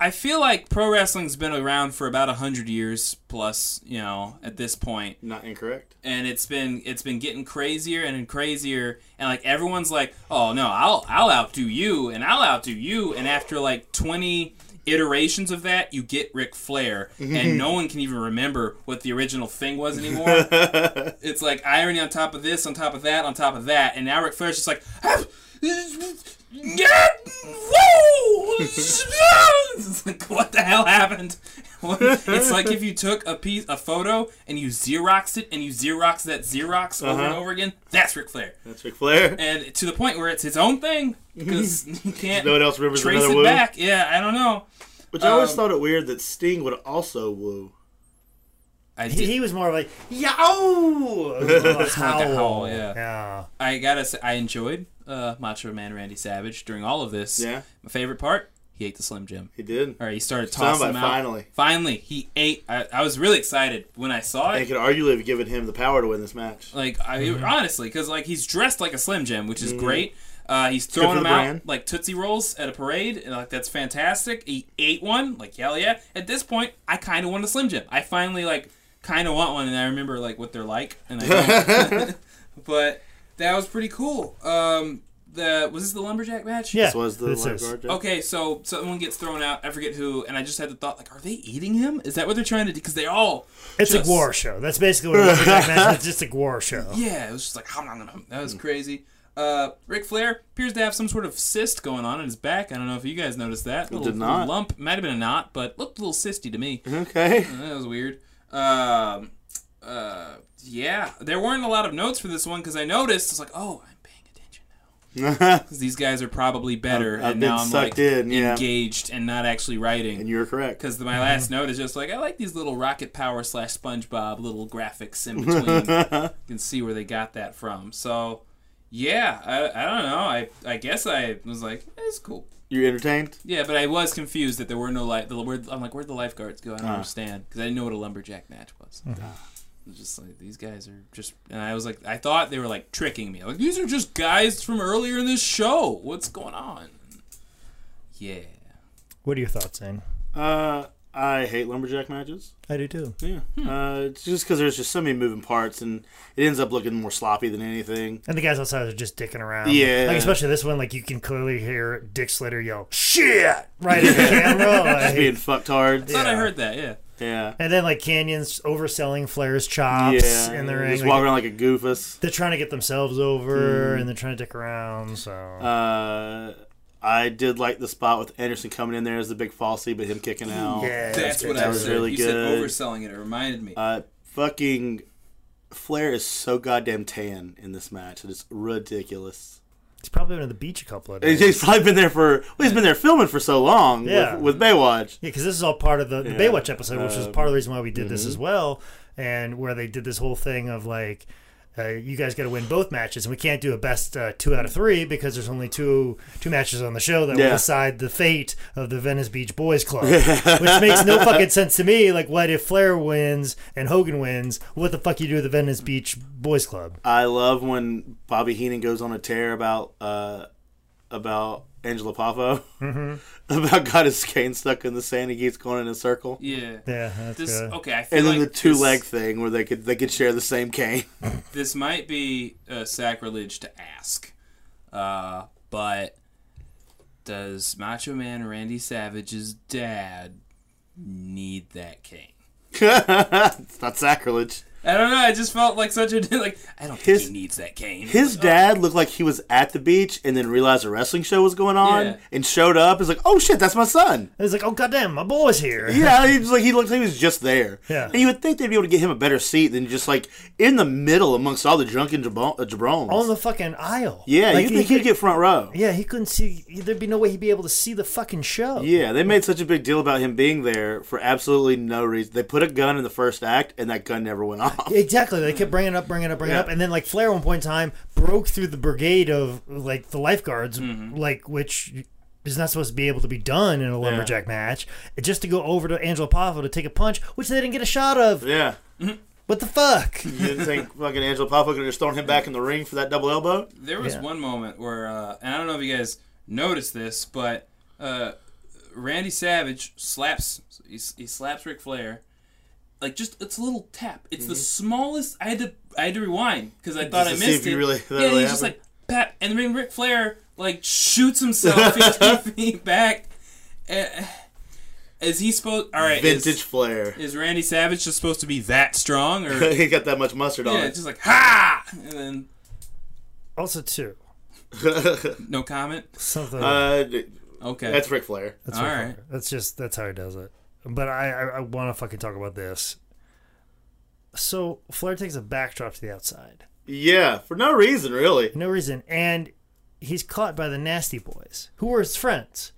[SPEAKER 4] I feel like pro wrestling's been around for about hundred years plus, you know, at this point,
[SPEAKER 3] Not incorrect.
[SPEAKER 4] and it's been it's been getting crazier and crazier, and like everyone's like, oh no, I'll I'll outdo you, and I'll outdo you, and after like twenty iterations of that, you get Ric Flair,
[SPEAKER 3] Mm-hmm.
[SPEAKER 4] and no one can even remember what the original thing was anymore it's like irony on top of this, on top of that, on top of that, and now Ric Flair's just like, "Ah, yeah, woo! It's like, what the hell happened? it's like if you took a piece, a photo, and you Xeroxed it, and you Xerox that Xerox over
[SPEAKER 3] Uh-huh.
[SPEAKER 4] and over again. That's Ric Flair,
[SPEAKER 3] That's Ric Flair.
[SPEAKER 4] and to the point where it's his own thing because you can't
[SPEAKER 3] No one else remembers
[SPEAKER 4] trace
[SPEAKER 3] another
[SPEAKER 4] it
[SPEAKER 3] woo.
[SPEAKER 4] back. Yeah, I don't know.
[SPEAKER 3] Which I always
[SPEAKER 4] Um,
[SPEAKER 3] thought it weird that Sting would also woo.
[SPEAKER 4] I
[SPEAKER 2] he,
[SPEAKER 4] did.
[SPEAKER 2] he was more of like yow, a
[SPEAKER 4] howl,
[SPEAKER 2] howl.
[SPEAKER 4] yeah.
[SPEAKER 2] yeah.
[SPEAKER 4] I gotta say, I enjoyed uh, Macho Man Randy Savage during all of this.
[SPEAKER 3] Yeah.
[SPEAKER 4] My favorite part, he ate the Slim Jim.
[SPEAKER 3] He did.
[SPEAKER 4] All right, he started
[SPEAKER 3] Soundbite,
[SPEAKER 4] tossing them out.
[SPEAKER 3] finally.
[SPEAKER 4] Finally, he ate. I, I was really excited when I saw
[SPEAKER 3] And
[SPEAKER 4] it.
[SPEAKER 3] could arguably have given him the power to win this match.
[SPEAKER 4] Like, I honestly, because like he's dressed like a Slim Jim, which is great. Uh, he's throwing
[SPEAKER 3] Mm-hmm. for
[SPEAKER 4] them
[SPEAKER 3] the
[SPEAKER 4] out
[SPEAKER 3] brand.
[SPEAKER 4] like Tootsie Rolls at a parade, and like that's fantastic. He ate one, like hell yeah. At this point, I kind of want a Slim Jim. I finally like kind of want one, and I remember like what they're like, and I don't. but that was pretty cool. Um, the was this the lumberjack match?
[SPEAKER 2] Yeah.
[SPEAKER 3] This was the
[SPEAKER 2] this is.
[SPEAKER 3] lifeguard.
[SPEAKER 4] Okay, so someone gets thrown out. I forget who, and I just had the thought, like, are they eating him? Is that what they're trying to do? Because they all.
[SPEAKER 2] It's
[SPEAKER 4] just-
[SPEAKER 2] a war show. That's basically what it is. It's just a war show.
[SPEAKER 4] Yeah, it was just like, hum, hum, hum. that
[SPEAKER 3] Hmm.
[SPEAKER 4] was crazy. Uh, Ric Flair appears to have some sort of cyst going on in his back. I don't know if you guys noticed that. Little,
[SPEAKER 3] did not.
[SPEAKER 4] little lump might have been a knot, but looked a little cysty to me.
[SPEAKER 3] Okay.
[SPEAKER 4] That was weird. Um, uh, yeah, there weren't a lot of notes for this one because I noticed. I was like, oh, I'm paying attention now. Because these guys are probably better,
[SPEAKER 3] I've
[SPEAKER 4] and
[SPEAKER 3] been
[SPEAKER 4] now I'm
[SPEAKER 3] sucked
[SPEAKER 4] like
[SPEAKER 3] in, yeah.
[SPEAKER 4] engaged and not actually writing.
[SPEAKER 3] and you were correct.
[SPEAKER 4] Because my last note is just like I like these little rocket power slash SpongeBob little graphics in between. you can see where they got that from. So yeah, I, I don't know. I I guess I was like it's cool.
[SPEAKER 3] You're entertained?
[SPEAKER 4] Yeah, but I was confused that there were no life. The, where, I'm like, where'd the lifeguards go? I don't understand because I didn't know what a lumberjack match was. It was just like these guys are just, and I was like, I thought they were like tricking me. I'm like these are just guys from earlier in this show. What's going on? Yeah,
[SPEAKER 2] What are your thoughts, Zane?
[SPEAKER 3] Uh, I hate lumberjack matches.
[SPEAKER 2] I do too.
[SPEAKER 3] Yeah.
[SPEAKER 4] Hmm.
[SPEAKER 3] Uh, it's just because there's just so many moving parts, and it ends up looking more sloppy than anything.
[SPEAKER 2] And the guys outside are just dicking around.
[SPEAKER 3] Yeah.
[SPEAKER 2] Like, especially this one, like, you can clearly hear Dick Slater yell, shit! Right in the camera. like-
[SPEAKER 3] Being fucked hard.
[SPEAKER 4] I thought I heard that. Yeah,
[SPEAKER 3] Yeah.
[SPEAKER 2] and then, like, Canyon's overselling Flair's chops
[SPEAKER 3] Yeah.
[SPEAKER 2] in the
[SPEAKER 3] Just
[SPEAKER 2] ring.
[SPEAKER 3] walk
[SPEAKER 2] Like,
[SPEAKER 3] around like a goofus.
[SPEAKER 2] they're trying to get themselves over and they're trying to dick around, so.
[SPEAKER 3] Uh, I did like the spot with Anderson coming in there as the big falsy, but him kicking out.
[SPEAKER 2] yeah.
[SPEAKER 4] that's what
[SPEAKER 3] That
[SPEAKER 4] I
[SPEAKER 3] was
[SPEAKER 4] said.
[SPEAKER 3] really
[SPEAKER 4] you
[SPEAKER 3] good.
[SPEAKER 4] said overselling it. It reminded me.
[SPEAKER 3] Uh, fucking Flair is so goddamn tan in this match. It's ridiculous.
[SPEAKER 2] He's probably been to the beach a couple of
[SPEAKER 3] He's-
[SPEAKER 2] days. Yeah,
[SPEAKER 3] He's probably been there for well, he's been there filming for so long
[SPEAKER 2] Yeah.
[SPEAKER 3] with, with Baywatch.
[SPEAKER 2] because this is all part of the, the
[SPEAKER 3] Yeah. Uh, mm-hmm.
[SPEAKER 2] Baywatch episode, which is part of the reason why we did this as well, and where they did this whole thing of like, uh, you guys got to win both matches, and we can't do a best uh, two out of three because there's only two two matches on the show that will
[SPEAKER 3] Yeah.
[SPEAKER 2] decide the fate of the Venice Beach Boys Club, which makes no fucking sense to me. Like, what if Flair wins and Hogan wins? What the fuck you do with the Venice Beach Boys Club?
[SPEAKER 3] I love when Bobby Heenan goes on a tear about uh, about Angela Poffo,
[SPEAKER 2] Mm-hmm.
[SPEAKER 3] about got his cane stuck in the sand. He keeps going in a circle,
[SPEAKER 4] yeah.
[SPEAKER 2] Yeah, that's
[SPEAKER 4] This
[SPEAKER 2] good.
[SPEAKER 4] okay. I feel
[SPEAKER 3] and then
[SPEAKER 4] like
[SPEAKER 3] the two
[SPEAKER 4] this-
[SPEAKER 3] leg thing where they could they could share the same cane.
[SPEAKER 4] this might be uh, sacrilege to ask, uh, but does Macho Man Randy Savage's dad need that cane?
[SPEAKER 3] it's not sacrilege.
[SPEAKER 4] I don't know. I just felt like such a like. I don't think
[SPEAKER 3] His-
[SPEAKER 4] he needs that cane.
[SPEAKER 3] His dad looked like he was at the beach and then realized a wrestling show was going on
[SPEAKER 4] Yeah.
[SPEAKER 3] and showed up. He's like, "Oh shit, that's my son."
[SPEAKER 2] It's like, oh goddamn, my boy's here.
[SPEAKER 3] Yeah, he was like he looked like he was just there.
[SPEAKER 2] Yeah.
[SPEAKER 3] and you would think they'd be able to get him a better seat than just like in the middle amongst all the drunken jabron- uh, jabrons.
[SPEAKER 2] On the fucking aisle.
[SPEAKER 3] yeah,
[SPEAKER 2] Like,
[SPEAKER 3] you think
[SPEAKER 2] he-
[SPEAKER 3] he'd get front row?
[SPEAKER 2] Yeah, he couldn't see. There'd be no way he'd be able to see the fucking show.
[SPEAKER 3] Yeah, they made such a big deal about him being there for absolutely no reason. They put a gun in the first act, and that gun never went off.
[SPEAKER 2] Exactly. They kept bringing it up, bringing it up, bringing it up,
[SPEAKER 3] Yeah.
[SPEAKER 2] and then like Flair, at one point in time, broke through the brigade of like the lifeguards,
[SPEAKER 3] Mm-hmm.
[SPEAKER 2] like which is not supposed to be able to be done in a lumberjack match, just to go over to Angela Poffo to take a punch, which they didn't get a shot of.
[SPEAKER 3] Yeah,
[SPEAKER 2] What the fuck?
[SPEAKER 3] you didn't think fucking Angelo Papa could have just thrown him back in the ring for that double elbow?
[SPEAKER 4] There was
[SPEAKER 2] Yeah.
[SPEAKER 4] one moment where, uh, and I don't know if you guys noticed this, but uh, Randy Savage slaps he, he slaps Ric Flair, like just it's a little tap. It's the smallest. I had to I had to rewind because I thought
[SPEAKER 3] Mm-hmm. to
[SPEAKER 4] I
[SPEAKER 3] see
[SPEAKER 4] missed
[SPEAKER 3] if you
[SPEAKER 4] it.
[SPEAKER 3] really- that
[SPEAKER 4] yeah,
[SPEAKER 3] really
[SPEAKER 4] he's just
[SPEAKER 3] happened.
[SPEAKER 4] like pat, and then Ric Flair like shoots himself fifty feet back. Eh, Is he supposed? All right, is-
[SPEAKER 3] Vintage flair.
[SPEAKER 4] Is, Randy Savage just supposed to be that strong, or
[SPEAKER 3] He's got that much mustard on
[SPEAKER 4] yeah,
[SPEAKER 3] it.
[SPEAKER 4] just like ha, and then
[SPEAKER 2] also, too
[SPEAKER 4] no comment?
[SPEAKER 2] something.
[SPEAKER 3] Uh, d-
[SPEAKER 4] Okay,
[SPEAKER 3] that's Ric Flair.
[SPEAKER 2] that's
[SPEAKER 4] all
[SPEAKER 2] what-
[SPEAKER 4] right.
[SPEAKER 2] That's just that's how he does it. But I I, I want to fucking talk about this. So Flair takes a backdrop to the outside,
[SPEAKER 3] Yeah, for no reason really.
[SPEAKER 2] no reason, and he's caught by the nasty boys who were his friends.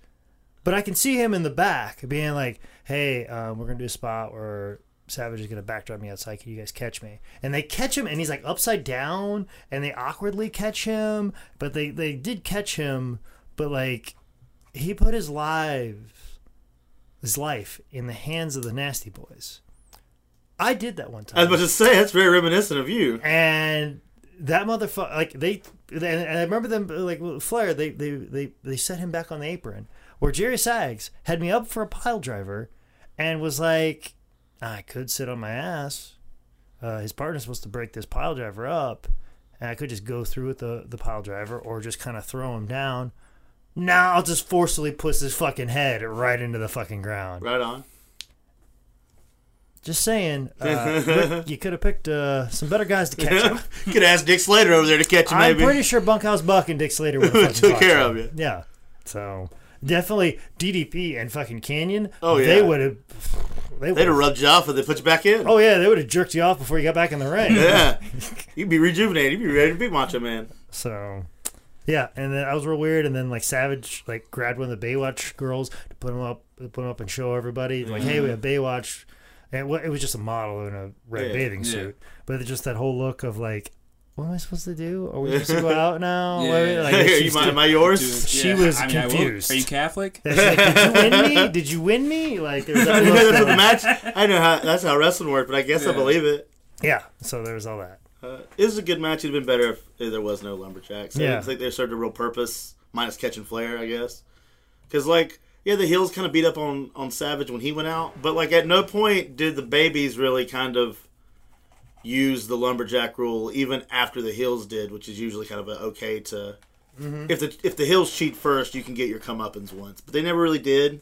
[SPEAKER 2] But I can see him in the back being like, "Hey, um, we're gonna do a spot where Savage is gonna backdrop me outside. Can you guys catch me?" And they catch him, and he's like upside down, and they awkwardly catch him. But they they did catch him, but like he put his life his life in the hands of the nasty boys. I did that one
[SPEAKER 3] I
[SPEAKER 2] time
[SPEAKER 3] was about to say that's very reminiscent of you.
[SPEAKER 2] and that motherfucker like they and and I remember them like with Flair they they they they set him back on the apron where Jerry Sags had me up for a pile driver and was like I could sit on my ass uh, his partner's supposed to break this pile driver up and I could just go through with the the pile driver or just kind of throw him down now I'll just forcefully push his fucking head right into the fucking ground
[SPEAKER 3] Right on.
[SPEAKER 2] just saying uh, Rick, you could have picked uh, some better guys to catch him
[SPEAKER 3] Could ask Dick Slater over there to catch you,
[SPEAKER 2] I'm
[SPEAKER 3] maybe.
[SPEAKER 2] pretty sure Bunkhouse Buck and Dick Slater would have
[SPEAKER 3] Took care of you.
[SPEAKER 2] Yeah. So definitely DDP and fucking Canyon.
[SPEAKER 3] Oh, yeah.
[SPEAKER 2] They would have. They
[SPEAKER 3] They'd
[SPEAKER 2] would.
[SPEAKER 3] have rubbed you off and they put you back in.
[SPEAKER 2] Oh yeah, they would have jerked you off before you got back in the ring.
[SPEAKER 3] Yeah. You'd be rejuvenated. You'd be ready to be Macho Man.
[SPEAKER 2] so. Yeah, and then I was real weird, and then like Savage like grabbed one of the Baywatch girls to put him up, put him up and show everybody
[SPEAKER 3] Mm-hmm.
[SPEAKER 2] like, hey, we have Baywatch, and it wa- it was just a model in a red
[SPEAKER 3] Yeah,
[SPEAKER 2] bathing
[SPEAKER 4] yeah.
[SPEAKER 2] suit, but it's just that whole look of like, what am I supposed to do? Are we supposed to go out now?
[SPEAKER 4] Yeah.
[SPEAKER 2] What are we- like, she's
[SPEAKER 3] Hey, you mind,
[SPEAKER 2] still-
[SPEAKER 3] am I yours?
[SPEAKER 4] Dude,
[SPEAKER 2] She
[SPEAKER 4] yeah,
[SPEAKER 2] was
[SPEAKER 4] I mean, I will-
[SPEAKER 2] confused.
[SPEAKER 4] Are you Catholic?
[SPEAKER 2] She's like, Did you win me? Did you win me? Like, there's that
[SPEAKER 3] You know, that's
[SPEAKER 2] look
[SPEAKER 3] what the
[SPEAKER 2] on-
[SPEAKER 3] match. I know how that's how wrestling worked, but I guess I
[SPEAKER 4] Yeah.
[SPEAKER 3] believe it.
[SPEAKER 2] yeah. So there was all that.
[SPEAKER 3] Uh, it was a good match. It'd been better if there was no lumberjacks. I
[SPEAKER 2] Yeah.
[SPEAKER 3] don't think they served a real purpose, minus catching Flair, I guess. Because like, yeah, the heels kind of beat up on on Savage when he went out, but like at no point did the babies really kind of use the lumberjack rule, even after the heels did, which is usually kind of a okay to. If the if the heels cheat first, you can get your comeuppance once, but they never really did.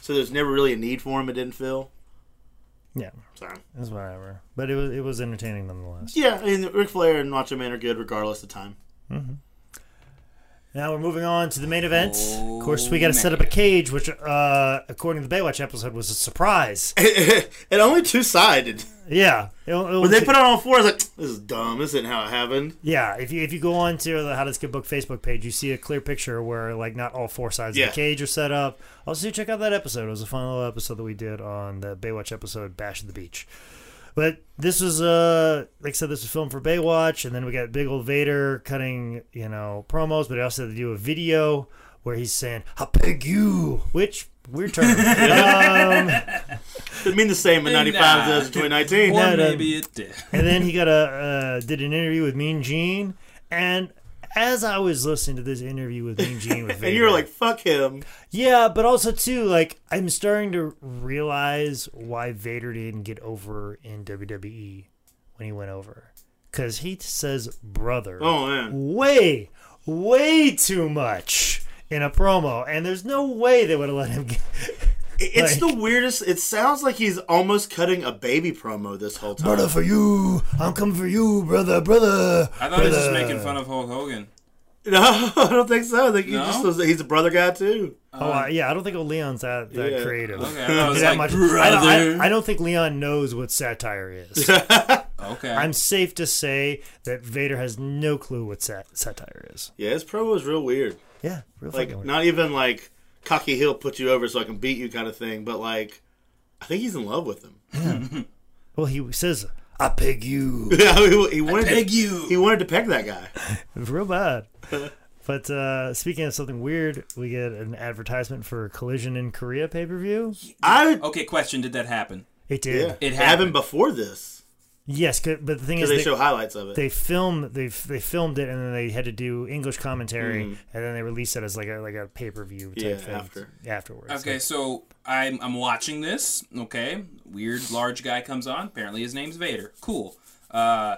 [SPEAKER 3] So there's never really a need for them. It didn't feel.
[SPEAKER 2] Yeah,
[SPEAKER 3] Sorry.
[SPEAKER 2] it was whatever. But it was it was entertaining nonetheless.
[SPEAKER 3] Yeah, I mean, Ric Flair and Macho Man are good regardless of time.
[SPEAKER 2] Now we're moving on to the main event. of course, we got to
[SPEAKER 4] Oh,
[SPEAKER 2] set up a cage, which, uh, according to the Baywatch episode, was a surprise.
[SPEAKER 3] and only two sided.
[SPEAKER 2] yeah, it, it was,
[SPEAKER 3] When they put it on all four, I was like, this is dumb. This isn't how it happened.
[SPEAKER 2] Yeah, if you if you go on to the How Does Get Book Facebook page, you see a clear picture where like not all four sides of
[SPEAKER 3] Yeah.
[SPEAKER 2] the cage are set up. Also, check out that episode. It was a fun little episode that we did on the Baywatch episode, Bash at the Beach. But this was uh like I said, this was filmed for Baywatch, and then we got big old Vader cutting you know promos, but he also had to do a video where he's saying "I peg you," which weird term. um,
[SPEAKER 3] It mean the same in 95 as it does in 2019.
[SPEAKER 4] Or
[SPEAKER 2] No, no.
[SPEAKER 4] maybe it did.
[SPEAKER 2] and then he got a uh, did an interview with Mean Gene, and as I was listening to this interview with Mean Gene, with Vader,
[SPEAKER 3] And you were like, fuck him.
[SPEAKER 2] yeah, but also too, like I'm starting to realize why Vader didn't get over in WWE when he went over, because he says brother
[SPEAKER 3] Oh, man.
[SPEAKER 2] way, way too much in a promo, and there's no way they would have let him. Get,
[SPEAKER 3] It's
[SPEAKER 2] Like-
[SPEAKER 3] the weirdest. It sounds like he's almost cutting a baby promo this whole time.
[SPEAKER 2] brother for you, I'm coming for you, brother, brother.
[SPEAKER 4] I thought he was just making fun of Hulk Hogan.
[SPEAKER 3] No, I don't think so. I think he
[SPEAKER 4] No?
[SPEAKER 3] just was, he's a brother guy, too.
[SPEAKER 2] Oh I- yeah, I don't think Leon's that, that
[SPEAKER 3] Uh, Yeah.
[SPEAKER 2] creative.
[SPEAKER 4] Okay, I thought it was
[SPEAKER 2] that
[SPEAKER 4] like,
[SPEAKER 2] much.
[SPEAKER 4] brother.
[SPEAKER 2] I, don't- I- I don't think Leon knows what satire is.
[SPEAKER 4] okay.
[SPEAKER 2] I'm safe to say that Vader has no clue what sat- satire is.
[SPEAKER 3] Yeah, his promo is real weird.
[SPEAKER 2] Yeah, real fucking
[SPEAKER 3] Like,
[SPEAKER 2] weird.
[SPEAKER 3] not even like cocky heel put you over so I can beat you kind of thing, but like, I think he's in love with him.
[SPEAKER 2] well, he says, "I peg you,"
[SPEAKER 3] Yeah, he, he wanted
[SPEAKER 4] Beg
[SPEAKER 3] to,
[SPEAKER 4] you.
[SPEAKER 3] he wanted to peg that guy.
[SPEAKER 2] real bad. But uh, speaking of something weird, we get an advertisement for Collision in Korea pay per view.
[SPEAKER 3] I
[SPEAKER 4] okay, question. Did that happen?
[SPEAKER 2] It did.
[SPEAKER 3] yeah,
[SPEAKER 4] It
[SPEAKER 3] it
[SPEAKER 4] happened.
[SPEAKER 3] happened before this
[SPEAKER 2] Yes, 'cause- but the thing is,
[SPEAKER 3] because they,
[SPEAKER 2] they-
[SPEAKER 3] show highlights of it.
[SPEAKER 2] they film they they filmed it and then they had to do English commentary and then they released it as like a like a pay per view type
[SPEAKER 3] Hmm. Yeah,
[SPEAKER 2] thing
[SPEAKER 3] after.
[SPEAKER 2] afterwards.
[SPEAKER 4] Okay, so I'm I'm watching this. Okay, weird large guy comes on. Apparently his name's Vader. Cool. Uh,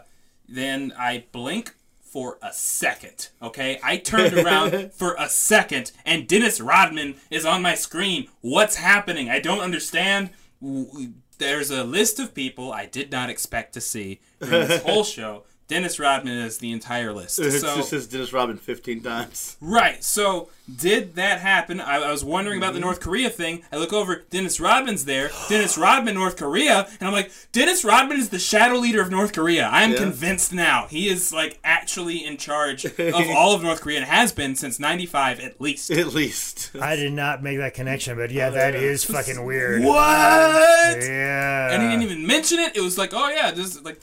[SPEAKER 4] then I blink for a second. Okay, I turned around for a second, and Dennis Rodman is on my screen. What's happening? I don't understand. W- w- There's a list of people I did not expect to see during this whole show. Dennis Rodman is the entire list.
[SPEAKER 3] it's
[SPEAKER 4] so,
[SPEAKER 3] just says Dennis Robin fifteen times.
[SPEAKER 4] Right. So did that happen? I, I was wondering about the
[SPEAKER 3] Mm-hmm.
[SPEAKER 4] North Korea thing. I look over. Dennis Rodman's there. Dennis Rodman, North Korea, and I'm like, Dennis Rodman is the shadow leader of North Korea. I'm convinced now. He is like actually in charge of all of North Korea and has been since '95 at least.
[SPEAKER 3] At least
[SPEAKER 2] I did not make that connection, but yeah, that is fucking weird.
[SPEAKER 4] What?
[SPEAKER 2] Yeah.
[SPEAKER 4] And he didn't even mention it. It was like, oh yeah, just like,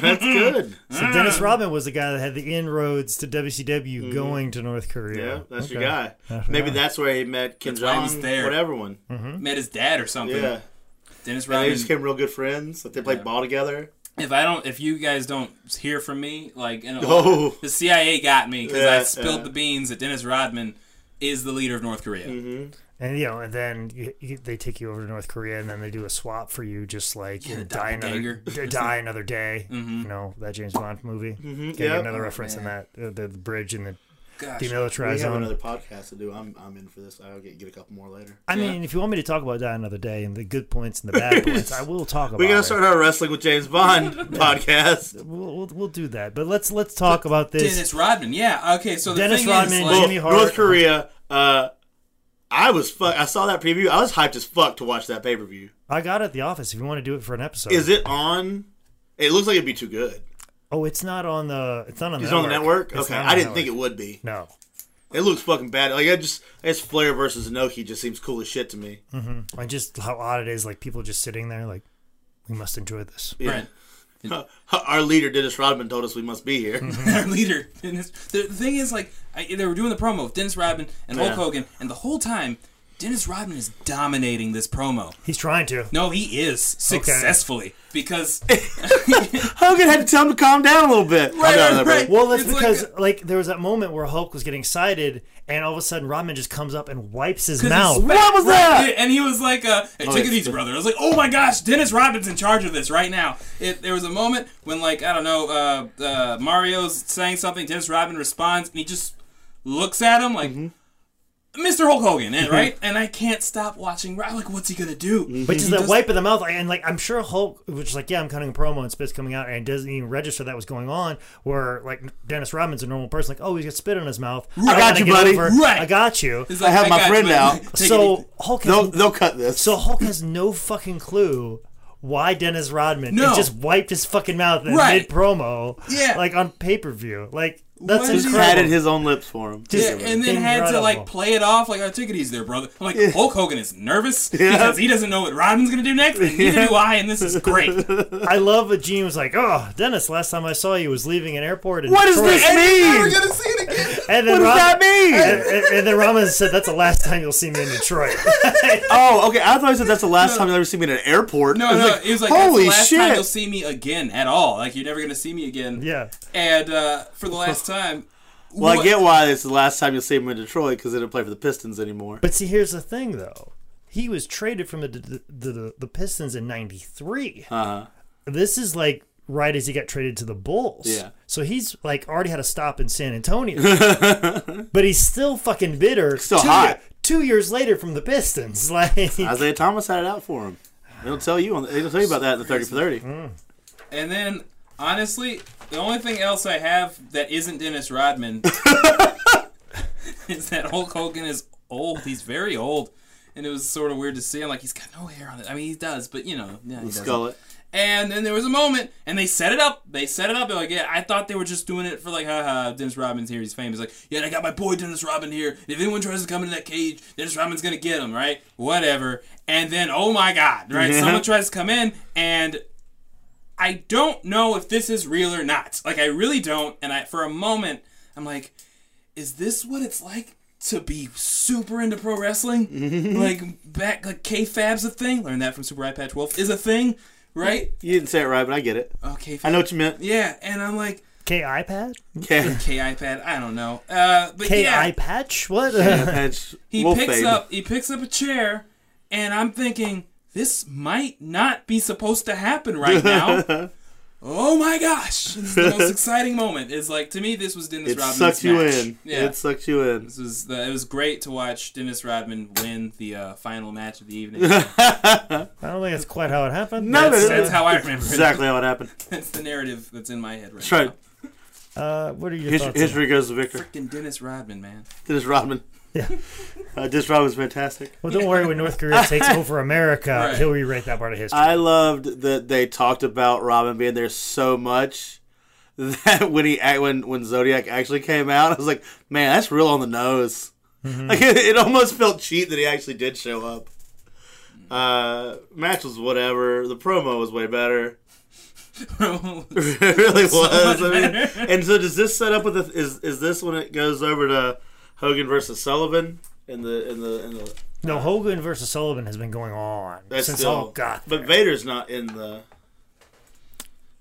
[SPEAKER 3] that's good.
[SPEAKER 2] so
[SPEAKER 4] Ah.
[SPEAKER 2] Dennis Rodman was the guy that had the inroads to WCW going to North Korea.
[SPEAKER 3] Hmm. Yeah, that's your
[SPEAKER 2] Okay.
[SPEAKER 3] guy. Maybe that's where he met Kim
[SPEAKER 4] why he
[SPEAKER 3] Jong.
[SPEAKER 4] was there.
[SPEAKER 3] Whatever one.
[SPEAKER 4] met his dad or something.
[SPEAKER 3] Mm-hmm. Yeah,
[SPEAKER 4] Dennis
[SPEAKER 3] they
[SPEAKER 4] Rodman.
[SPEAKER 3] just became real good friends. Like they played ball together.
[SPEAKER 4] if I don't, if you guys don't hear from me, like, in a,
[SPEAKER 3] Oh.
[SPEAKER 4] the CIA got me because I
[SPEAKER 3] Yeah,
[SPEAKER 4] spilled
[SPEAKER 3] yeah.
[SPEAKER 4] the beans that Dennis Rodman is the leader of North Korea.
[SPEAKER 3] Mm-hmm.
[SPEAKER 2] And you know, and then you, you, they take you over to North Korea, and then they do a swap for you, just like you know, die another
[SPEAKER 4] doppelganger. Mm-hmm.
[SPEAKER 2] d- die another day. You know that James Bond movie. Getting
[SPEAKER 3] Mm-hmm, yeah.
[SPEAKER 4] Oh,
[SPEAKER 2] another reference in that uh, the, the bridge in the
[SPEAKER 4] Gosh,
[SPEAKER 3] We
[SPEAKER 2] demilitarized
[SPEAKER 3] have
[SPEAKER 2] zone.
[SPEAKER 3] another podcast to do. I'm I'm in for this. I'll get get a couple more later.
[SPEAKER 2] I mean, if you want me to talk about Die Another Day and the good points and the bad points, I will talk about
[SPEAKER 3] We gotta
[SPEAKER 2] it.
[SPEAKER 3] start our wrestling with James Bond podcast.
[SPEAKER 2] We'll, we'll, we'll do that. But let's let's talk about this.
[SPEAKER 4] Dennis Rodman, yeah. Okay, so the
[SPEAKER 2] Dennis
[SPEAKER 4] thing
[SPEAKER 2] Rodman,
[SPEAKER 4] is,
[SPEAKER 2] Well,
[SPEAKER 4] like,
[SPEAKER 2] Jimmy Hart.
[SPEAKER 3] North Korea. Uh, I was fuck. I saw that preview. I was hyped as fuck to watch that pay per view.
[SPEAKER 2] I got it at the office if you want to do it for an episode.
[SPEAKER 3] Is it on? It looks like it'd be too good.
[SPEAKER 2] oh, it's not on the it's not on
[SPEAKER 3] It's
[SPEAKER 2] the
[SPEAKER 3] on the network.
[SPEAKER 2] It's
[SPEAKER 3] Okay,
[SPEAKER 2] not on
[SPEAKER 3] I
[SPEAKER 2] the
[SPEAKER 3] didn't think it
[SPEAKER 2] network.
[SPEAKER 3] would be.
[SPEAKER 2] No.
[SPEAKER 3] It looks fucking bad. Like I just, I guess Flair versus Inoki just seems cool as shit to me.
[SPEAKER 2] And just how odd it is like people just sitting there like we must enjoy this.
[SPEAKER 4] Mm-hmm.
[SPEAKER 3] Yeah.
[SPEAKER 4] Brent,
[SPEAKER 3] Our leader, Dennis Rodman, told us we must be here.
[SPEAKER 2] Mm-hmm.
[SPEAKER 4] our leader. Dennis. The, the thing is, like, I, they were doing the promo with Dennis Rodman and Hulk
[SPEAKER 3] Yeah.
[SPEAKER 4] Hogan, and the whole time, Dennis Rodman is dominating this promo.
[SPEAKER 2] He's trying to.
[SPEAKER 4] No, he is successfully because
[SPEAKER 3] Hogan had to tell him to calm down a little bit. Calm down,
[SPEAKER 4] right,
[SPEAKER 3] everybody.
[SPEAKER 4] right.
[SPEAKER 2] Well, that's
[SPEAKER 4] It's like
[SPEAKER 2] because like, there was that moment where Hulk was getting sighted, and all of a sudden Rodman just comes up and wipes his mouth.
[SPEAKER 3] What was that?
[SPEAKER 4] Yeah, And he was like, uh, hey, "Take it
[SPEAKER 3] it's-
[SPEAKER 4] easy, brother." I was like, "Oh my gosh, Dennis Rodman's in charge of this right now." It, there was a moment when, like, I don't know, uh, uh, Mario's saying something. Dennis Rodman responds, and he just looks at him like,
[SPEAKER 2] Mm-hmm.
[SPEAKER 4] "Mr. Hulk Hogan," and right. And I can't stop watching. Rod- I'm like, what's he gonna do?
[SPEAKER 2] But just that wipe of the mouth, and like I'm sure Hulk was just like, yeah, I'm cutting a promo and spit's coming out, and doesn't even register that was going on. Where like Dennis Rodman's a normal person, like, oh, he's got spit on his mouth. I,
[SPEAKER 3] got
[SPEAKER 2] gotta
[SPEAKER 3] you,
[SPEAKER 2] get
[SPEAKER 3] buddy.
[SPEAKER 4] Right.
[SPEAKER 2] I got you.
[SPEAKER 4] He's
[SPEAKER 3] I have my
[SPEAKER 4] got
[SPEAKER 3] friend
[SPEAKER 4] you,
[SPEAKER 3] now.
[SPEAKER 4] man. Take it easy.
[SPEAKER 2] So Hulk has,
[SPEAKER 3] They'll, they'll cut this.
[SPEAKER 2] so Hulk has no fucking clue why Dennis Rodman
[SPEAKER 4] No.
[SPEAKER 2] has just wiped his fucking mouth in
[SPEAKER 4] Right.
[SPEAKER 2] mid promo,
[SPEAKER 4] Yeah.
[SPEAKER 2] like on pay per view. Like that's
[SPEAKER 4] What is
[SPEAKER 3] Just
[SPEAKER 4] he-
[SPEAKER 2] incredible.
[SPEAKER 3] patted his own lips for him.
[SPEAKER 2] Just-
[SPEAKER 4] Yeah, and then had to
[SPEAKER 2] Incredible.
[SPEAKER 4] like play it off like, "I take it easy, there, brother." I'm like, Hulk Hogan is nervous because he doesn't know what Rodman's gonna do next, and neither do I. And this is great.
[SPEAKER 2] I love what Gene was like. Oh, Dennis, last time I saw you was leaving an airport. In
[SPEAKER 3] What does
[SPEAKER 2] Detroit."
[SPEAKER 3] this mean?
[SPEAKER 1] We're gonna see it again.
[SPEAKER 2] And
[SPEAKER 3] What
[SPEAKER 2] then
[SPEAKER 3] does
[SPEAKER 2] Rod-
[SPEAKER 3] that mean?
[SPEAKER 2] and, and- and then Ramen said, "That's the last time you'll see me in Detroit."
[SPEAKER 3] Oh, okay. I thought you said that's the last time you'll ever see me in an airport. I
[SPEAKER 4] No,
[SPEAKER 3] was
[SPEAKER 4] no,
[SPEAKER 3] like,
[SPEAKER 4] it was like
[SPEAKER 3] holy
[SPEAKER 4] that's the last time you'll
[SPEAKER 3] shit.
[SPEAKER 4] see me again at all. Like you're never gonna see me again.
[SPEAKER 2] yeah,
[SPEAKER 4] And uh, for the last time,
[SPEAKER 3] Well, I
[SPEAKER 4] what-
[SPEAKER 3] get why it's the last time you'll see him in Detroit because they don't play for the Pistons anymore.
[SPEAKER 2] but see, here's the thing, though. He was traded from the the, the, the Pistons in '93.
[SPEAKER 3] Uh-huh.
[SPEAKER 2] This is like right as he got traded to the Bulls.
[SPEAKER 3] Yeah.
[SPEAKER 2] So he's like already had a stop in San Antonio, but he's still fucking bitter.
[SPEAKER 3] Still
[SPEAKER 2] two,
[SPEAKER 3] hot.
[SPEAKER 2] Two years later from the Pistons, like
[SPEAKER 3] Isaiah Thomas had it out for him. They'll tell you. On the, they'll tell you about that in the thirty for thirty.
[SPEAKER 4] And then honestly, the only thing else I have that isn't Dennis Rodman is that Hulk Hogan is old. He's very old. And it was sort of weird to see him. Like he's got no hair on it. I mean, he does, but you know, yeah, he doesn't.
[SPEAKER 3] Skull it.
[SPEAKER 4] And then there was a moment, and they set it up. They set it up. They're like, yeah, I thought they were just doing it for like, haha, Dennis Rodman's here. He's famous. Like, yeah, I got my boy Dennis Rodman here. And if anyone tries to come into that cage, Dennis Rodman's gonna get him, right? Whatever. And then, oh my God, right?
[SPEAKER 3] Yeah.
[SPEAKER 4] Someone tries to come in, and I don't know if this is real or not. Like, I really don't. And I, for a moment, I'm like, is this what it's like to be super into pro wrestling? Like back, like K-Fab's a thing. Learned that from Super Eye Patch Wolf is a thing, right?
[SPEAKER 3] You didn't say it right, but I get it.
[SPEAKER 4] Okay.
[SPEAKER 3] I know what you meant.
[SPEAKER 4] Yeah, and I'm like
[SPEAKER 2] K iPad,
[SPEAKER 3] Yeah.
[SPEAKER 4] K iPad. I don't know. Uh, but
[SPEAKER 2] K
[SPEAKER 4] yeah,
[SPEAKER 2] I patch. What?
[SPEAKER 3] Patch,
[SPEAKER 4] he
[SPEAKER 3] Wolf
[SPEAKER 4] picks
[SPEAKER 3] Fade.
[SPEAKER 4] up he picks up a chair, and I'm thinking this might not be supposed to happen right now. oh my gosh! It's the most exciting moment. It's like to me this was Dennis
[SPEAKER 3] It
[SPEAKER 4] Rodman's
[SPEAKER 3] sucks you
[SPEAKER 4] match.
[SPEAKER 3] in.
[SPEAKER 4] Yeah.
[SPEAKER 3] It sucks you in.
[SPEAKER 4] This was the, it was great to watch Dennis Rodman win the uh, final match of the evening.
[SPEAKER 2] I don't think that's quite how it happened.
[SPEAKER 3] No,
[SPEAKER 2] That's,
[SPEAKER 3] no, no.
[SPEAKER 4] That's how I remember
[SPEAKER 3] Exactly how it happened.
[SPEAKER 4] it. That's the narrative that's in my head right
[SPEAKER 3] That's right.
[SPEAKER 2] uh, what are your
[SPEAKER 3] History,
[SPEAKER 2] thoughts? on
[SPEAKER 3] history goes to Victor.
[SPEAKER 4] now. Freaking Dennis Rodman, man.
[SPEAKER 3] Dennis Rodman.
[SPEAKER 2] Yeah.
[SPEAKER 3] Uh, Dennis Rodman's fantastic.
[SPEAKER 2] Well, don't worry. When North Korea takes over America,
[SPEAKER 4] Right.
[SPEAKER 2] he'll rewrite that part of history.
[SPEAKER 3] I loved that they talked about Robin being there so much that when he act- when when Zodiac actually came out, I was like, man, that's real on the nose.
[SPEAKER 2] Mm-hmm.
[SPEAKER 3] Like it, it almost felt cheap that he actually did show up. Uh, match was whatever. The promo was way better. it really was. I mean,
[SPEAKER 4] better.
[SPEAKER 3] and so does this set up with the, is is this when it goes over to Hogan versus Sullivan in the in the in the
[SPEAKER 2] no, Hogan versus Sullivan has been going on
[SPEAKER 3] that's
[SPEAKER 2] since
[SPEAKER 3] still
[SPEAKER 2] all God.
[SPEAKER 3] but Vader's not in the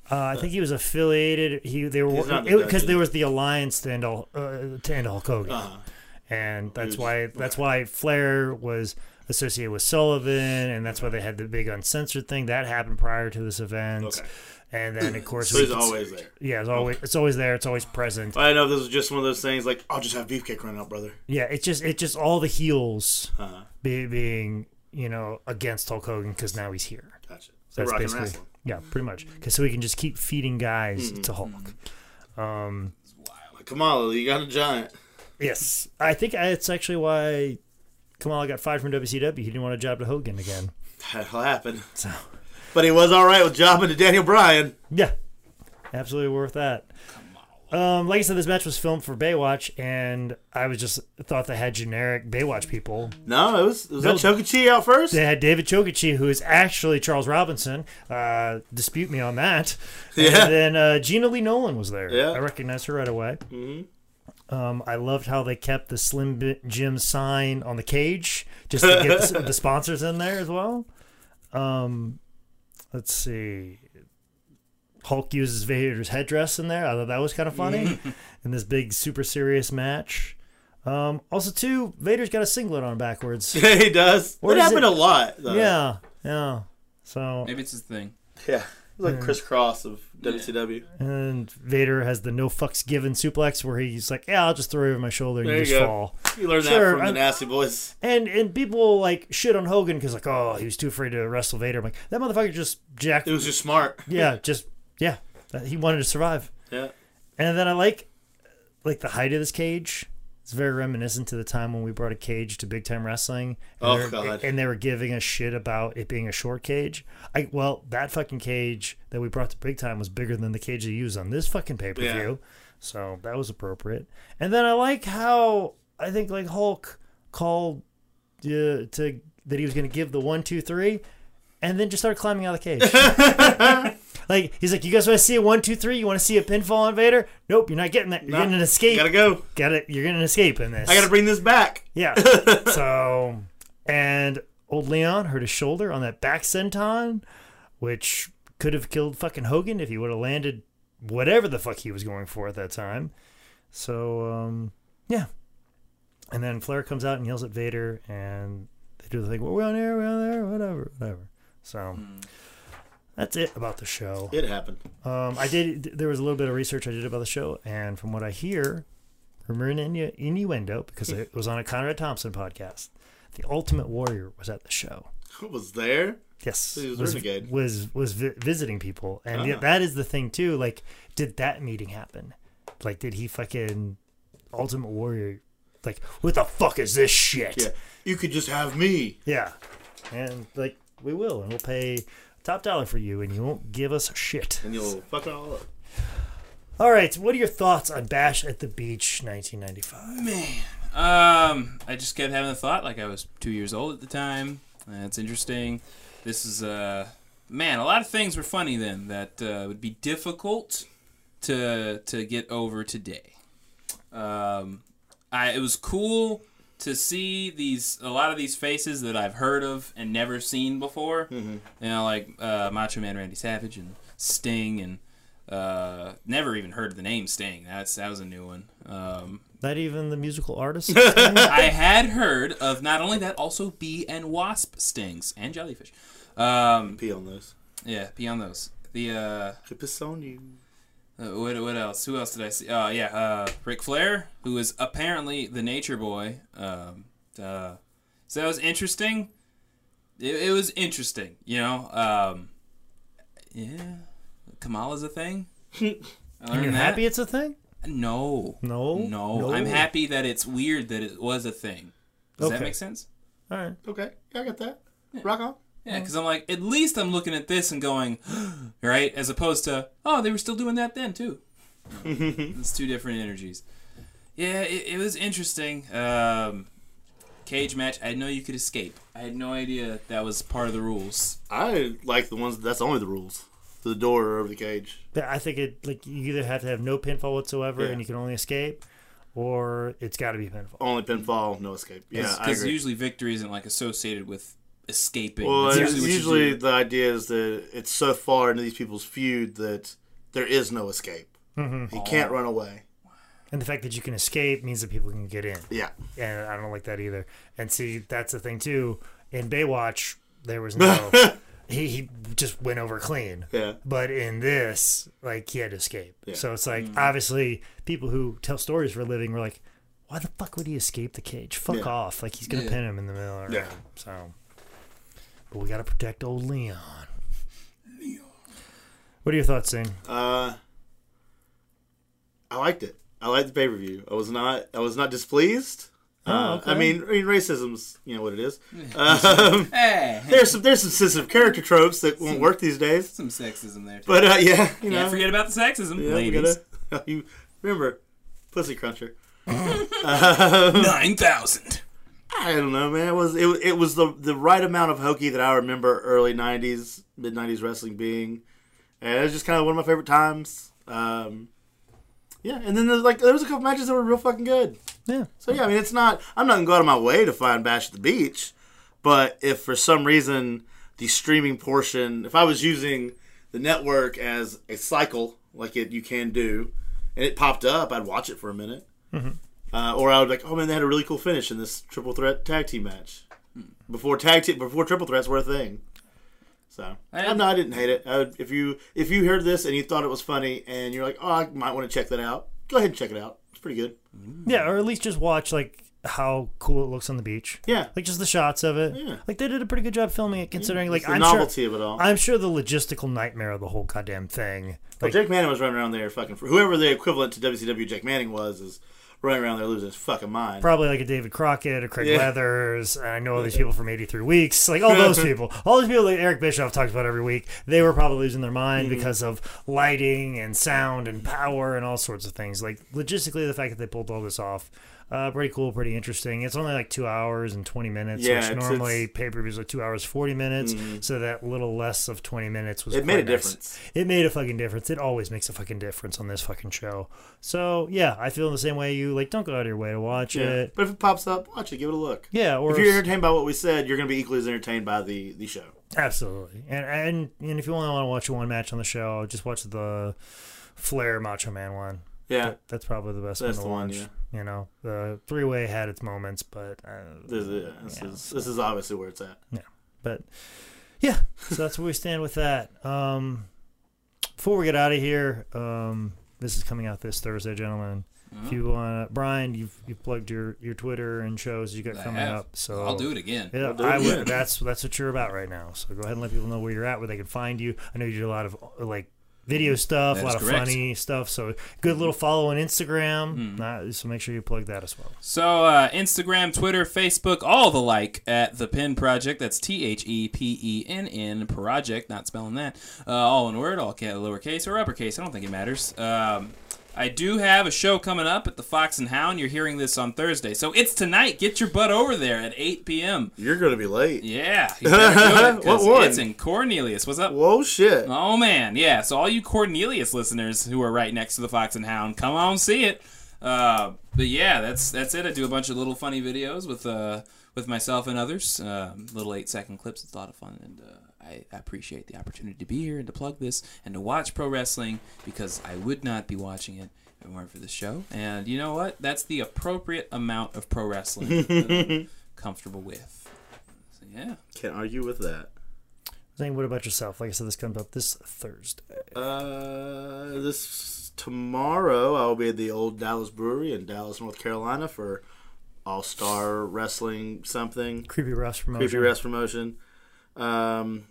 [SPEAKER 2] Uh, I think he was affiliated. He they were
[SPEAKER 3] He's not the
[SPEAKER 2] because
[SPEAKER 3] guy.
[SPEAKER 2] there was the alliance to end all uh, to end Hulk Hogan,
[SPEAKER 3] Uh-huh.
[SPEAKER 2] and that's
[SPEAKER 3] Who's-
[SPEAKER 2] why that's why Flair was associated with Sullivan, and that's why they had the big uncensored thing that happened prior to this event.
[SPEAKER 3] Okay.
[SPEAKER 2] And then of course,
[SPEAKER 3] so
[SPEAKER 2] we
[SPEAKER 3] he's
[SPEAKER 2] could-
[SPEAKER 3] always there.
[SPEAKER 2] yeah, it's always it's always there. It's always present.
[SPEAKER 3] I know this was just one of those things like, I'll just have beefcake run out, brother.
[SPEAKER 2] Yeah, it's just it's just all the heels
[SPEAKER 3] Uh-huh.
[SPEAKER 2] be, being you know against Hulk Hogan because now he's here.
[SPEAKER 3] Gotcha. So
[SPEAKER 2] That's
[SPEAKER 3] rock and
[SPEAKER 2] basically
[SPEAKER 3] wrestling. Mm-hmm.
[SPEAKER 2] yeah, pretty much. 'Cause so we can just keep feeding guys to Hulk.
[SPEAKER 3] Like, Kamala, you got a giant.
[SPEAKER 2] Yes, I think it's actually why Kamala got fired from WCW. He didn't want a job to Hogan again.
[SPEAKER 3] That'll happen.
[SPEAKER 2] So
[SPEAKER 3] But he was all right with jobbing to Daniel Bryan.
[SPEAKER 2] yeah, absolutely worth that. Um, like I said, this match was filmed for Baywatch, and I was just thought they had generic Baywatch people.
[SPEAKER 3] No, it was was
[SPEAKER 2] No.
[SPEAKER 3] that Chokichi out first?
[SPEAKER 2] They had David Chokichi, who is actually Charles Robinson. Uh, dispute me on that.
[SPEAKER 3] Yeah.
[SPEAKER 2] And then uh, Gina Lee Nolan was there.
[SPEAKER 3] Yeah.
[SPEAKER 2] I recognized her right away. Mm-hmm. Um, I loved how they kept the Slim Bi- Jim sign on the cage just to get the, the sponsors in there as well. Um, let's see. Hulk uses Vader's headdress in there. I thought that was kind of funny
[SPEAKER 3] Mm-hmm.
[SPEAKER 2] in this big, super serious match. Um, also, too, Vader's got a singlet on backwards.
[SPEAKER 3] he does.
[SPEAKER 2] What
[SPEAKER 3] it
[SPEAKER 2] is
[SPEAKER 3] happened
[SPEAKER 2] it?
[SPEAKER 3] a lot. Though.
[SPEAKER 2] Yeah, yeah. So
[SPEAKER 4] Maybe it's his thing.
[SPEAKER 3] yeah. It was like crisscross of WCW.
[SPEAKER 2] and Vader has the no fucks given suplex where he's like, "Yeah, I'll just throw you over my shoulder and
[SPEAKER 3] There
[SPEAKER 2] you
[SPEAKER 3] you
[SPEAKER 2] just
[SPEAKER 3] go.
[SPEAKER 2] fall."
[SPEAKER 3] You learned
[SPEAKER 2] Sure,
[SPEAKER 3] that from
[SPEAKER 2] I'm-
[SPEAKER 3] the Nasty Boys.
[SPEAKER 2] And and people like shit on Hogan because like, "Oh, he was too afraid to wrestle Vader." I'm like, that motherfucker just jacked.
[SPEAKER 3] It was just smart.
[SPEAKER 2] yeah, just yeah. Uh, He wanted to survive.
[SPEAKER 3] Yeah.
[SPEAKER 2] And then I like like the height of this cage. It's very reminiscent to the time when we brought a cage to big time wrestling. And
[SPEAKER 3] Oh,
[SPEAKER 2] they were-
[SPEAKER 3] God.
[SPEAKER 2] And they were giving us shit about it being a short cage. I well, that fucking cage that we brought to big time was bigger than the cage they used on this fucking pay per view. So that was appropriate. And then I like how I think like Hulk called uh, to that he was going to give the one two three, and then just started climbing out of the cage. Like he's like, you guys want to see a one, two, three? You want to see a pinfall invader? Nope, you're not getting that. You're
[SPEAKER 3] Nah,
[SPEAKER 2] getting an escape.
[SPEAKER 3] Gotta go.
[SPEAKER 2] Got it. You're getting an escape in this.
[SPEAKER 3] I gotta bring this back.
[SPEAKER 2] yeah. so, and old Leon hurt his shoulder on that back senton, which could have killed fucking Hogan if he would have landed whatever the fuck he was going for at that time. So, um, yeah. And then Flair comes out and yells at Vader, and they do the thing. Well, we're on air, we're on air, whatever, whatever. So. That's it about the show.
[SPEAKER 3] It happened.
[SPEAKER 2] Um, I did. There was a little bit of research I did about the show, and from what I hear, rumor and innu- innuendo, because it was on a Conrad Thompson podcast, the Ultimate Warrior was at the show.
[SPEAKER 3] Who was there?
[SPEAKER 2] Yes,
[SPEAKER 3] he was renegade.
[SPEAKER 2] was was vi- visiting people, and yeah,
[SPEAKER 3] Ah.
[SPEAKER 2] that is the thing too. Like, did that meeting happen? Like, did he fucking Ultimate Warrior? Like, what the fuck is this shit?
[SPEAKER 3] Yeah. You could just have me.
[SPEAKER 2] Yeah. And like, we will, and we'll pay top dollar for you, and you won't give us shit.
[SPEAKER 3] And you'll fuck it all up.
[SPEAKER 2] All right, what are your thoughts on Bash at the Beach 1995?
[SPEAKER 4] Um, I just kept having the thought, like I was two years old at the time. That's interesting. This is uh, man, a lot of things were funny then that uh, would be difficult to to get over today. Um, I it was cool to see these a lot of these faces that I've heard of and never seen before. You know, like uh, Macho Man Randy Savage and Sting and. Uh, never even heard the name Sting. That's that was a new one. Um,
[SPEAKER 2] Not even the musical artist?
[SPEAKER 4] I had heard of not only that, also bee and wasp stings and jellyfish. Um,
[SPEAKER 3] Pee on those.
[SPEAKER 4] yeah, beyond those. The uh, uh,
[SPEAKER 3] I piss on you.
[SPEAKER 4] what, what else? Who else did I see? Oh yeah, uh, Ric Flair, who is apparently the Nature Boy. Um, uh, so that was interesting. It, it was interesting, you know. Um, yeah, Kamala's a thing. I
[SPEAKER 2] and
[SPEAKER 4] learned
[SPEAKER 2] you're
[SPEAKER 4] that.
[SPEAKER 2] happy it's a thing?
[SPEAKER 4] No,
[SPEAKER 2] No?
[SPEAKER 4] no,
[SPEAKER 2] No.
[SPEAKER 4] I'm happy that it's weird that it was a thing. Does that
[SPEAKER 2] Okay.
[SPEAKER 4] make sense?
[SPEAKER 2] All right.
[SPEAKER 3] Okay. Yeah, I got that. Rock on.
[SPEAKER 4] Yeah, because I'm like, at least I'm looking at this and going, right, as opposed to, oh, they were still doing that then too. it's two different energies. Yeah, it, it was interesting. Um, cage match. I know you could escape. I had no idea that was part of the rules.
[SPEAKER 3] I like the ones that's only the rules. The door or over the cage.
[SPEAKER 2] But I think it like you either have to have no pinfall whatsoever
[SPEAKER 3] Yeah.
[SPEAKER 2] and you can only escape, or it's got to be pinfall.
[SPEAKER 3] Only pinfall, no escape. Yeah, I
[SPEAKER 4] Because
[SPEAKER 3] agree.
[SPEAKER 4] usually victory isn't like associated with escaping.
[SPEAKER 3] well,
[SPEAKER 4] That's
[SPEAKER 3] it's
[SPEAKER 4] what
[SPEAKER 3] usually,
[SPEAKER 4] you do.
[SPEAKER 3] the idea is that it's so far into these people's feud that there is no escape. Mm-hmm. He can't run away.
[SPEAKER 2] And the fact that you can escape means that people can get in,
[SPEAKER 3] Yeah.
[SPEAKER 2] and I don't like that either. And see, that's the thing too. In Baywatch, there was no. He, he just went over clean.
[SPEAKER 3] Yeah.
[SPEAKER 2] But in this, like, he had to escape. So it's like, obviously, people who tell stories for a living were like, why the fuck would he escape the cage? Fuck
[SPEAKER 3] Yeah.
[SPEAKER 2] off. Like, he's going to
[SPEAKER 4] Yeah.
[SPEAKER 2] pin him in the middle. Or,
[SPEAKER 3] Yeah.
[SPEAKER 2] So, but we got to protect old Leon. Leon. What are your thoughts, Zane?
[SPEAKER 3] Uh, I liked it. I liked the pay per view. I was not. I was not displeased. Uh, I mean, I mean, racism's you know what it is. Um,
[SPEAKER 4] Hey,
[SPEAKER 3] there's some there's some sensitive character tropes that won't work these days.
[SPEAKER 4] some sexism there. Too.
[SPEAKER 3] But uh, yeah, you know,
[SPEAKER 4] Can't forget about the sexism,
[SPEAKER 3] yeah, we
[SPEAKER 4] ladies.
[SPEAKER 3] gotta- you Remember, Pussy Cruncher.
[SPEAKER 4] Nine thousand.
[SPEAKER 3] I don't know, man. It was it, it was the the right amount of hokey that I remember early '90s, mid '90s wrestling being, and it was just kind of one of my favorite times. Um, yeah, and then there's like there was a couple matches that were real fucking good.
[SPEAKER 2] Yeah.
[SPEAKER 3] So yeah, I mean, it's not. I'm not gonna go out of my way to find Bash at the Beach, but if for some reason the streaming portion, if I was using the network as a cycle, like it you can do, and it popped up, I'd watch it for a minute, uh, or I would be like, oh man, they had a really cool finish in this triple threat tag team match before tag team before triple threats were a thing. So I
[SPEAKER 4] didn't-
[SPEAKER 3] no, I didn't hate it. I would, if you if you heard this and you thought it was funny and you're like, oh, I might want to check that out. Go ahead and check it out. It's pretty good.
[SPEAKER 2] Yeah, or at least just watch like how cool it looks on the beach.
[SPEAKER 3] Yeah.
[SPEAKER 2] Like just the shots of it.
[SPEAKER 3] Yeah.
[SPEAKER 2] Like they did a pretty good job filming it considering like
[SPEAKER 3] the
[SPEAKER 2] I'm
[SPEAKER 3] novelty
[SPEAKER 2] sure,
[SPEAKER 3] of it all.
[SPEAKER 2] I'm sure the logistical nightmare of the whole goddamn thing. Like
[SPEAKER 3] Well, Jake Manning was running around there fucking. Whoever the equivalent to WCW Jake Manning was is running around there losing his fucking mind.
[SPEAKER 2] probably like a David Crockett or Craig
[SPEAKER 3] Yeah.
[SPEAKER 2] Leathers. And I know all these people from 83 Weeks. Like all those people. All these people that Eric Bischoff talks about every week, they were probably losing their mind
[SPEAKER 3] Mm-hmm.
[SPEAKER 2] because of lighting and sound and power and all sorts of things. Like logistically, the fact that they pulled all this off. Uh, pretty cool, pretty interesting. It's only like two hours and twenty minutes,
[SPEAKER 3] Yeah,
[SPEAKER 2] which
[SPEAKER 3] it's-
[SPEAKER 2] normally
[SPEAKER 3] it's- Mm-hmm.
[SPEAKER 2] pay per views are two hours forty minutes. So that little less of twenty minutes was
[SPEAKER 3] It made
[SPEAKER 2] quite
[SPEAKER 3] a
[SPEAKER 2] nice.
[SPEAKER 3] difference.
[SPEAKER 2] It made a fucking difference. It always makes a fucking difference on this fucking show. So yeah, I feel the same way. You like don't go out of your way to watch
[SPEAKER 3] Yeah.
[SPEAKER 2] it.
[SPEAKER 3] But if it pops up, watch it, give it a look.
[SPEAKER 2] Yeah, or
[SPEAKER 3] If you're entertained by what we said, you're going to be equally as entertained by the the show.
[SPEAKER 2] absolutely. And, and and if you only want to watch one match on the show, just watch the Flair Macho Man one.
[SPEAKER 3] Yeah,
[SPEAKER 2] That- that's probably the best
[SPEAKER 3] That's
[SPEAKER 2] one to
[SPEAKER 3] the one,
[SPEAKER 2] watch.
[SPEAKER 3] yeah.
[SPEAKER 2] You know, the three way had its moments, but uh,
[SPEAKER 3] this, is, yeah, this, is, this is obviously where it's at.
[SPEAKER 2] but yeah. So that's where we stand with that. Um, before we get out of here, um, this is coming out this Thursday, gentlemen.
[SPEAKER 4] Uh-huh.
[SPEAKER 2] If you want, Brian, you've you've plugged your, your Twitter and shows you got
[SPEAKER 4] I
[SPEAKER 2] coming
[SPEAKER 4] have.
[SPEAKER 2] up. So
[SPEAKER 4] I'll do it again.
[SPEAKER 2] Yeah,
[SPEAKER 3] do it
[SPEAKER 2] I
[SPEAKER 3] again.
[SPEAKER 2] would, that's that's what you're about right now. So go ahead and let people know where you're at, where they can find you. I know you do a lot of like video stuff,
[SPEAKER 4] That
[SPEAKER 2] a
[SPEAKER 4] is
[SPEAKER 2] lot of
[SPEAKER 4] correct. Mm-hmm.
[SPEAKER 2] funny stuff. So good little follow on Instagram. Uh, so make sure you plug that as well.
[SPEAKER 4] So uh, Instagram, Twitter, Facebook, all the like at the Pen Project. That's T H E P E N N Project. Not spelling that. Uh, all one word, all ca- lowercase or uppercase. I don't think it matters. Um, I do have a show coming up at the Fox and Hound. You're hearing this on Thursday, so it's tonight. Get your butt over there at 8 p.m.
[SPEAKER 3] You're going to be late.
[SPEAKER 4] Yeah, you better do it, 'cause
[SPEAKER 3] What one?
[SPEAKER 4] It's in Cornelius. What's up?
[SPEAKER 3] Whoa, shit.
[SPEAKER 4] Oh man, yeah. So all you Cornelius listeners who are right next to the Fox and Hound, come on see it. Uh, but yeah, that's that's it. I do a bunch of little funny videos with uh with myself and others. Um little eight second clips. It's a lot of fun, and uh, I, I appreciate the opportunity to be here and to plug this and to watch pro wrestling because I would not be watching it if it weren't for the show. And you know what? That's the appropriate amount of pro wrestling that I'm comfortable with. So yeah.
[SPEAKER 3] Can't argue with that.
[SPEAKER 2] Zane, what about yourself? Like I said, this comes up this Thursday.
[SPEAKER 3] Uh, this tomorrow I'll be at the old Dallas Brewery in Dallas, North Carolina for All Star Wrestling something.
[SPEAKER 2] Creepy Rush promotion.
[SPEAKER 3] Creepy Rest promotion. Um,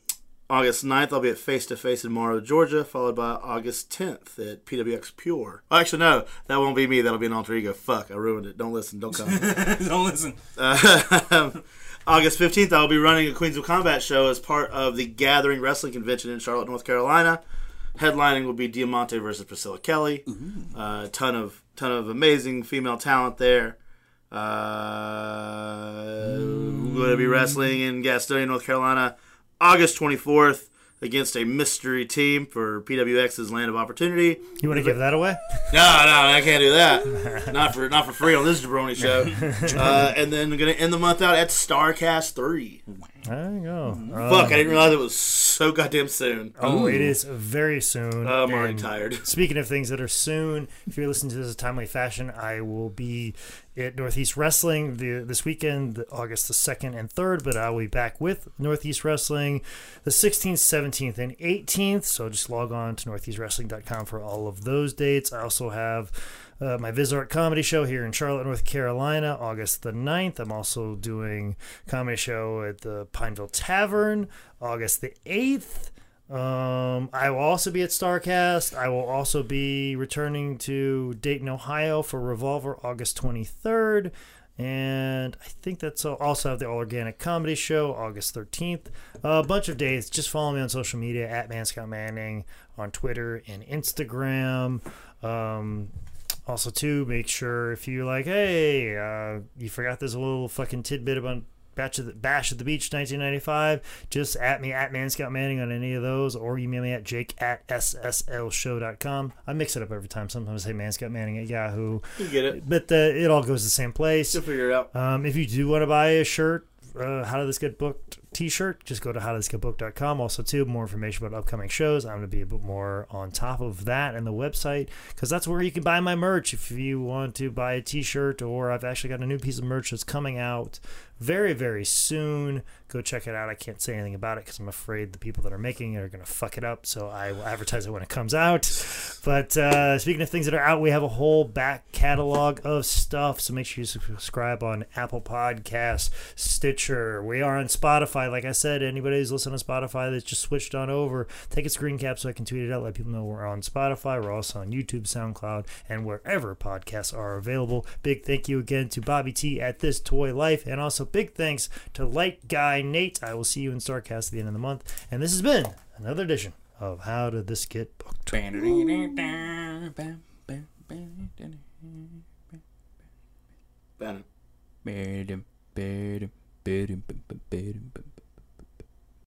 [SPEAKER 3] August 9th, I'll be at Face to Face in Morrow, Georgia, followed by August 10th at PWX Pure. Oh, actually, no, that won't be me. That'll be an alter ego. Fuck, I ruined it. Don't listen. Don't come.
[SPEAKER 4] Don't listen.
[SPEAKER 3] Um, August 15th, I'll be running a Queens of Combat show as part of the Gathering Wrestling Convention in Charlotte, North Carolina. Headlining will be Diamante versus Priscilla Kelly. A ton of ton of amazing female talent there. Uh, Going to be wrestling in Gastonia, North Carolina, August 24th against a mystery team for PWX's Land of Opportunity.
[SPEAKER 2] You want to give that away?
[SPEAKER 3] No, no, I can't do that. not for not for free on this jabroni show. Uh, and then I'm gonna end the month out at Starcast three.
[SPEAKER 2] There you go. Uh,
[SPEAKER 3] Fuck, I didn't realize it was so goddamn soon. Oh,
[SPEAKER 2] oh, it is very soon.
[SPEAKER 3] I'm already
[SPEAKER 2] and
[SPEAKER 3] tired.
[SPEAKER 2] Speaking of things that are soon, if you're listening to this in a timely fashion, I will be at Northeast Wrestling the, this weekend, the- August the 2nd and 3rd, but I will be back with Northeast Wrestling the 16th, 17th, and 18th. So just log on to northeastwrestling.com for all of those dates. I also have. Uh, my Vizart comedy show here in Charlotte, North Carolina, August the 9th. I'm also doing comedy show at the Pineville Tavern, August the 8th. Um, I will also be at Starcast. I will also be returning to Dayton, Ohio for Revolver August 23rd. And I think that's all. Also, have the All Organic Comedy Show August 13th. a bunch of days. Just follow me on social media at Man Scott Manning on Twitter and Instagram. Um, Also, too, make sure if you're like, hey, uh, you forgot this little fucking tidbit about Batch of the, Bash at the Beach 1995, just at me at Man Scout Manning on any of those, or email me at jake at sslshow.com. I mix it up every time. Sometimes I say Man Scout Manning at Yahoo,
[SPEAKER 3] You get it.
[SPEAKER 2] but the, it all goes to the same place.
[SPEAKER 3] You'll figure it out.
[SPEAKER 2] Um, if you do want to buy a shirt, uh, how did this get booked t-shirt just go to howdithisgetbooked.com also too more information about upcoming shows i'm going to be a bit more on top of that and the website because that's where you can buy my merch if you want to buy a t-shirt or i've actually got a new piece of merch that's coming out very very soon go check it out i can't say anything about it because i'm afraid the people that are making it are going to fuck it up so i will advertise it when it comes out but uh, speaking of things that are out we have a whole back catalog of stuff so make sure you subscribe on apple podcasts stitcher we are on spotify like i said anybody who's listening to spotify that's just switched on over take a screen cap so i can tweet it out let people know we're on spotify we're also on youtube soundcloud and wherever podcasts are available big thank you again to bobby t at this toy life and also big thanks to light guy nate i will see you in starcast at the end of the month and this has been another edition of how did this get booked
[SPEAKER 3] Bannon.
[SPEAKER 4] Bam, bam, bam, bam.